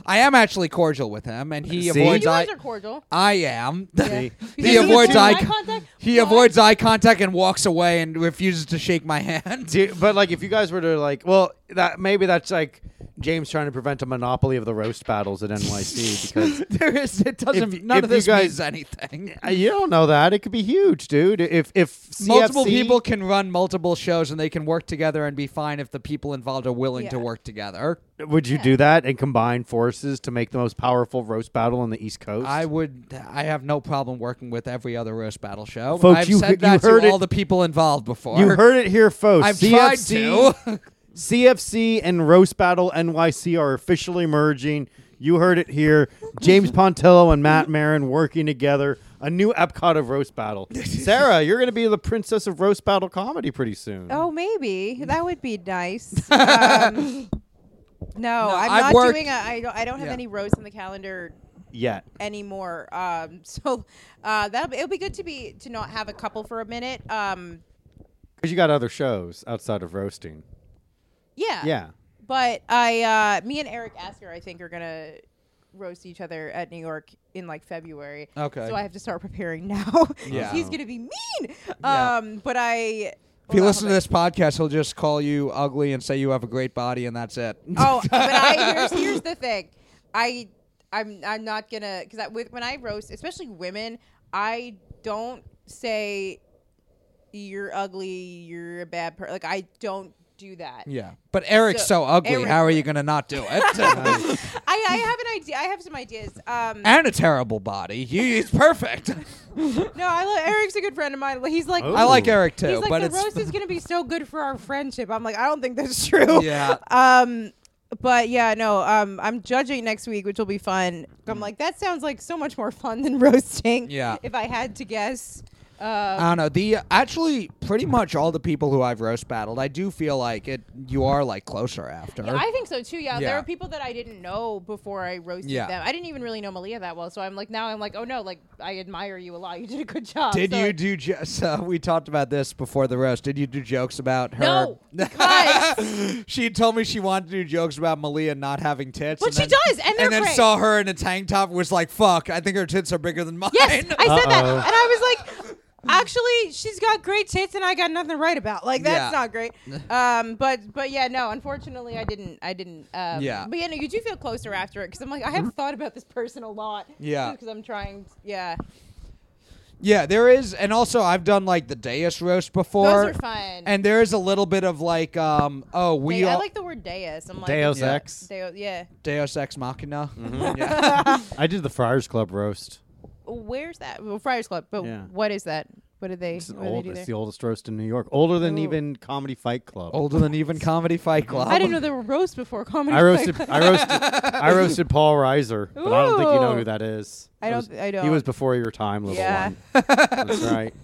Speaker 3: I am actually cordial with him, and he
Speaker 1: See?
Speaker 2: (laughs) you
Speaker 1: words
Speaker 3: avoids.
Speaker 2: guys
Speaker 3: eye-
Speaker 2: are cordial. (laughs)
Speaker 3: I am.
Speaker 1: See?
Speaker 2: You
Speaker 3: He
Speaker 2: guys do
Speaker 3: avoids
Speaker 2: eye
Speaker 3: eye.
Speaker 2: contact?
Speaker 3: He
Speaker 2: What?
Speaker 3: avoids eye contact and walks away and refuses to shake my
Speaker 1: (laughs) (laughs)
Speaker 3: hand.
Speaker 1: Do- but like, if you guys were to like, well, that maybe that's like James trying to prevent a monopoly of the roast battles at NYC because
Speaker 3: there is. It doesn't.
Speaker 1: If-
Speaker 3: none
Speaker 1: if
Speaker 3: of
Speaker 1: you
Speaker 3: this
Speaker 1: guys-
Speaker 3: means (laughs) anything.
Speaker 1: Uh, (laughs) you don't know that it could be huge, dude. If if
Speaker 3: Multiple
Speaker 1: CFC
Speaker 3: people can run multiple shows and they can work together and be fine if the people involved are willing to
Speaker 2: Yeah.
Speaker 3: work together.
Speaker 1: would you do that and combine forces to make the most powerful roast battle on the East Coast?
Speaker 3: I would. I have no problem working with every other roast battle show.
Speaker 1: Folks,
Speaker 3: I've
Speaker 1: you he-
Speaker 3: said that
Speaker 1: you heard
Speaker 3: to
Speaker 1: it-
Speaker 3: all the people involved before.
Speaker 1: you heard it here, folks.
Speaker 3: I've tried
Speaker 1: CFC,
Speaker 3: to. (laughs)
Speaker 1: CFC and Roast Battle NYC are officially merging. You heard it
Speaker 2: (laughs)
Speaker 1: here. James Pontillo and Matt Marin working together. A new Epcot of Roast
Speaker 3: (laughs)
Speaker 1: Battle. Sarah, you're going to be the princess of Roast Battle comedy pretty soon.
Speaker 2: Oh, maybe that would be
Speaker 3: (laughs)
Speaker 2: nice. Um, no, I'm
Speaker 3: I've
Speaker 2: not
Speaker 3: worked-
Speaker 2: doing. A, I don't. I don't have
Speaker 3: Yeah.
Speaker 2: any roasts in the calendar
Speaker 1: Yet.
Speaker 2: anymore. Um, (laughs) so uh, that it'll be good to be to not have a couple for a minute. Um,
Speaker 1: Because you got other shows outside of roasting.
Speaker 2: yeah.
Speaker 1: Yeah.
Speaker 2: But I, uh, me and Eric Asker, I think, are gonna roast each other at New York in like February.
Speaker 3: Okay.
Speaker 2: So I have to start preparing now. (laughs) 'Cause
Speaker 3: Yeah.
Speaker 2: He's gonna be mean.
Speaker 3: Yeah.
Speaker 2: Um, but I.
Speaker 3: If you
Speaker 2: well,
Speaker 3: listen to
Speaker 2: not-
Speaker 3: this podcast, he'll just call you ugly and say you have a great body, and that's it.
Speaker 2: (laughs) Oh, but
Speaker 3: (laughs)
Speaker 2: I here's, here's the thing. I I'm I'm not gonna because I, with, when I roast, especially women, I don't say you're ugly, you're a bad person. Like I don't do that.
Speaker 3: Yeah, but Eric's so,
Speaker 2: So,
Speaker 3: ugly.
Speaker 2: Eric-
Speaker 3: How are you going to not
Speaker 2: (laughs)
Speaker 3: do it? (laughs)
Speaker 2: I, I have an idea. I have some ideas. Um,
Speaker 3: and a terrible body. He- He's perfect.
Speaker 2: no, I lo- Eric's a good friend of mine. He's like.
Speaker 1: Oh.
Speaker 3: I like Eric too,
Speaker 2: He's like
Speaker 3: but
Speaker 2: the
Speaker 3: it's
Speaker 2: roast
Speaker 3: (laughs)
Speaker 2: is gonna be so good for our friendship. I'm like, I don't think that's true. (laughs)
Speaker 3: yeah.
Speaker 2: Um, but yeah, no. Um, I'm judging next week, which will be fun. I'm like, that sounds like so much more fun than (laughs) roasting.
Speaker 3: Mm. Yeah.
Speaker 2: If I had to guess, uh,
Speaker 3: I don't know. The actually, pretty much all the people who I've roast battled, I do feel like it. You are like closer after.
Speaker 2: yeah, I think so too. Yeah,
Speaker 3: Yeah.
Speaker 2: there are people that I didn't know before I roasted
Speaker 3: Yeah.
Speaker 2: them. I didn't even really know Malia that well, so I'm like, now I'm like, oh no, like I admire you a lot. You did a good job.
Speaker 3: did
Speaker 2: So,
Speaker 3: you
Speaker 2: like,
Speaker 3: do? Jo- (laughs) so we talked about this before the roast. Did you do jokes about her?
Speaker 2: No, guys.
Speaker 3: (laughs) she had told me she wanted to do jokes about Malia not having tits.
Speaker 2: But
Speaker 3: and
Speaker 2: she
Speaker 3: then-
Speaker 2: does, and they're
Speaker 3: then
Speaker 2: great.
Speaker 3: saw her in a tank top. Was like, fuck. I think her tits are bigger than mine.
Speaker 2: Yes, I said that,
Speaker 1: Uh-oh.
Speaker 2: and I was like, actually, she's got great tits, and I got nothing right about. Like that's
Speaker 3: Yeah.
Speaker 2: not
Speaker 3: (laughs)
Speaker 2: great. Um, but but yeah, no, unfortunately, I didn't. I didn't. Um,
Speaker 3: Yeah.
Speaker 2: But yeah, no, you do feel closer after it because I'm like, I
Speaker 1: Mm-hmm.
Speaker 2: have thought about this person a lot.
Speaker 3: Yeah.
Speaker 2: Because I'm trying. Yeah.
Speaker 3: (laughs) Yeah, there is, and also I've done like the Deus roast before.
Speaker 2: Those are fun.
Speaker 3: And there is a little bit of like, um, oh, we
Speaker 2: Day- I
Speaker 3: all
Speaker 2: like the word deus. I'm like
Speaker 1: Deus
Speaker 3: Yeah.
Speaker 1: Ex.
Speaker 2: Deo- yeah.
Speaker 3: Deus Ex Machina. (laughs) Yeah.
Speaker 1: (laughs) I did the Friars Club roast.
Speaker 2: (laughs) Where's that? Well, Friars Club. But
Speaker 1: Yeah.
Speaker 2: what is that? What do they?
Speaker 1: It's, an
Speaker 2: what do they
Speaker 1: old,
Speaker 2: do
Speaker 1: it's
Speaker 2: there? Oh.
Speaker 1: the oldest roast in New York. Older than
Speaker 2: Ooh.
Speaker 1: even Comedy Fight Club.
Speaker 3: Older than even Comedy Fight Club.
Speaker 2: I didn't
Speaker 3: (laughs)
Speaker 2: know there were roasts before comedy.
Speaker 1: I roasted, (laughs)
Speaker 2: Club.
Speaker 1: I roasted,
Speaker 2: (laughs)
Speaker 1: I roasted Paul Reiser, but I don't think you know
Speaker 2: Ooh.
Speaker 1: who that is.
Speaker 2: I
Speaker 1: That
Speaker 2: don't-
Speaker 1: was-
Speaker 2: I
Speaker 1: He
Speaker 2: don't.
Speaker 1: was before your time, little
Speaker 2: Yeah.
Speaker 1: one. That's right.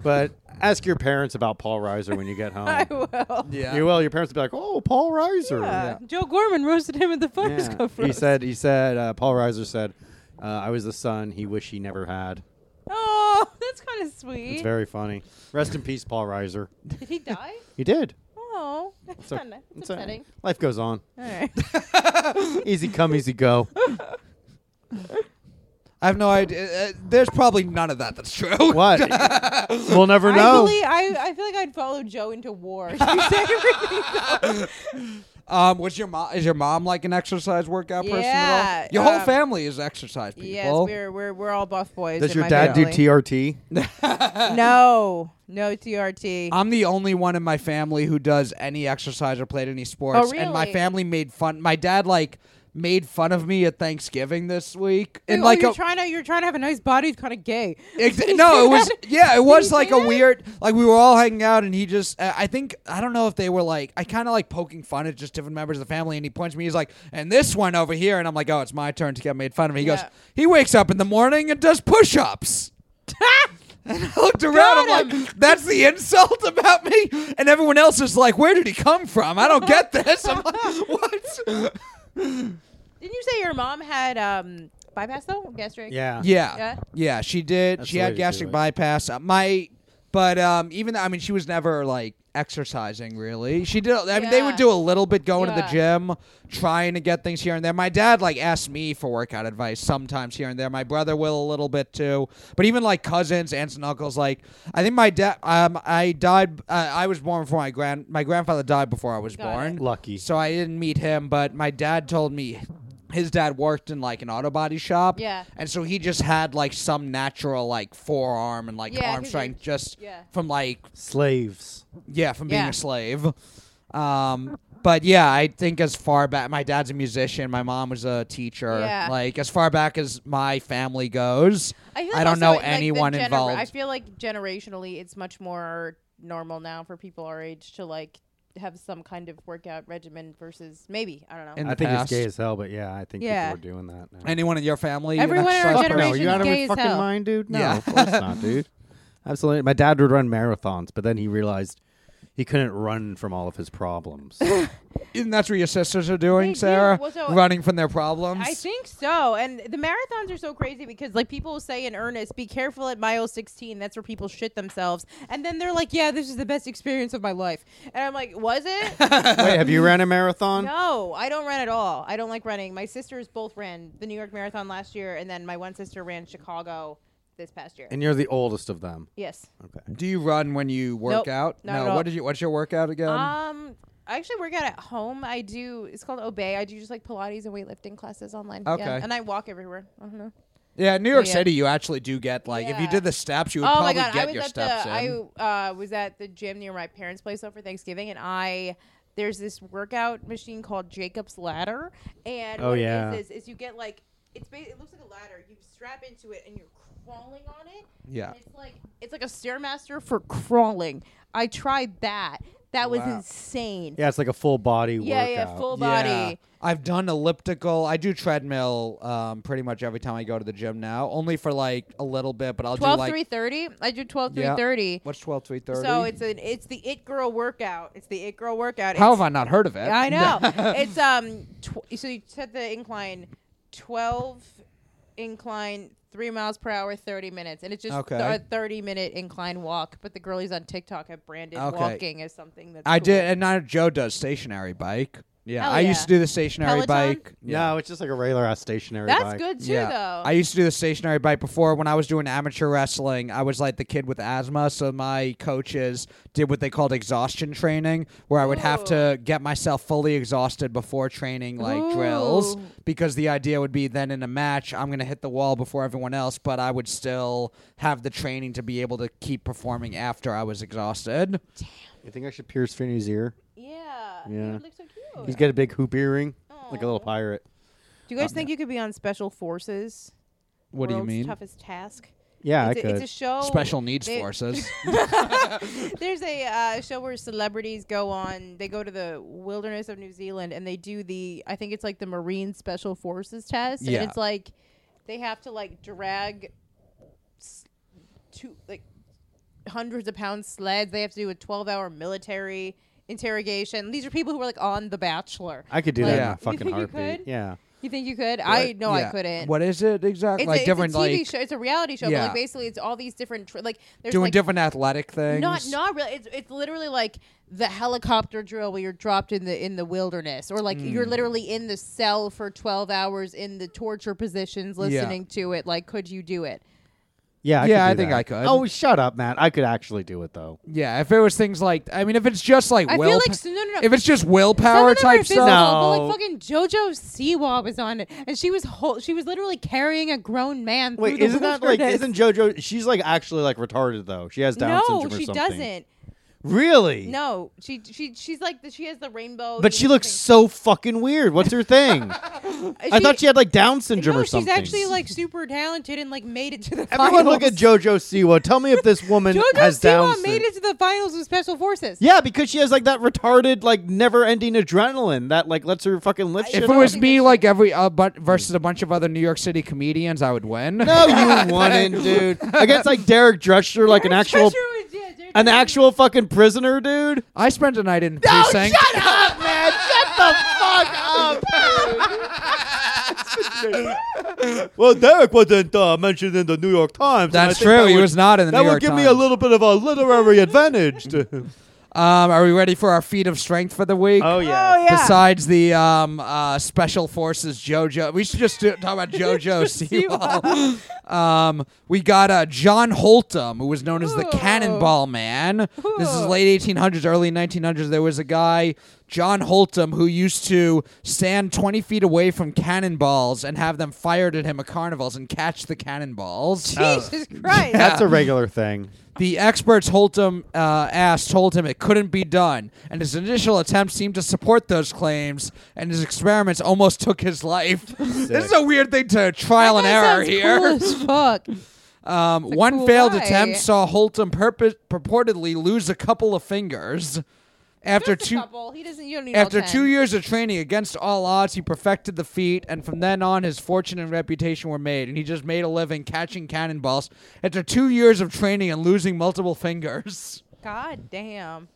Speaker 1: But ask your parents about Paul Reiser when you get
Speaker 2: (laughs) (laughs) I
Speaker 1: home.
Speaker 2: will.
Speaker 3: Yeah.
Speaker 1: You will. Your parents will be like, "Oh, Paul Reiser."
Speaker 2: (laughs) Yeah. Joe Gorman roasted him at the
Speaker 1: Yeah.
Speaker 2: Friars Club.
Speaker 1: He
Speaker 2: roast.
Speaker 1: said. He said. Uh, Paul Reiser said, uh, "I was the son he wished he never had."
Speaker 2: (laughs) Oh, that's kind of sweet.
Speaker 1: It's very funny. Rest in peace, Paul Reiser.
Speaker 2: Did he die?
Speaker 1: He did.
Speaker 2: Oh, that's
Speaker 1: So-
Speaker 2: kind of
Speaker 1: it's all right.
Speaker 2: upsetting.
Speaker 1: Life goes on.
Speaker 2: All right.
Speaker 3: (laughs)
Speaker 2: (laughs)
Speaker 1: Easy come, easy go.
Speaker 3: I have no idea. Uh, there's probably none of that that's true.
Speaker 2: (laughs)
Speaker 1: What? we'll (laughs) never
Speaker 2: I,
Speaker 1: know.
Speaker 2: believe, I, I feel like I'd follow Joe into war. (laughs) You say
Speaker 1: (laughs)
Speaker 2: everything.
Speaker 3: Um, was your mom? Is your mom like an exercise workout person at
Speaker 2: Yeah,
Speaker 3: all? Your whole
Speaker 2: um,
Speaker 3: family is exercise people.
Speaker 2: yes, we're, we're, we're all buff boys.
Speaker 1: Does
Speaker 2: in
Speaker 1: your
Speaker 2: my
Speaker 1: dad do
Speaker 2: family.
Speaker 1: TRT?
Speaker 2: (laughs) No, no TRT.
Speaker 1: Uh,
Speaker 3: I'm the only one in my family who does any exercise or played any sports.
Speaker 2: Oh,
Speaker 3: And my
Speaker 2: really?
Speaker 3: family made fun. My dad like made fun of me at Thanksgiving this week.
Speaker 2: Wait,
Speaker 3: and
Speaker 2: oh,
Speaker 3: like
Speaker 2: you're
Speaker 3: a,
Speaker 2: trying to you're trying to have a nice body. It's kind of gay. (laughs)
Speaker 3: Exa- no, it was yeah, it was
Speaker 2: you
Speaker 3: like
Speaker 2: see
Speaker 3: a
Speaker 2: that? (laughs)
Speaker 3: weird like we were all hanging out and he just I I think I don't know if they were like I kind of like poking fun at just different members of the family and he points me he's like and this one over here and I'm like oh it's my turn to get made fun of. He goes
Speaker 2: Yeah.
Speaker 3: he wakes up in the morning and does push-ups. (laughs) And I looked around.
Speaker 2: Got
Speaker 3: I'm like, "That's the insult about me," and everyone else is like, "Where did he come from? I
Speaker 2: (laughs)
Speaker 3: don't get this." I'm like, "What?"
Speaker 2: Didn't you say your mom had um bypass though? Gastric.
Speaker 1: Yeah.
Speaker 3: Yeah.
Speaker 2: Yeah?
Speaker 3: Yeah. she did.
Speaker 1: That's
Speaker 3: she
Speaker 1: the way to
Speaker 3: had
Speaker 1: do
Speaker 3: gastric
Speaker 1: it.
Speaker 3: bypass. Uh, my but um even though I mean she was never like exercising really. She did I mean they would
Speaker 2: Yeah.
Speaker 3: do a little bit going to the
Speaker 2: Yeah.
Speaker 3: gym, trying to get things here and there. My dad like asked me for workout advice sometimes here and there. My brother will a little bit too. But even like cousins, aunts and uncles like I think my dad um I died uh, I was born before my grand my grandfather died before I was
Speaker 2: Got it.
Speaker 3: born.
Speaker 1: Lucky.
Speaker 3: So I didn't meet him, but my dad told me his dad worked in like an auto body shop.
Speaker 2: Yeah.
Speaker 3: And so he just had like some natural like forearm and like
Speaker 2: Yeah, 'cause
Speaker 3: arm
Speaker 2: you're-
Speaker 3: strength just
Speaker 2: yeah.
Speaker 3: from like
Speaker 1: Slaves.
Speaker 3: yeah, from being
Speaker 2: Yeah.
Speaker 3: a slave. Um but yeah, I think as far back my dad's a musician, my mom was a teacher.
Speaker 2: Yeah.
Speaker 3: Like as far back as my family goes,
Speaker 2: I, feel
Speaker 3: I
Speaker 2: like
Speaker 3: don't
Speaker 2: also,
Speaker 3: know
Speaker 2: like, the
Speaker 3: anyone
Speaker 2: gener-
Speaker 3: involved.
Speaker 2: I feel like generationally, it's much more normal now for people our age to like have some kind of workout regimen versus maybe I don't know.
Speaker 3: In
Speaker 1: I
Speaker 3: the
Speaker 1: think
Speaker 3: past.
Speaker 1: it's gay as hell, but yeah, I think
Speaker 2: Yeah.
Speaker 1: people are doing that now.
Speaker 3: Anyone in your family? an
Speaker 2: Everyone in our
Speaker 3: exercise
Speaker 1: Fuck
Speaker 3: person?
Speaker 1: no,
Speaker 2: generation's
Speaker 1: you out of
Speaker 2: gay
Speaker 1: your
Speaker 2: as
Speaker 1: fucking
Speaker 2: hell.
Speaker 1: mind, dude? No,
Speaker 3: Yeah.
Speaker 1: of course not, dude. Absolutely. My dad would run marathons, but then he realized he couldn't run from all of his
Speaker 2: (laughs)
Speaker 1: problems.
Speaker 3: Isn't that what your sisters are doing,
Speaker 2: They do.
Speaker 3: Sarah?
Speaker 2: Well, so-
Speaker 3: Running from their problems.
Speaker 2: I think so. And the marathons are so crazy because like people say in earnest, be careful at mile 16. That's where people shit themselves. And then they're like, yeah, this is the best experience of my life. And I'm like, was
Speaker 3: (laughs)
Speaker 2: it?
Speaker 1: Wait, have you ran a marathon?
Speaker 2: no, I don't run at all. I don't like running. My sisters both ran the New York Marathon last year and then my one sister ran Chicago this past year.
Speaker 1: And you're the oldest of them.
Speaker 2: yes.
Speaker 1: Okay.
Speaker 3: Do you run when you work
Speaker 2: Nope,
Speaker 3: out?
Speaker 2: not at
Speaker 3: no.
Speaker 2: all.
Speaker 3: What did you? What's your workout again?
Speaker 2: Um I actually work out at home. I do it's called Obey. I do just like Pilates and weightlifting classes online. Yeah.
Speaker 3: Okay.
Speaker 2: And I walk everywhere. Mm-hmm. I don't know.
Speaker 3: yeah, in New York
Speaker 2: yeah.
Speaker 3: City, you actually do get like if you
Speaker 2: Yeah.
Speaker 3: did the steps, you would
Speaker 2: oh my
Speaker 3: probably
Speaker 2: god! I
Speaker 3: get
Speaker 2: was
Speaker 3: your
Speaker 2: at
Speaker 3: steps
Speaker 2: the
Speaker 3: in.
Speaker 2: I uh, was at the gym near my parents' place over Thanksgiving, and I there's this workout machine called Jacob's Ladder, and
Speaker 1: Oh,
Speaker 2: what
Speaker 1: yeah.
Speaker 2: it is, is is you get like it's ba- it looks like a ladder. You strap into it, and you're crawling on it.
Speaker 3: Yeah.
Speaker 2: and it's like it's like a stairmaster for crawling. I tried that. That was
Speaker 3: Wow.
Speaker 2: insane.
Speaker 1: Yeah, it's like a full body
Speaker 2: yeah,
Speaker 1: workout.
Speaker 2: yeah, full body.
Speaker 3: Yeah. I've done elliptical. I do treadmill um, pretty much every time I go to the gym now, only for like a little bit, but I'll do
Speaker 2: 12
Speaker 3: like
Speaker 2: 330 i do 12
Speaker 3: Yeah.
Speaker 2: 330
Speaker 3: what's twelve three thirty.
Speaker 2: so it's an it's the it girl workout it's the it girl workout
Speaker 3: how
Speaker 2: It's-
Speaker 3: have I not heard of it?
Speaker 2: Yeah, (laughs) I
Speaker 3: (laughs)
Speaker 2: know. it's um, tw- so you set the incline, twelve incline, three miles per hour, thirty minutes, and it's just
Speaker 3: Okay.
Speaker 2: th- a thirty-minute incline walk. But the girlies on TikTok have branded
Speaker 3: Okay.
Speaker 2: walking as something that's.
Speaker 3: I
Speaker 2: cool.
Speaker 3: did, and now Joe does stationary bike. Yeah,
Speaker 2: Hell
Speaker 3: I used
Speaker 2: yeah.
Speaker 3: to do the
Speaker 2: Peloton?
Speaker 3: stationary bike.
Speaker 1: No, it's just like a regular ass stationary
Speaker 2: That's
Speaker 1: bike.
Speaker 2: good too, though.
Speaker 3: I used to do the stationary bike before when I was doing amateur wrestling. I was like the kid with asthma, so my coaches did what they called exhaustion training, where I would have to get myself fully exhausted before training like drills
Speaker 2: Ooh.
Speaker 3: because the idea would be then in a match I'm going to hit the wall before everyone else, but I would still have the training to be able to keep performing after I was exhausted.
Speaker 1: You think I should pierce Finney's ear?
Speaker 2: yeah.
Speaker 1: Yeah.
Speaker 2: You look so cute.
Speaker 1: He's got a big hoop earring, like a little
Speaker 2: Aw.
Speaker 1: pirate.
Speaker 2: do you guys think you could be on Special Forces?
Speaker 3: What do you
Speaker 2: World's
Speaker 3: mean?
Speaker 2: Toughest task.
Speaker 1: Yeah, I
Speaker 2: it's, a,
Speaker 1: could.
Speaker 2: it's a show.
Speaker 3: Special needs
Speaker 2: they- (laughs)
Speaker 3: forces.
Speaker 2: There's a uh, show where celebrities go on. They go to the wilderness of New Zealand and they do the. I think it's like the Marine Special Forces test.
Speaker 3: Yeah.
Speaker 2: And it's like they have to like drag s- two like hundreds of pound sleds. They have to do a 12 hour military interrogation. These are people who are like on The Bachelor.
Speaker 1: I could do
Speaker 2: Like,
Speaker 1: that in
Speaker 3: Yeah.
Speaker 1: a fucking
Speaker 2: (laughs) you think you
Speaker 1: heartbeat.
Speaker 2: could?
Speaker 1: Yeah.
Speaker 2: You think you could? I know I
Speaker 3: Yeah.
Speaker 2: couldn't.
Speaker 3: What is it exactly?
Speaker 2: It's,
Speaker 3: like
Speaker 2: a,
Speaker 3: different
Speaker 2: it's a TV
Speaker 3: like
Speaker 2: show. It's a reality show, but
Speaker 3: Yeah.
Speaker 2: like basically it's all these different tr- like there's
Speaker 3: doing
Speaker 2: like
Speaker 3: different athletic things.
Speaker 2: Not not really. It's it's literally like the helicopter drill where you're dropped in the in the wilderness, or like
Speaker 1: Hmm.
Speaker 2: you're literally in the cell for twelve hours in the torture positions, listening to it. Like, could you do it?
Speaker 1: Yeah, I
Speaker 3: Yeah,
Speaker 1: could
Speaker 3: I
Speaker 1: do
Speaker 3: think
Speaker 1: that.
Speaker 3: I could.
Speaker 1: Oh, shut up, Matt. I could actually do it though.
Speaker 3: Yeah, if it was things like I mean, if it's just like
Speaker 2: I
Speaker 3: will,
Speaker 2: feel like no, no, no.
Speaker 3: if it's just
Speaker 2: Some
Speaker 3: willpower
Speaker 2: of them are
Speaker 3: type
Speaker 2: physical,
Speaker 3: stuff.
Speaker 2: but
Speaker 1: No.
Speaker 2: like fucking JoJo Siwa was on it, and she was whole, she was literally carrying a grown man. through
Speaker 1: Wait,
Speaker 2: the
Speaker 1: isn't that like
Speaker 2: wilderness.
Speaker 1: isn't JoJo? She's like actually like retarded though. She has Down
Speaker 2: no,
Speaker 1: syndrome or
Speaker 2: she
Speaker 1: something.
Speaker 2: doesn't.
Speaker 1: Really?
Speaker 2: No, she she she's like the, she has the rainbow.
Speaker 1: But she looks
Speaker 2: thing.
Speaker 1: so fucking weird. What's her thing?
Speaker 2: (laughs)
Speaker 1: I thought she had like Down syndrome
Speaker 2: no,
Speaker 1: or something.
Speaker 2: she's actually like super talented and like made it to the
Speaker 1: Everyone,
Speaker 2: finals.
Speaker 1: look at JoJo Siwa. Tell me if this woman
Speaker 2: JoJo
Speaker 1: has Down
Speaker 2: Siwa
Speaker 1: syndrome.
Speaker 2: made it to the finals of Special Forces.
Speaker 1: Yeah, because she has like that retarded, like never-ending adrenaline that like lets her fucking lips.
Speaker 3: If
Speaker 1: shit
Speaker 3: it
Speaker 1: up.
Speaker 3: was me, like every uh, but versus a bunch of other New York City comedians, I would win.
Speaker 1: no,
Speaker 2: (laughs)
Speaker 1: you wouldn't, dude. Against like Derek Drescher, like an actual, an actual fucking prisoner, dude.
Speaker 3: I spent a night in precinct.
Speaker 1: shut up, man. Shut the fuck up, dude. shit. (laughs) well, Derek wasn't uh, mentioned in the New York Times. and I
Speaker 3: That's
Speaker 1: think
Speaker 3: true,
Speaker 1: that
Speaker 3: he
Speaker 1: would-
Speaker 3: was not in the
Speaker 1: That
Speaker 3: New
Speaker 1: would
Speaker 3: York
Speaker 1: give me a
Speaker 3: Times.
Speaker 1: little bit of a literary advantage. To
Speaker 3: Um, are we ready for our feat of strength for the week?
Speaker 2: yeah. (laughs) Oh, yeah.
Speaker 3: Besides the um, uh, special forces JoJo, we should just do,
Speaker 2: (laughs)
Speaker 3: talk about JoJo Seawall. (laughs) um, we got uh, John Holtum, who was known as the
Speaker 2: Ooh.
Speaker 3: Cannonball Man. This is
Speaker 2: Ooh.
Speaker 3: late 1800s, early 1900s. There was a guy, John Holtum, who used to stand 20 feet away from cannonballs and have them fired at him at carnivals and catch the cannonballs.
Speaker 2: Jesus Christ.
Speaker 1: That's a regular thing.
Speaker 3: The experts Holtum uh, asked told him it couldn't be done, and his initial attempts seemed to support those claims, and his experiments almost took his life. (laughs) this is a weird thing to trial and
Speaker 2: That
Speaker 3: error
Speaker 2: sounds
Speaker 3: here.
Speaker 2: Cool as
Speaker 3: (laughs)
Speaker 2: fuck.
Speaker 3: Um, one
Speaker 2: cool
Speaker 3: failed
Speaker 2: guy.
Speaker 3: attempt saw Holtum purpo- purportedly lose a couple of fingers. After
Speaker 2: Just a
Speaker 3: two,
Speaker 2: couple. He doesn't. You don't need all
Speaker 3: after
Speaker 2: 10.
Speaker 3: two years of training against all odds, he perfected the feat, and from then on, his fortune and reputation were made, and he just made a living catching cannonballs after two years of training and losing multiple fingers. (laughs)
Speaker 2: God damn.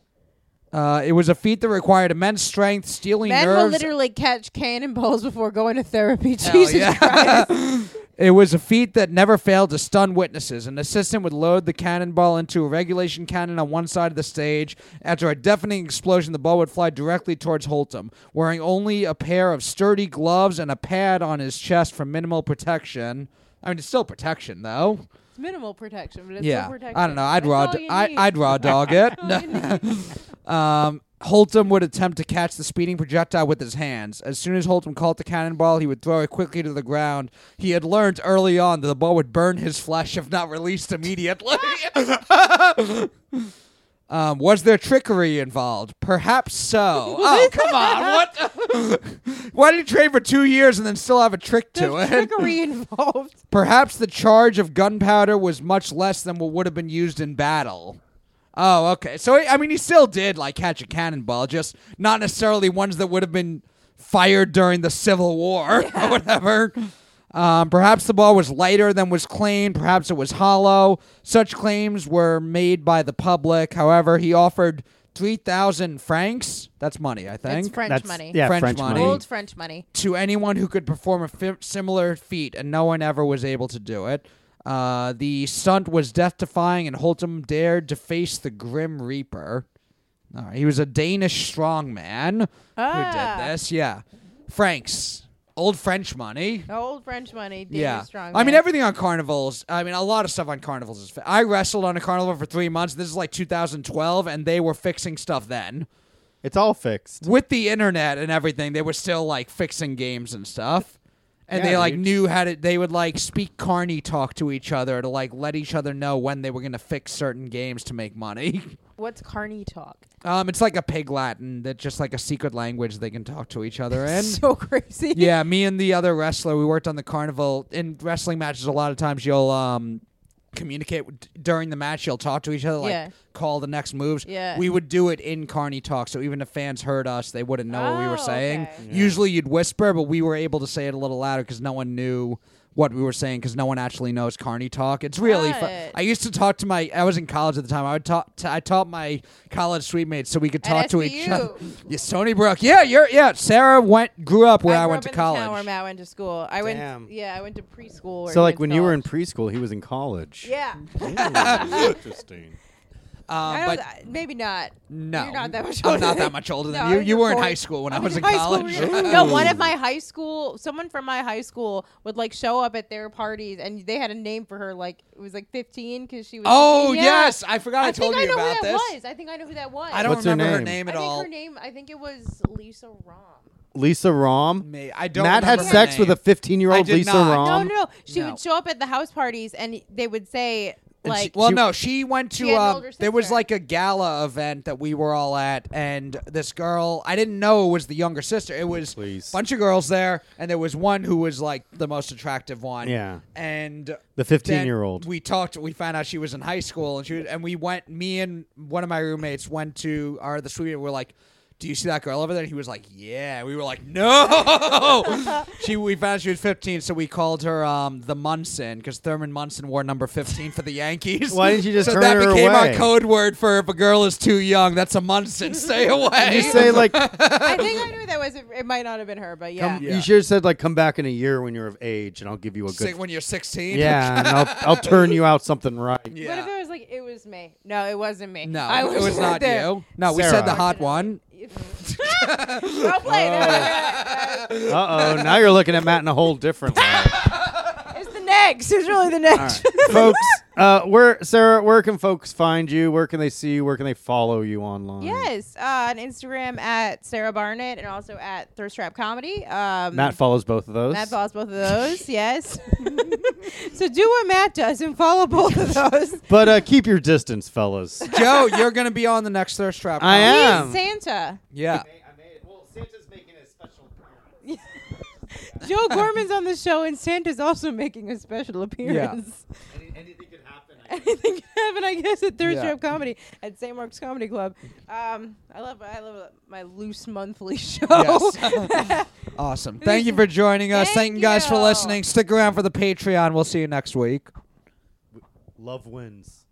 Speaker 3: Uh, it was a feat that required immense strength, stealing
Speaker 2: Men will
Speaker 3: nerves.
Speaker 2: literally catch cannonballs before going to therapy. (laughs) Jesus
Speaker 3: yeah.
Speaker 2: Christ.
Speaker 3: (laughs) it was a feat that never failed to stun witnesses. An assistant would load the cannonball into a regulation cannon on one side of the stage. After a deafening explosion, the ball would fly directly towards Holtum, wearing only a pair of sturdy gloves and a pad on his chest for minimal protection. I mean, it's still protection, though.
Speaker 2: It's minimal protection, but it's
Speaker 3: yeah,
Speaker 2: still protection.
Speaker 3: I don't know. I'd
Speaker 2: That's
Speaker 3: raw.
Speaker 2: all you
Speaker 3: I,
Speaker 2: need.
Speaker 3: I'd raw
Speaker 2: (laughs)
Speaker 3: dog it.
Speaker 2: That's all you
Speaker 3: (laughs)
Speaker 2: need.
Speaker 3: Um, Holtum would attempt to catch the speeding projectile with his hands. As soon as Holtum caught the cannonball, he would throw it quickly to the ground. He had learned early on that the ball would burn his flesh if not released immediately. (laughs) um, was there trickery involved? Perhaps so. oh, come on. What? (laughs) the- Why did he train for two years and then still have a trick to
Speaker 2: There's
Speaker 3: it?
Speaker 2: trickery involved.
Speaker 3: Perhaps the charge of gunpowder was much less than what would have been used in battle. Oh, okay. So I mean, he still did like catch a cannonball, just not necessarily ones that would have been fired during the Civil War or whatever. Um, perhaps the ball was lighter than was claimed. Perhaps it was hollow. Such claims were made by the public. However, he offered three thousand francs. That's money, I think.
Speaker 2: It's French
Speaker 1: That's
Speaker 2: money.
Speaker 1: yeah,
Speaker 3: French
Speaker 1: French,
Speaker 3: money.
Speaker 1: money.
Speaker 2: Old French money.
Speaker 3: to anyone who could perform a fi- similar feat, and no one ever was able to do it. Uh, the stunt was death defying, and Holtum dared to face the Grim Reaper. All right, he was a Danish strongman who
Speaker 2: Ah.
Speaker 3: did this. Yeah. Franks. Old French money.
Speaker 2: Old French money. Danish
Speaker 3: Yeah.
Speaker 2: strong.
Speaker 3: I mean, everything on carnivals, I mean, a lot of stuff on carnivals is. Fa- I wrestled on a carnival for three months. This is like 2012, and they were fixing stuff then.
Speaker 1: It's all fixed.
Speaker 3: With the internet and everything, they were still like fixing games and stuff. And
Speaker 1: Yeah,
Speaker 3: they like
Speaker 1: dude.
Speaker 3: knew how to they would like speak carney talk to each other to like let each other know when they were gonna fix certain games to make money. (laughs)
Speaker 2: What's carny talk?
Speaker 3: Um, it's like a pig Latin that's just like a secret language they can talk to each other in.
Speaker 2: so (laughs) crazy.
Speaker 3: yeah, me and the other wrestler, we worked on the carnival. In wrestling matches, a lot of times you'll um, communicate with, during the match. You'll talk to each other, like
Speaker 2: Yeah.
Speaker 3: call the next moves.
Speaker 2: Yeah.
Speaker 3: We would do it in Carney talk, so even if fans heard us, they wouldn't know what we were
Speaker 2: Oh,
Speaker 3: saying.
Speaker 2: okay.
Speaker 3: Usually you'd whisper, but we were able to say it a little louder because no one knew what we were saying because no one actually knows Carney talk. It's really fun.
Speaker 2: Got it.
Speaker 3: I used to talk to my. I was in college at the time. I would talk. To, I taught my college suite mates so we could
Speaker 2: At
Speaker 3: talk to each
Speaker 2: SBU.
Speaker 3: other. (laughs) Yeah, Stony Brook. Yeah, you're yeah. Sarah went grew up where I,
Speaker 2: grew
Speaker 3: went
Speaker 2: up
Speaker 3: to
Speaker 2: in the town where
Speaker 3: college.
Speaker 2: Matt went to school. I
Speaker 1: Damn.
Speaker 2: went. Yeah, I went to preschool. where
Speaker 1: So,
Speaker 2: he
Speaker 1: like
Speaker 2: went
Speaker 1: when
Speaker 2: to
Speaker 1: you were in
Speaker 2: college.
Speaker 1: preschool, he was in college.
Speaker 2: Yeah. (laughs)
Speaker 1: Interesting.
Speaker 3: Um,
Speaker 2: I
Speaker 3: but
Speaker 2: don't, maybe not.
Speaker 3: no,
Speaker 2: You're not that much
Speaker 3: I'm
Speaker 2: older.
Speaker 3: not that
Speaker 2: (laughs)
Speaker 3: much older than
Speaker 2: No,
Speaker 3: you. You
Speaker 2: you're
Speaker 3: were in
Speaker 2: four-
Speaker 3: high school when I,
Speaker 2: I
Speaker 3: was
Speaker 2: (laughs) was
Speaker 3: in
Speaker 2: high school,
Speaker 3: college.
Speaker 2: yeah. no, one of my high school, someone from my high school would like show up at their parties, and they had a name for her. Like it was like 15 because she was.
Speaker 3: Oh
Speaker 2: yeah.
Speaker 3: yes, I forgot I,
Speaker 2: I
Speaker 3: told
Speaker 2: think I
Speaker 3: you
Speaker 2: know
Speaker 3: about
Speaker 2: who that
Speaker 3: this.
Speaker 2: was. I think I know who that was.
Speaker 3: I don't
Speaker 1: What's her
Speaker 3: remember her
Speaker 1: name?
Speaker 3: name
Speaker 2: I
Speaker 3: at
Speaker 2: think
Speaker 3: all.
Speaker 2: her name. I think it was Lisa Rom.
Speaker 1: Lisa Rom.
Speaker 3: Me, I don't.
Speaker 1: Matt had
Speaker 3: remember her
Speaker 1: sex with
Speaker 3: name.
Speaker 1: a 15 year
Speaker 3: I
Speaker 1: old
Speaker 3: did
Speaker 1: Lisa
Speaker 3: not.
Speaker 2: No,
Speaker 1: Rom.
Speaker 2: no, no. She
Speaker 3: no.
Speaker 2: would show up at the house parties, and they would say
Speaker 3: And she- (laughs)
Speaker 2: like,
Speaker 3: well,
Speaker 1: she-
Speaker 3: no, she went
Speaker 2: She
Speaker 3: to.
Speaker 2: had an
Speaker 3: Um,
Speaker 2: older
Speaker 3: there was
Speaker 2: sister.
Speaker 3: like a gala event that we were all at, and this girl, I didn't know it was the younger sister. It was
Speaker 1: Please.
Speaker 3: a bunch of girls there, and there was one who was like the most attractive one.
Speaker 1: Yeah.
Speaker 3: and
Speaker 1: The 15-year-old.
Speaker 3: then We talked. We found out she was in high school, and she was, and we went. Me and one of my roommates went to our the suite. and We're like. "Do you see that girl over there?" And he was like, "Yeah." We were
Speaker 1: (laughs)
Speaker 3: like, "No." she we found she was 15, so we called her um, the Munson because Thurman Munson wore number 15 for the Yankees.
Speaker 1: Why didn't you just
Speaker 3: so
Speaker 1: turn
Speaker 3: that
Speaker 1: her
Speaker 3: became our
Speaker 1: away?
Speaker 3: code word for if a girl is too young, that's a Munson. Stay away.
Speaker 1: (laughs) You
Speaker 3: (laughs)
Speaker 1: say like
Speaker 2: I think I knew that was. It, it might not have been her, but yeah.
Speaker 1: come, you should have said like come back in a year when you're of age and I'll give you a
Speaker 3: Say
Speaker 1: good
Speaker 3: when you're 16.
Speaker 1: yeah and I'll I'll turn you out something right.
Speaker 3: (laughs) Yeah.
Speaker 2: What if it was like it was me? No, it wasn't me.
Speaker 3: No,
Speaker 2: I
Speaker 3: it was not
Speaker 2: there.
Speaker 3: you. No, we
Speaker 1: Sarah.
Speaker 3: said the hot one.
Speaker 2: (laughs) Don't play that.
Speaker 1: Uh oh, now you're looking at Matt in a whole different
Speaker 3: (laughs)
Speaker 1: way,
Speaker 3: Oh.
Speaker 2: It's the next. It's really the next.
Speaker 1: folks. Uh, where Sarah, where can folks find you? Where can they see you? Where can they follow you online?
Speaker 2: (laughs) Yes, uh, on Instagram at Sarah Barnett and also at Thirst Trap Comedy. Um,
Speaker 1: Matt follows both of those.
Speaker 2: Matt follows both of those. yes. (laughs) so do what Matt does and follow both of those.
Speaker 3: (laughs)
Speaker 1: but uh, keep your distance, fellas. (laughs)
Speaker 3: Joe, you're gonna be on the next thirst trap.
Speaker 1: I
Speaker 2: He's
Speaker 1: am.
Speaker 2: Santa. (laughs)
Speaker 3: Yeah.
Speaker 2: Joe Gorman's on the show, and Santa's also making a special appearance. (laughs)
Speaker 3: (laughs)
Speaker 2: Anything can happen, I guess, at Third
Speaker 3: Yeah.
Speaker 2: Trap Comedy at St. Mark's Comedy Club. Um, I love, I love my loose monthly (laughs) show.
Speaker 3: Yes.
Speaker 2: (laughs)
Speaker 3: Awesome. Thank you for joining us.
Speaker 2: Thank
Speaker 3: Thank, you guys for
Speaker 2: you.
Speaker 3: listening. Stick around for the Patreon. We'll see you next week.
Speaker 1: Love wins.